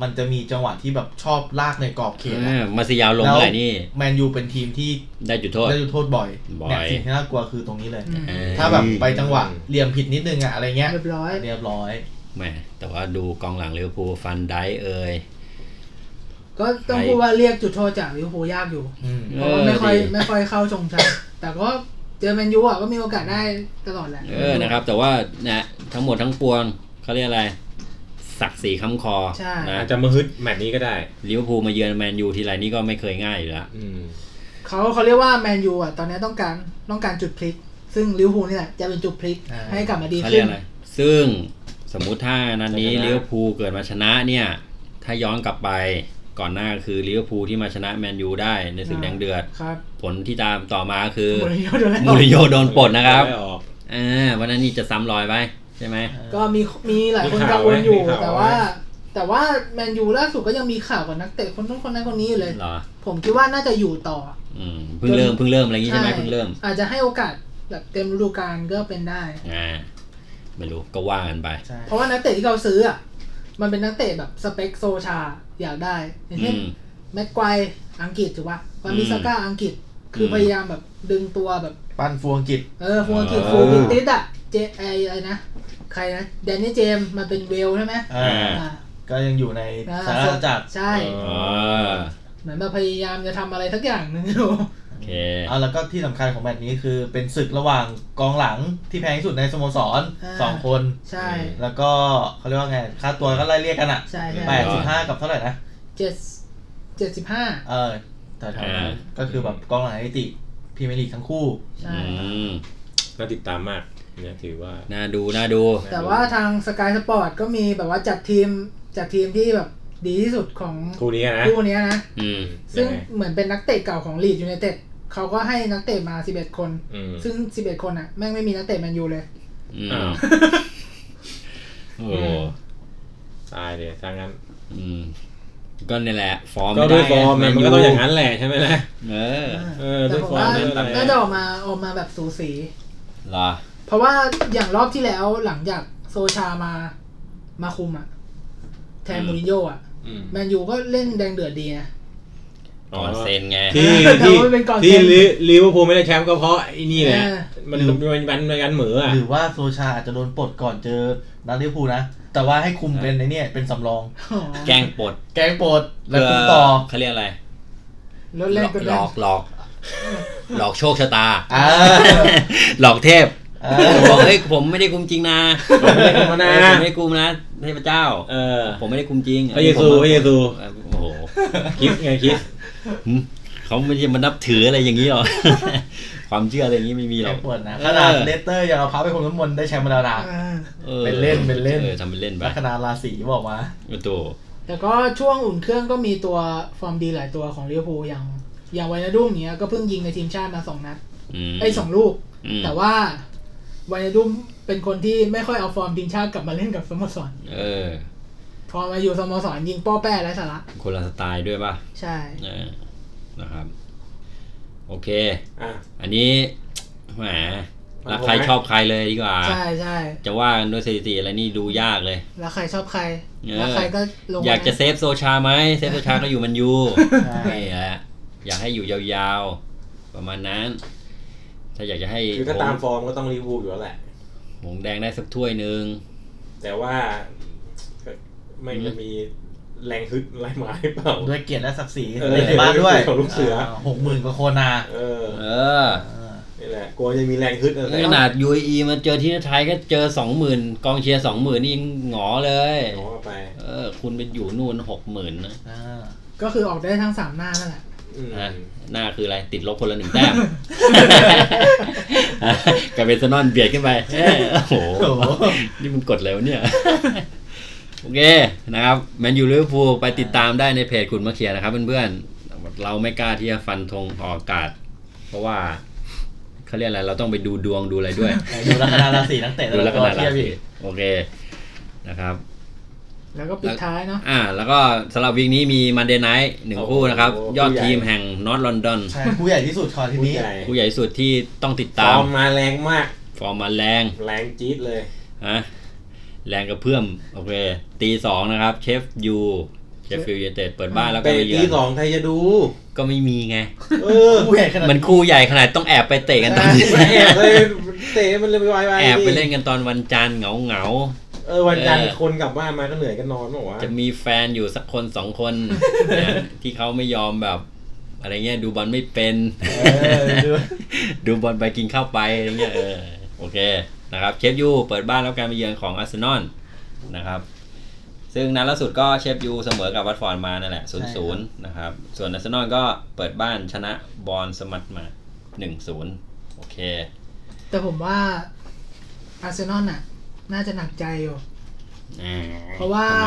[SPEAKER 4] มันจะมีจังหวะที่แบบชอบลากในกรอบเขต
[SPEAKER 1] อ่า
[SPEAKER 4] อะ
[SPEAKER 1] มาซิยาวลงเมื่อไหร่นี่
[SPEAKER 4] แมนยูเป็นทีมที่
[SPEAKER 1] ได้จุดโทษ
[SPEAKER 4] ได้จุดโทษบ่อย
[SPEAKER 1] บ่อย
[SPEAKER 4] เนี่ยสิ่งที่น่ากลัวคือตรงนี้เลย
[SPEAKER 2] อืม
[SPEAKER 1] เออ
[SPEAKER 4] ถ้าแบบไปจังหวะเหลี่ยมผิดนิดนึงอะอะไรเงี้ย
[SPEAKER 2] เรียบร้อย
[SPEAKER 4] เรียบร้อย
[SPEAKER 1] แหมแต่ว่าดูกองหลังลิเวอร์พูลฟันได้เอ่ย
[SPEAKER 2] ก็ต้อง
[SPEAKER 1] ใช่
[SPEAKER 2] พูดว่าเรียกจุดโทษจากลิเวอร์พูลยากอยู่
[SPEAKER 4] อืม
[SPEAKER 2] เพราะว่าไม่ค่อยไม่ค่อยเข้าชงชัยแต่ก็เจอแมนยูอ่ะก็มีโอกาสได้ตลอดแหละ
[SPEAKER 1] เออนะครับ แต่ว่านะทั้งหมดทั้งปวงเขาเรียกอะไร ศักดิ์ศรีค้ำคอ
[SPEAKER 2] ใช่
[SPEAKER 1] นะ
[SPEAKER 3] อาจจะมาฮึดแมตช์นี้ก็ได้
[SPEAKER 1] ลิเวอร์พูลมาเยือนแมนยูทีไรนี่ก็ไม่เคยง่ายอยู่แล้ว
[SPEAKER 3] อืม
[SPEAKER 2] เขาเขาเรียกว่าแมนยูอ่ะตอนนี้ต้องการต้องการจุดพลิก ซึ่งลิเวอร์พูลนี่แหละจะเป็นจุดพลิก
[SPEAKER 4] อ่า
[SPEAKER 2] ให้กลับมาดี
[SPEAKER 1] เขาเรี
[SPEAKER 2] ขึ้
[SPEAKER 1] ยก
[SPEAKER 2] น
[SPEAKER 1] อะไร ซึ่งสมมุติถ้านัดนี้ลิเวอร์พูลเกิดมาชนะเนี่ย ถ้าย้อนกลับไปก่อนหน้าคือลิเวอร์พูลที่มาชนะแมนยูได้ในศึกแดงเดือด
[SPEAKER 2] ครับ
[SPEAKER 1] ผลที่ตามต่อมาคือ
[SPEAKER 2] มูริน
[SPEAKER 1] มูริน
[SPEAKER 2] โญ่โดนไล่ออก
[SPEAKER 1] โญ่โดนปลดนะครับ
[SPEAKER 3] ไม่ออก
[SPEAKER 1] อ่าวันนั้นนี่จะซ้ำรอยไปใช่ไหม
[SPEAKER 2] ก็มีมีหลายคนกังวลอยู่
[SPEAKER 3] มีข่าวไหม
[SPEAKER 2] แต่ว่า แต่ว่าแมนยูล่าสุดก็ยังมีข่าวกับนักเตะคนนู้นคนนั้นคนนี้อยู่เลย
[SPEAKER 1] เหรอ
[SPEAKER 2] ผมคิดว่าน่าจะอยู่ต่อ
[SPEAKER 1] อืมเพิ่งเริ่มเพิ่งเริ่มอะไรอย่างงี้ใช่ไหมเพิ่งเริ่ม
[SPEAKER 2] อาจจะให้โอกาสแบบเต็มฤดูกาลก็เป็นได้
[SPEAKER 1] อ่าไม่รู้ก็ว่ากันไป
[SPEAKER 4] ใช่
[SPEAKER 2] เพราะว่านักเตะที่เราซื้ออ่ะมันเป็นนักเตะแบบสเปคโซชาอยากได้อย่าง
[SPEAKER 1] อื
[SPEAKER 2] เช่น
[SPEAKER 1] ม
[SPEAKER 2] แม็กไกวร์อังกฤษถูกป่ะวันบิสาก้าอังกฤษ คือ
[SPEAKER 1] ม
[SPEAKER 2] พยายามแบบดึงตัวแบบ
[SPEAKER 4] ปั้นฟวงกิจ
[SPEAKER 2] เออฟัวกิจ
[SPEAKER 1] เออ
[SPEAKER 2] ฟูวินติสอ่ะเจไอไอนะ ใครนะแดนนี่เจมส์มันเป็นเวลใช่ไหม
[SPEAKER 4] อ่า
[SPEAKER 2] อ่า
[SPEAKER 4] ก็ยังอยู่ใน
[SPEAKER 2] อ่
[SPEAKER 4] สาราจักร
[SPEAKER 2] ใช่
[SPEAKER 3] เอ
[SPEAKER 1] อ๋อ
[SPEAKER 2] เหมือนแบบพยายามจะทำอะไรสักอย่างหนึ่งอยู่
[SPEAKER 1] โอเค
[SPEAKER 4] เอาแล้วก็ที่สำคัญของแมตช์นี้คือเป็นศึกระหว่างกองหลังที่แพงที่สุดในสโมสร
[SPEAKER 2] อ่า
[SPEAKER 4] สองคน
[SPEAKER 2] ใช่
[SPEAKER 4] แล้วก็เขาเรียกว่าไง ค่าตัวก็ไล่เรียกกันอ่ะ
[SPEAKER 2] ใช่ใช่
[SPEAKER 4] แปดสิบ
[SPEAKER 1] 85
[SPEAKER 4] ห้ากับเท่าไหร่นะ
[SPEAKER 2] เจ็ดเจ็ดสิบห้า
[SPEAKER 4] เออแต่ท
[SPEAKER 1] อ่า
[SPEAKER 4] ำก็คือแบบกองหลังไอติพรีเมียร์ลีกทั้งคู่
[SPEAKER 2] ใช่
[SPEAKER 1] อืม
[SPEAKER 3] น่าติดตามมากเนี่ยถือว่า
[SPEAKER 1] น่าดูน่าดู
[SPEAKER 3] ม
[SPEAKER 2] แต่ว่าทางสกายสปอร์ตก็มีแบบว่าจัดทีมจัดทีมที่แบบดีที่สุดของ
[SPEAKER 3] คู่นี้นะ
[SPEAKER 2] คู่เนี้ยนะ
[SPEAKER 1] อืม
[SPEAKER 2] ซึ่ง
[SPEAKER 3] ยัไ
[SPEAKER 2] เหมือนเป็นนักเตะเก่าของลีดยูไนเต็ดเขาก็ให้นักเตะมา 11 คน
[SPEAKER 3] อืม
[SPEAKER 2] ซึ่ง 11 คนอ่ะ แม่งไม่มีนักเตะแมนยูเลย
[SPEAKER 1] อืม
[SPEAKER 3] อ้าว
[SPEAKER 1] โอ้โห
[SPEAKER 3] ตายเลยถ้างั้น
[SPEAKER 1] อืม ก็นี่แหละ ฟอร์ม
[SPEAKER 3] ก็
[SPEAKER 1] ไม่
[SPEAKER 3] ด้วย
[SPEAKER 1] ไไง
[SPEAKER 3] ฟอร์มอะมันก็ต้องอย่างนั้นแหละใช่ไหมล่ะ
[SPEAKER 1] เออ
[SPEAKER 3] เออ
[SPEAKER 2] แต่ผม
[SPEAKER 3] ด้วยฟอ
[SPEAKER 2] ว่าม
[SPEAKER 3] ร์ด้วยอะไร
[SPEAKER 2] น่าจะออกมาออกมาแบบสูสี
[SPEAKER 1] เหรอ
[SPEAKER 2] เพราะว่าอย่างรอบที่แล้วหลังจากโซชามามาคุมอ่ะ แทน
[SPEAKER 1] อืม
[SPEAKER 2] มูรินโญ่อ่ะ
[SPEAKER 3] อืม
[SPEAKER 2] แมนยูก็เล่นแดงเดือดดีนะ
[SPEAKER 1] ก่อนเซนไง
[SPEAKER 3] ที่
[SPEAKER 2] แต่
[SPEAKER 3] ที่
[SPEAKER 2] ว่ามันเป็นก่อน
[SPEAKER 3] ที่
[SPEAKER 2] เซ็น
[SPEAKER 3] ลิลิเวอร์พูลไม่ได้แชมป์ก็เพราะไอ้นี่แหละ
[SPEAKER 2] เออ
[SPEAKER 3] มัน
[SPEAKER 4] หรือ
[SPEAKER 3] มันมันมันกันเหมืออะ
[SPEAKER 4] หรือว่าโซชาอาจจะโดนปลดก่อนเจอนัดลิเวอร์พูลนะ แต่ว่าให้คุมเป็นในเนี่ยเป็นสำรอง
[SPEAKER 2] อ๋อ
[SPEAKER 1] แกล้งปลด
[SPEAKER 4] แกงปลดแล้
[SPEAKER 1] เพื่อ
[SPEAKER 4] วคุมต่อ
[SPEAKER 1] เขาเรียกอะไร
[SPEAKER 2] ลดเล่นกัน
[SPEAKER 1] หล
[SPEAKER 2] แล้ว
[SPEAKER 1] อกหลอก หลอกโชคชะตา
[SPEAKER 4] อ่า
[SPEAKER 1] หลอกเทพ
[SPEAKER 4] เออ
[SPEAKER 1] บอกเฮ้ยผมไม่ได้คุมจริงนะ
[SPEAKER 3] ผมไม่ได้คุมนะ
[SPEAKER 1] ผมไม่ได้คุมนะเทพเจ้า
[SPEAKER 3] เออ
[SPEAKER 1] ผมไม่ได้คุมจริง
[SPEAKER 3] พระเยซูพระเยซู
[SPEAKER 1] โอ้โห
[SPEAKER 3] คิดไงคิด
[SPEAKER 1] หึเขาไม่ได้มานับถืออะไรอย่างนี้หรอ ความเชื่ออะไรอย่างนี้ไม่มีห
[SPEAKER 4] แก
[SPEAKER 1] รอก
[SPEAKER 4] งปลดนะขนาด
[SPEAKER 1] เออ
[SPEAKER 4] เลสเตอร์ยังเอาพาไปคนน้ำมนต์ได้แชมป์มาแล้วนะ
[SPEAKER 2] อ่า
[SPEAKER 1] ออ
[SPEAKER 4] เป็นเล่นเป็นเล่น
[SPEAKER 1] ออทำเป็นเล่นไป
[SPEAKER 4] ลัคนาราศีบอกมา
[SPEAKER 1] โอ้โต
[SPEAKER 2] แต่ก็ช่วงอุ่นเครื่องก็มีตัวฟอร์มดีหลายตัวของลิเวอร์พูลอย่าง อย่างไวนาดุมเนี้ยก็เพิ่งยิงในทีมชาติมาสองนัด
[SPEAKER 1] อืม
[SPEAKER 2] ไอ้ยสองลูก
[SPEAKER 1] อืม
[SPEAKER 2] แต่ว่าไวนาดุมเป็นคนที่ไม่ค่อยเอาฟอร์มทีมชาติกลับมาเล่นกับสโมสร
[SPEAKER 1] เออ
[SPEAKER 2] พอมาอยู่สโมสรยิงป้อแป้และสาระ
[SPEAKER 1] คนละสไตล์ด้วยป่ะ
[SPEAKER 2] ใช่
[SPEAKER 1] เออนะครับ โอเค
[SPEAKER 3] อ่ะ
[SPEAKER 1] อันนี้แหมรักใครชอบใครเลยดีกว่า
[SPEAKER 2] ใช่ใช่
[SPEAKER 1] จะว่ากันด้วยสถิติอะไรนี่ดูยากเลย
[SPEAKER 2] แล้วใครชอบใคร
[SPEAKER 1] เออ
[SPEAKER 2] แล้วใครก็ลง
[SPEAKER 1] อยากจะ
[SPEAKER 2] น
[SPEAKER 1] เซฟโซชาไหมเซฟโซชาก็อยู่มันอยู่
[SPEAKER 4] ใช่
[SPEAKER 1] นี่แหละอยากให้อยู่ยาวๆ ประมาณนั้น ถ้าอยากจะให้
[SPEAKER 3] คือถ้าตามฟอร์มก็ต้องลิเวอร์พูลอยู่แล้วแหละ
[SPEAKER 1] หงส์แดงได้สักถ้วยหนึ่ง
[SPEAKER 3] แต่ว่าก็ไม่จะมีแรงฮึดอะไรมาหรือเปล่า
[SPEAKER 4] ด้วยเกียรติและศักดิ์ศรี
[SPEAKER 3] เออ
[SPEAKER 4] เล่นในบ้านด้วย
[SPEAKER 3] ของลูกเสืออ่
[SPEAKER 4] หกหมื่นกว่าคนนะ
[SPEAKER 3] เออ
[SPEAKER 1] เออ
[SPEAKER 4] อ่า
[SPEAKER 3] นี่แหละ กลัวจะมีแรงฮึดอะไร
[SPEAKER 1] ขนาด UAE มาเจอที่ไทยก็เจอสองหมื่นกองเชียร์สองหมื่นนี่ยังหงอเลย
[SPEAKER 3] เนาะไป
[SPEAKER 1] เออ คุณไปอยู่นู่นหกหมื่นนะ
[SPEAKER 4] อ่า
[SPEAKER 2] ก็คือออกได้ทั้งสามหน้านั่นแหละ
[SPEAKER 3] อืม
[SPEAKER 1] อ่ะหน้าคืออะไร ติดลบคนละหนึ่งแต้ม กลายเป็นเซนอนเบียดขึ้นไปเอ้ยโอ้โห
[SPEAKER 4] โอ้โห
[SPEAKER 1] นี่มันกดแล้วะเนี่ย โอเคนะครับแมนยูลิเวอร์พูลไปติดตามได้ในเพจคุณมะเขียนะครับเพื่อนๆ เราไม่กล้าที่จะฟันธงออกอากาศ เพราะว่าเขาเรียกอะไร เราต้องไปดูดวงดูอะไรด้วย
[SPEAKER 4] ดูลัคนาราศีนักเตะ
[SPEAKER 1] ดูแล้วก็
[SPEAKER 4] ตั
[SPEAKER 1] น่ารั
[SPEAKER 4] เทีย
[SPEAKER 1] ก
[SPEAKER 4] บอีก
[SPEAKER 1] โอเคนะครับ
[SPEAKER 2] แล้วก็ปิดท้ายเนาะ
[SPEAKER 1] อ่า แล้วก็สำหรับวีคนี้มีมันเดย์ไนท์หนึ่งคู่นะครับ ยอดทีมแห่งนอตลอนดอน
[SPEAKER 4] ใช่ ผู้ใหญ่ที่สุดขอทีม
[SPEAKER 3] ผู้
[SPEAKER 4] นี้
[SPEAKER 3] ใหญ่
[SPEAKER 1] ผู้ใหญ่สุดที่ต้องติด
[SPEAKER 3] ฟ
[SPEAKER 1] ตา
[SPEAKER 3] อ
[SPEAKER 1] ม
[SPEAKER 3] ร์มมาแรงมาก
[SPEAKER 1] ฟอร์มมาแรง
[SPEAKER 3] แรงจี๊ดเลย
[SPEAKER 1] ฮะแรงกระเพื่อม โอเค ตีสองนะครับ เชฟยูเชฟฟิลด์ยูไนเต็ดเปิดบ้านแล้วก็
[SPEAKER 3] เตะ
[SPEAKER 1] ไปเยื
[SPEAKER 3] ตี
[SPEAKER 1] อน
[SPEAKER 3] สองใครจะดู
[SPEAKER 1] ก็ไม่มีไง
[SPEAKER 3] เอ อ
[SPEAKER 4] ผู้ใหญ่ขนาด
[SPEAKER 1] มันคู่ใหญ่ขนาดต้องแอบไปเตะกันตอน
[SPEAKER 3] แอบเลยเตะมันเลยไปวายวาย
[SPEAKER 1] แอบไปเล่นกันตอนวันจันทร์เหงาเหงา
[SPEAKER 3] เออวันจันทร์คนกลับบ้านมาก็เหนื่อยก็นอนบอกว่าวะ
[SPEAKER 1] ๆจะมีแฟนอยู่สักคนสอง คนนะที่เขาไม่ยอมแบบ อะไรเงี้ยดูบอลไม่เป็น
[SPEAKER 4] เออดู
[SPEAKER 1] ดูบอลไปกินข้าวไปอะไรเงี้ยเออโอเคนะครับเชฟยูเปิดบ้านแล้วการไปเยือนของอาร์เซนอลนะครับ ซึ่งนัดล่าสุดก็เชฟยูเสมอกับวัตฟอร์ดมานั่นแหละ0ูนย์ศูนย์นะครับ ส่วนอาร์เซนอลก็เปิดบ้านชนะบอลสมัตมา1นึ่งศูนย์โอเค
[SPEAKER 2] แต่ผมว่าอาร์เซนอลน่ะ น่าจะหนักใจอยู่
[SPEAKER 1] อ่
[SPEAKER 2] เพราะว่า
[SPEAKER 1] ทำไมอ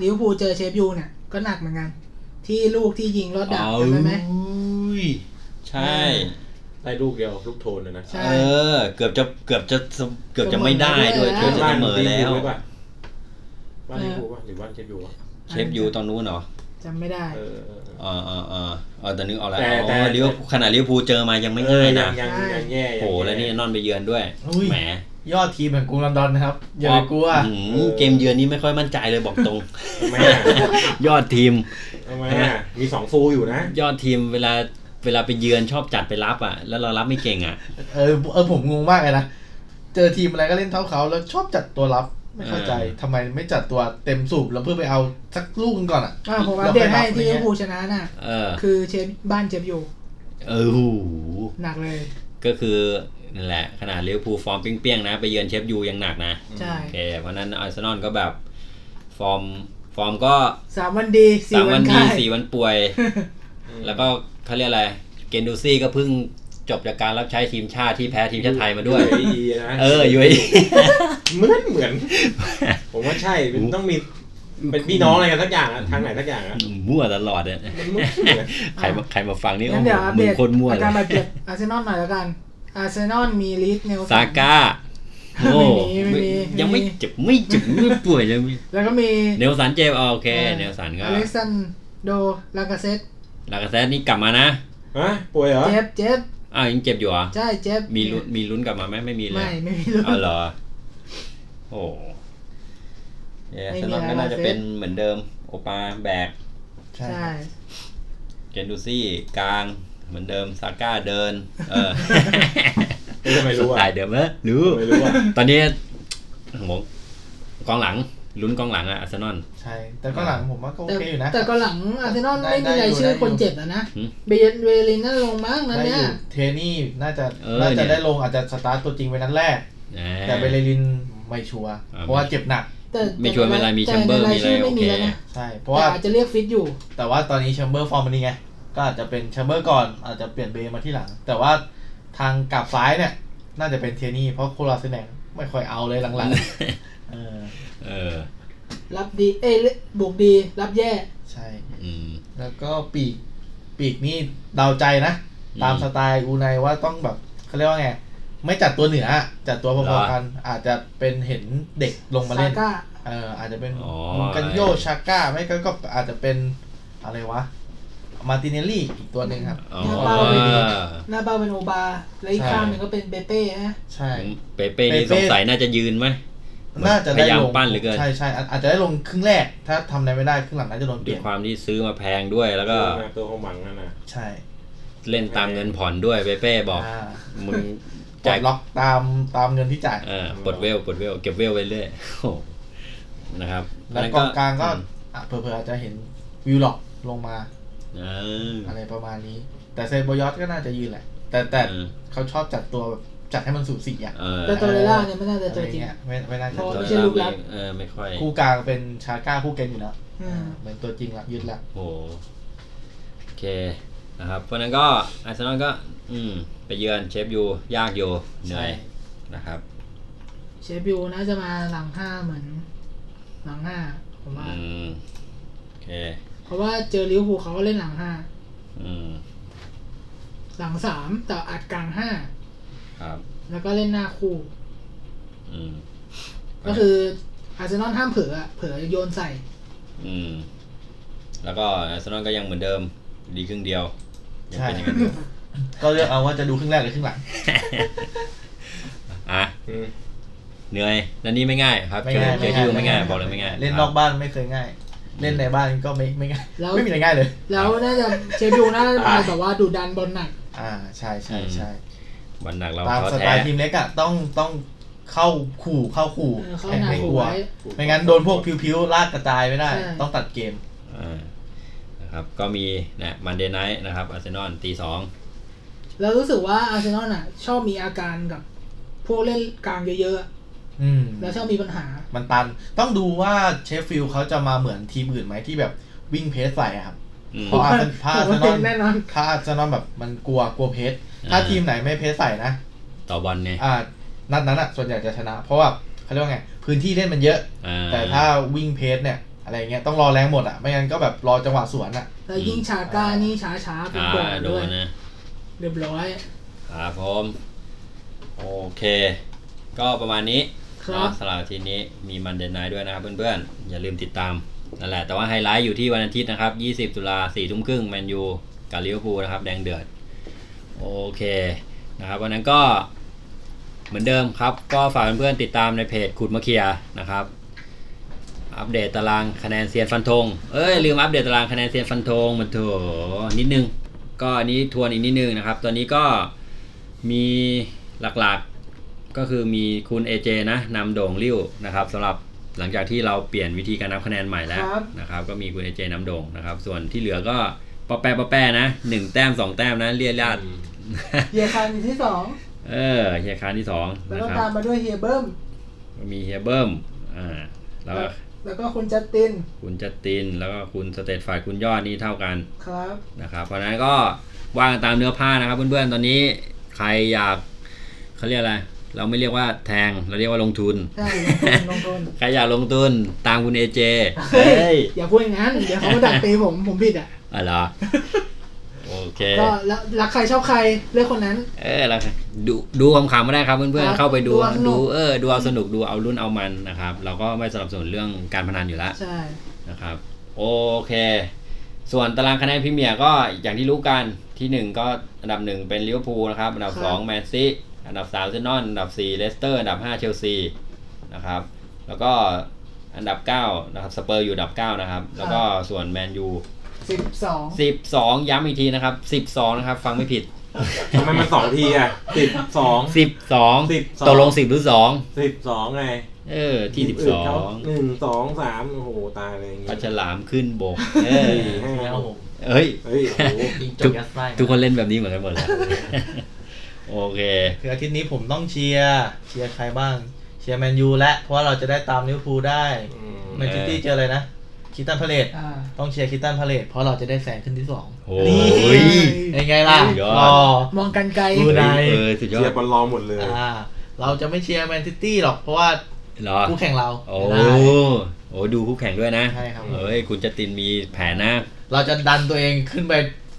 [SPEAKER 2] ลิเวอร์พูลเจอเชฟยูเนี่ยก็หนักเหมือนกัน ที่ลูกที่ยิงรอดดับ
[SPEAKER 1] เอา
[SPEAKER 2] จำได้ไหม
[SPEAKER 1] อุ้ยใช่
[SPEAKER 3] ได้ลูกเดียวลูกโทนเลยนะ
[SPEAKER 2] ใช่
[SPEAKER 1] เออ เกือบจะเกือบจะเกือบจะไม่ได้ด้วย
[SPEAKER 2] เกื
[SPEAKER 1] เกือ
[SPEAKER 2] อ
[SPEAKER 1] บบจะเส
[SPEAKER 2] จะ
[SPEAKER 3] บ้าน
[SPEAKER 1] มอ
[SPEAKER 3] ลิเวอร์
[SPEAKER 1] แล้ว
[SPEAKER 3] พูลหรือเปาบ้านลิเวอร์พูลป่ะหรือบ้านเชฟยูวะ
[SPEAKER 1] เชฟยูตอนนู้นเหรอ
[SPEAKER 2] จำไม่ได้
[SPEAKER 3] เออเออเออ
[SPEAKER 1] เออเออเออเออแต่นึกออกแล้ว
[SPEAKER 3] แต่
[SPEAKER 1] อ๋
[SPEAKER 3] แต่
[SPEAKER 1] อลิเวอร์พูลขนาดลิเวอร์พูลเจอมายังไม่ง่ายนะ
[SPEAKER 3] เออยังยังยังแย่
[SPEAKER 1] โอ้
[SPEAKER 3] ยัง
[SPEAKER 1] โหแล้วนี่นอนไปเยือนด้วย
[SPEAKER 4] อุ้ย
[SPEAKER 1] แหม
[SPEAKER 4] ยอดทีมแห่งกรุงลอนดอนนะครับ อย่าไปกลัว
[SPEAKER 1] อื้อหือเกมเยือนนี้ไม่ค่อยมั่นใจเลยบอกตรง
[SPEAKER 3] ทำไมอ่ะ
[SPEAKER 1] ยอดทีม
[SPEAKER 3] ทำไมอ่ะมีสองฟูลอยู่นะ
[SPEAKER 1] ยอดทีมเวลา เวลาไปเยือนชอบจัดไปรับอ่ะ แล้วเรารับไม่เก่งอ่ะ
[SPEAKER 4] เออเออผมงงมากเลยนะ เจอทีมอะไรก็เล่นเท่าเขาแล้วชอบจัดตัวรับไม่เข้าใจ
[SPEAKER 1] เออ
[SPEAKER 4] ทำไมไม่จัดตัวเต็มสูบแล้วเพื่อไปเอาสักลูกหนึ่งก่อนอ่ะ
[SPEAKER 2] อ่ะผมอัปเดตให้ที่ลิเวอร์พูลชนะน่ะ
[SPEAKER 1] เออ
[SPEAKER 2] คือเชฟบ้านเชฟอยู่
[SPEAKER 1] เออหู
[SPEAKER 2] หนักเลย
[SPEAKER 1] ก็คือนั่นแหละ ขนาดลิเวอร์พูลฟอร์มเปรี้ยงๆนะ ไปเยือนเชฟยูยังหนักนะ
[SPEAKER 2] ใช่
[SPEAKER 1] โอเค เพราะฉะนั้นอาร์เซนอลก็แบบฟอร์มฟอร์มก็
[SPEAKER 2] สามวันดี
[SPEAKER 1] สา
[SPEAKER 2] สี่
[SPEAKER 1] ม
[SPEAKER 2] วั
[SPEAKER 1] วัน น
[SPEAKER 2] ไข้
[SPEAKER 1] ดีสี่วันป่วย แล้วก็เขาเรียกอะไร เกนดูซี่ก็เพิ่งจบจากการรับใช้ทีมชาติที่แพ้ทีมชาติไทยมาด้วย
[SPEAKER 3] ดีนะ
[SPEAKER 1] เอออยู่ไอ้
[SPEAKER 3] เหมือนเหมื อน ผมว่าใช่มันต้องมีเป็นพี่น้องอะไรกันสักอย่างอะทางไหนสักอย่างอะ
[SPEAKER 1] มั่วตลอดเนี่ย
[SPEAKER 3] มันเหมือนเหมือน
[SPEAKER 1] ใครมาใครมาฟังนี่โอ้
[SPEAKER 2] งั้น
[SPEAKER 1] โห
[SPEAKER 2] เดี๋ยวอัป
[SPEAKER 1] มึ
[SPEAKER 2] เด
[SPEAKER 1] ง
[SPEAKER 2] ต
[SPEAKER 1] คนมั่ว
[SPEAKER 2] อา
[SPEAKER 1] เล
[SPEAKER 2] การบาด
[SPEAKER 1] ย
[SPEAKER 2] เจ็บอาร์เซนอลหน่อยแล้วกัน อาร์เซนอลมีลิสเนลสัน
[SPEAKER 1] ซาก้าโอ้
[SPEAKER 2] ไม่มีไม่มี
[SPEAKER 1] ยังไม่เจ็บไม่เจ็บไม่ป่วยเลย
[SPEAKER 2] แล้วก็มี
[SPEAKER 1] เนลสันเจ็บอ๋อโอเค เนลสันก็
[SPEAKER 2] อเล็กซานโดลากาเซต
[SPEAKER 1] ลากาเซตนี่กลับมานะ
[SPEAKER 3] ฮะป่วยเหรอ
[SPEAKER 2] เจ็บเจ็บ
[SPEAKER 1] อ้าวยังเจ็บอยู่เหรอ
[SPEAKER 2] ใช่เจ็บ
[SPEAKER 1] มีลุ้นมีลุ้นกลับมาไหมไม่มีเล
[SPEAKER 2] ไม่
[SPEAKER 1] ย
[SPEAKER 2] ไม่มีลุ้น
[SPEAKER 1] อ๋อเหรอโอ้เอ
[SPEAKER 2] ไม่
[SPEAKER 1] เซ
[SPEAKER 2] มี
[SPEAKER 1] นอนก็
[SPEAKER 2] ลา
[SPEAKER 1] น่าจะ
[SPEAKER 2] กาเซต
[SPEAKER 1] เป็นเหมือนเดิม โอปาแบก
[SPEAKER 4] ใช่
[SPEAKER 2] ใช่
[SPEAKER 1] เกนดูซี่กลางเหมือนเดิมซาก้าเดิน เออ
[SPEAKER 3] เออไม่รู้อะ
[SPEAKER 1] สตล์เดิมเออรู้
[SPEAKER 3] ไม่รู้อ่ะ
[SPEAKER 1] ตอนนี้ผมกองหลังลุ้นกองหลังอะอาร์เซนอล
[SPEAKER 4] ใช่ แต่ก็หลังผมว่าก็โอ
[SPEAKER 2] แต่
[SPEAKER 4] เคอยู่นะ
[SPEAKER 2] แต่ก็หลังอาร์เซนอล
[SPEAKER 4] ได้
[SPEAKER 2] ไม่มี
[SPEAKER 4] ได้
[SPEAKER 2] รายชื่อ
[SPEAKER 4] ได้อยู่
[SPEAKER 2] คนเจ็บอะนะ
[SPEAKER 1] หืม
[SPEAKER 2] เบยนเวลินน่าลงมากนะ
[SPEAKER 4] ได้
[SPEAKER 2] เนี่
[SPEAKER 4] อย ยู่เทนี่น่าจะ
[SPEAKER 1] เออ
[SPEAKER 4] น่า
[SPEAKER 1] เนี่
[SPEAKER 4] จะ
[SPEAKER 1] ย
[SPEAKER 4] ได้ลงอาจจะสตาร์ทตัวจริงไปนัดแรก
[SPEAKER 1] อ่
[SPEAKER 4] แต่เบเลรินไม่ชัวร์
[SPEAKER 1] อ่า
[SPEAKER 4] เพราะว่าเจ็บหนัก
[SPEAKER 2] แต่แต่
[SPEAKER 1] ไม่ชวนเวลามีแชมเบอร์
[SPEAKER 2] แต่
[SPEAKER 1] มีอะไร
[SPEAKER 2] ในชื่
[SPEAKER 1] โอเค
[SPEAKER 2] ไม่มีแล้วนะ
[SPEAKER 4] ใช่ เพราะ
[SPEAKER 2] แต่
[SPEAKER 4] ว่า
[SPEAKER 2] อาจจะเรียกฟิตอยู่
[SPEAKER 4] แต่ว่าตอนนี้แชมเบอร์ฟอร์มมันนี่ไง ก็อาจจะเป็นแชมเบอร์ก่อนอาจจะเปลี่ยนเบมาที่หลัง แต่ว่าทางกลับซ้ายเนี่ย น่าจะเป็นเทนี่เพราะโคลาเซแนงไม่ค่อยเอาเลยหลัง ๆเออ
[SPEAKER 1] เออ
[SPEAKER 2] รับดี เอ้ยบวกดี รับแย่
[SPEAKER 4] ใช่
[SPEAKER 1] อืม
[SPEAKER 4] แล้วก็ปีกปีกนี่เดาใจนะ
[SPEAKER 1] อืม
[SPEAKER 4] ตามสไตล์อูไนว่าต้องแบบเขาเรียกว่าไง ไม่จัดตัวเหนืออะจัดตัวพ
[SPEAKER 1] เหร
[SPEAKER 4] อ
[SPEAKER 1] อ
[SPEAKER 4] ๆกัน อาจจะเป็นเห็นเด็กลงมา
[SPEAKER 2] ซา
[SPEAKER 4] เล่น
[SPEAKER 2] ก้า
[SPEAKER 4] เอออาจจะเป็น
[SPEAKER 1] อ๋อ
[SPEAKER 4] มุนกันโยชาก้า ไม่ก็ก็อาจจะเป็นอะไรวะ มาติเนลลี่อีกตัวหนึ่งครับ
[SPEAKER 1] อ๋อ
[SPEAKER 2] หน้าเป้าเลยดี หน้าเป้าเป็นโอบา และอีกข้างหนึ่งก็เป็นเบเป้ฮะ
[SPEAKER 4] ใช่
[SPEAKER 1] เปเป้
[SPEAKER 4] เปเป้
[SPEAKER 1] นี่สงสัยน่าจะยืนไหม
[SPEAKER 4] น่าจะ
[SPEAKER 1] พ
[SPEAKER 4] ได้
[SPEAKER 1] ยายาม
[SPEAKER 4] ลง
[SPEAKER 1] ปั้นเหลือเกิน
[SPEAKER 4] ใช่ใช่อาจอาจจะได้ลงครึ่งแรก ถ้าทำอะไรไม่ได้ครึ่งหลังน่าจะโดนเป
[SPEAKER 1] ด้
[SPEAKER 4] ลี่
[SPEAKER 1] วย
[SPEAKER 4] ยน
[SPEAKER 1] ความที่ซื้อมาแพงด้วยแล้วก็
[SPEAKER 3] ตัวของหมังนั่นนะ
[SPEAKER 4] ใช่
[SPEAKER 1] เล่นตามเงินผ่อนด้วยเปเป้บอก
[SPEAKER 4] อ่า
[SPEAKER 1] มึง
[SPEAKER 4] ปล
[SPEAKER 1] จ่าย
[SPEAKER 4] ดล็อกตามตามเงินที่จ่าย
[SPEAKER 1] เออปลดเวลปลดเวลเก็บเวลไว้เรื่อย โอ้โหนะครับ
[SPEAKER 4] แล้วกองกลางก็อ่ะเผลอๆอาจจะเห็นวิวล็อกลงมา
[SPEAKER 1] เออ
[SPEAKER 4] อะไรประมาณนี้ แต่เซโบยอสก็น่าจะยืนแหละ แต่แต่
[SPEAKER 1] เออ
[SPEAKER 4] เขาชอบจัดตัวแบบจัดให้มันสูสีอ่ะ
[SPEAKER 1] เออ
[SPEAKER 2] แต่ตัวเรล่าเนี่ยไม่น่าจะ
[SPEAKER 4] อะไร
[SPEAKER 2] ตัวจริง
[SPEAKER 4] เงี้ยไม่ไม่น่าจะ
[SPEAKER 2] เพราะว่า
[SPEAKER 1] ตัว
[SPEAKER 2] ไม่ใช่ลูกรัก
[SPEAKER 1] เออไม่ค่อย
[SPEAKER 4] คู่กลางเป็นชาก้าคู่เกนอยู่แล้ว
[SPEAKER 2] อืม
[SPEAKER 4] เหมือนตัวจริงหลักยึดหลัก
[SPEAKER 1] โอ้โหโอเคนะครับ เพราะฉะนั้นก็อาร์เซนอลก็ อืม ไปเยือนเชฟยูยากอยู่เหนื่อยนะครับ
[SPEAKER 2] เชฟบิวน่าจะมาหลังห้าเหมือน หลังห้าผมว่า
[SPEAKER 1] อืม โอเค
[SPEAKER 2] เพราะว่าเจอลิเวอร์พูลเขาก็เล่นหลังห้า
[SPEAKER 1] อืม
[SPEAKER 2] หลังสามแต่อัดกลางห้า
[SPEAKER 1] ครับ
[SPEAKER 2] แล้วก็เล่นหน้าคู่
[SPEAKER 1] อืม
[SPEAKER 2] ก็คืออาร์เซนอลห้ามเผลออะเผลอโยนใส่
[SPEAKER 1] อืม แล้วก็อาร์เซนอลก็ยังเหมือนเดิม ดีครึ่งเดียวยัง
[SPEAKER 4] ใช่
[SPEAKER 1] เป็นอย่างนั้นอยู่
[SPEAKER 4] ก็เลือกเอาว่าจะดูครึ่งแรกหรือครึ่งหลัง
[SPEAKER 1] อ่ะ
[SPEAKER 3] อืม
[SPEAKER 1] เหนื่อยและนี่ไม่ง่ายครับ
[SPEAKER 4] ไม่
[SPEAKER 1] เจอ
[SPEAKER 4] ง่าย
[SPEAKER 1] เจอที่
[SPEAKER 4] ไม่
[SPEAKER 1] ไม่
[SPEAKER 4] ง่า
[SPEAKER 1] ง่าย ย บอกเลยไม่ง่าย
[SPEAKER 4] เล่นนอกบ้านไม่เคยง่าย เล่นในบ้านก็ไม่ไม่ง่าย
[SPEAKER 2] แล้ว
[SPEAKER 4] ไม่มีอะไรง่ายเลย
[SPEAKER 2] แล้วน่าจะเชฟบิวน่าจะมาแบบว่าดุดันบอลหนัก
[SPEAKER 4] อ่าใช่ใช่ใช่
[SPEAKER 1] วันหนักเรา
[SPEAKER 4] ตาม
[SPEAKER 1] ท้อ
[SPEAKER 4] สไต
[SPEAKER 1] แท้
[SPEAKER 4] ล์ทีมเล็กอ่ะต้องต้องเข้าขู่เข้าขู่
[SPEAKER 2] เออเข้า
[SPEAKER 4] ให้
[SPEAKER 2] หนัก
[SPEAKER 4] ให้ก
[SPEAKER 2] ขู่
[SPEAKER 4] ลัว
[SPEAKER 2] ไว้
[SPEAKER 4] ไม่งั้นโดนพวกผิวๆลากกระจายไม่ได้
[SPEAKER 2] ใช่
[SPEAKER 4] ต้องตัดเกม
[SPEAKER 1] อ่านะครับ ก็มีนะมันเดย์ไนท์นะครับ อาร์เซนอลตีสอง
[SPEAKER 2] แล้วรู้สึกว่าอาร์เซนอลอ่ะ ชอบมีอาการกับ พวกเล่นกลางเยอะ
[SPEAKER 4] อืม
[SPEAKER 2] ๆ แล้วชอบมีปัญหา
[SPEAKER 4] มันตัน ต้องดูว่าเชฟฟิลด์เขาจะมาเหมือนทีมอื่นไหมที่แบบวิ่งเพสใส่อะครับ
[SPEAKER 1] อืม
[SPEAKER 4] เพราะอาร์เซนผ้าอาร์เซนอล
[SPEAKER 2] แน่นอน
[SPEAKER 4] ผ้าอาร์เซนอลแบบมันกลัวกลัวเพส
[SPEAKER 1] อ่า
[SPEAKER 4] ถ้าทีมไหนไม่เพสใส่นะ
[SPEAKER 1] ต่อบอลเนี่ย
[SPEAKER 4] อ่า นัดนั้นอะส่วนใหญ่จะชนะ เพราะว่าเขาเรียกว่าไง พื้นที่เล่นมันเยอะ
[SPEAKER 1] อ่า
[SPEAKER 4] แต่ถ้าวิ่งเพสเนี่ยอะไรเงี้ยต้องรอแรงหมดอะไม่งั้นก็แบบรอจังหวะสวนอะ
[SPEAKER 2] แล้วยิ่งชาก้านี่ช้าๆเป็น
[SPEAKER 1] อ่า
[SPEAKER 2] บอล
[SPEAKER 1] โด
[SPEAKER 2] ด้วย
[SPEAKER 1] นนะ
[SPEAKER 2] เรียบร้อย
[SPEAKER 1] ครับผมโอเค ก็ประมาณนี้
[SPEAKER 2] ครับ
[SPEAKER 1] เนาะสำหรับอาทีนี้มีมันเดย์ไนท์ด้วยนะครับเพื่อนๆ อย่าลืมติดตามนั่นแหละ แต่ว่าไฮไลท์อยู่ที่วันอาทิตย์นะครับ 20 ตุลา4ทุ่มครึ่งแมนยูกับลิเวอร์พูลนะครับ แดงเดือด โอเคนะครับวันนั้นก็เหมือนเดิมครับ ก็ฝากเพื่อนๆติดตามในเพจขุดมะเขียนะครับ อัปเดตตารางคะแนนเซียนฟันธงเอ้ยลืมอัปเดตตารางคะแนนเซียนฟันธงมันโถนิดนึง ก็อันนี้ทวนอีกนิดนึงนะครับ ตอนนี้ก็มีหลักๆก็คือมีคุณ AJ นะนำโด่งริ้วนะครับสำหรับหลังจากที่เราเปลี่ยนวิธีการนับคะแนนใหม่แล้ว
[SPEAKER 2] ครับ
[SPEAKER 1] นะครับ ก็มีคุณ AJ นำโด่งนะครับ ส่วนที่เหลือก็ปอแปะปอแปะนะหนึ่งแต้มสองแต้มนะเรียราด
[SPEAKER 3] อืม
[SPEAKER 2] เฮียคานอยู่ที่สอง
[SPEAKER 1] เออเฮียคานที่สอง
[SPEAKER 2] แล้ว
[SPEAKER 1] นะ
[SPEAKER 2] ก็
[SPEAKER 1] ครับ
[SPEAKER 2] ตามมาด้วยเฮียเบิ้ม
[SPEAKER 1] มีเฮียเบิ้มอ่าแล้วก็
[SPEAKER 2] แล้วก็คุณจัสติน
[SPEAKER 1] คุณจัตติน แล้วก็คุณสเตตฝ่ายคุณยอดนี่เท่ากัน
[SPEAKER 2] ครับ
[SPEAKER 1] นะครับเพราะฉะนั้นก็ว่างกันตามเนื้อผ้านะครับ เพื่อนๆ ตอนนี้ใครอยากเขาเรียกอะไร เราไม่เรียกว่าแทงเราเรียกว่าลงทุน
[SPEAKER 2] ใช่ลงทุนลงทุน
[SPEAKER 1] ใครอยากลงทุนตามคุณเอเจ
[SPEAKER 2] เฮ้ยอย่าพูดอย่างนั้น เดี๋ยวเขามาดักตีผมผมผิดอ่ะ
[SPEAKER 1] อ๋อเหรอโอเค
[SPEAKER 2] ก็แล้วรักใครชอบใครเลือกคนนั้น
[SPEAKER 1] เออแล้วดูดูคำขำๆก็ได้ครับเพื่อน
[SPEAKER 2] ครับ
[SPEAKER 1] ๆเข้าไปดู
[SPEAKER 2] ดูเอาสนุก
[SPEAKER 1] ดูเออดูเอาสนุกดูเอารุ่นเอามันนะครับ เราก็ไม่สนับสนุนเรื่องการพนันอยู่แล้ว
[SPEAKER 2] ใช่
[SPEAKER 1] นะครับโอเค ส่วนตารางคะแนนพรีเมียร์ก็อย่างที่รู้กันที่หนึ่งก็อันดับหนึ่งเป็นลิเวอร์พูลนะครับ อันดับ
[SPEAKER 2] ครับ
[SPEAKER 1] สองแมนซีอันดับสามเซนนอนอันดับสี่เลสเตอร์อันดับห้าเชลซีนะครับแล้วก็อันดับเก้านะครับสเปอร์อยู่อันดับเก้านะครับแล้วก็ส่วนแมนยู
[SPEAKER 2] สิบสอง
[SPEAKER 1] สิบสองย้ำอีกทีนะครับสิบสองนะครับฟังไม่ผิด
[SPEAKER 3] ทำไมมันสองทีอ่ะสิบสอง
[SPEAKER 1] สิบสอง
[SPEAKER 3] 12
[SPEAKER 1] ตกลงสิบหรือสอง
[SPEAKER 3] สิบสองไง
[SPEAKER 1] เออที่สิบ
[SPEAKER 3] ที
[SPEAKER 1] ส
[SPEAKER 3] ม
[SPEAKER 1] อน
[SPEAKER 3] เขา
[SPEAKER 1] ง
[SPEAKER 3] หนึ่งสองสามโอ้โหตายเลยอย่างงี้
[SPEAKER 1] ปลาฉลามขึ้นบกเออ
[SPEAKER 3] สี่ห้า
[SPEAKER 4] แล้ว
[SPEAKER 3] ห
[SPEAKER 4] โอ้
[SPEAKER 3] ก
[SPEAKER 4] โห
[SPEAKER 1] เฮ้ย
[SPEAKER 3] เฮ้ยโอ้โห
[SPEAKER 4] ยิงจบยัดไส้
[SPEAKER 1] ทุกคนเล่นแบบนี้เหมือนกันหมดแล้ว โอเค
[SPEAKER 4] คืออาทิตย์นี้ผมต้องเชียร์เชียร์ใครบ้างเชียร์แมนยูและเพราะว่าเราจะได้ตามลิเวอร์พูลได้
[SPEAKER 3] อืม
[SPEAKER 4] แมนซิตี้เจออะไรนะคิตันพาเลต
[SPEAKER 2] อ่า
[SPEAKER 4] ต้องเชียร์คิตันพาเลตเพราะเราจะได้แสงขึ้นที่สอง
[SPEAKER 1] โอ้
[SPEAKER 2] ย
[SPEAKER 4] ยังไงล่ะ
[SPEAKER 1] สุดยอด
[SPEAKER 4] รอ
[SPEAKER 2] มองกันไกล
[SPEAKER 4] ดูนะ
[SPEAKER 1] เออสุดยอ
[SPEAKER 3] เชีย
[SPEAKER 1] ด
[SPEAKER 3] ร์บอลรอหมดเลย
[SPEAKER 4] อ่าเราจะไม่เชียร์แมนซิตี้หรอกเพราะว่า
[SPEAKER 1] เหรอ
[SPEAKER 4] คู่แข่งเรา
[SPEAKER 1] โอ้
[SPEAKER 4] ไม่ได้
[SPEAKER 1] โอ้ดูคู่แข่งด้วยนะ
[SPEAKER 4] ใช่ครับ
[SPEAKER 1] เอ้ยคุณจตินมีแผนนะ
[SPEAKER 4] เราจะดันตัวเองขึ้นไป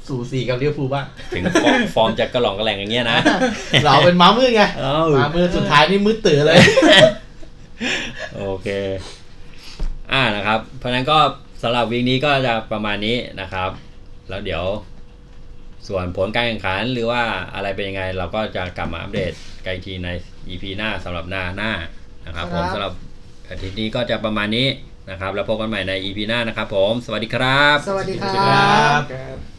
[SPEAKER 4] สู่สี่กับลิเวอร์พูลบ้าง
[SPEAKER 1] ถึงฟอร์ม ฟอร์มจะกระหล่องกระแหลงอย่างเงี้ยนะ
[SPEAKER 4] เราเป็นม้ามืดไง
[SPEAKER 1] เอ้า
[SPEAKER 4] ม้ามืดสุดท้ายนี่มืดตื่อเลย
[SPEAKER 1] โอเค อ่านะครับ เพราะฉะนั้นก็สำหรับวีคนี้ก็จะประมาณนี้นะครับ แล้วเดี๋ยว ส่วนผลการแข่งขันหรือว่าอะไรเป็นยังไง เราก็จะกลับมาอัปเดตกันอีกทีใน EP หน้าสำหรับหน้าหน้านะครับ ผม
[SPEAKER 2] ครับ
[SPEAKER 1] สำหรับอาทิตย์นี้ก็จะประมาณนี้นะครับ แล้วพบกันใหม่ใน EP หน้านะครับผม สวัสดีครับ
[SPEAKER 2] สวัสดีครั
[SPEAKER 4] สวัสดีครับ บ
[SPEAKER 3] ครับ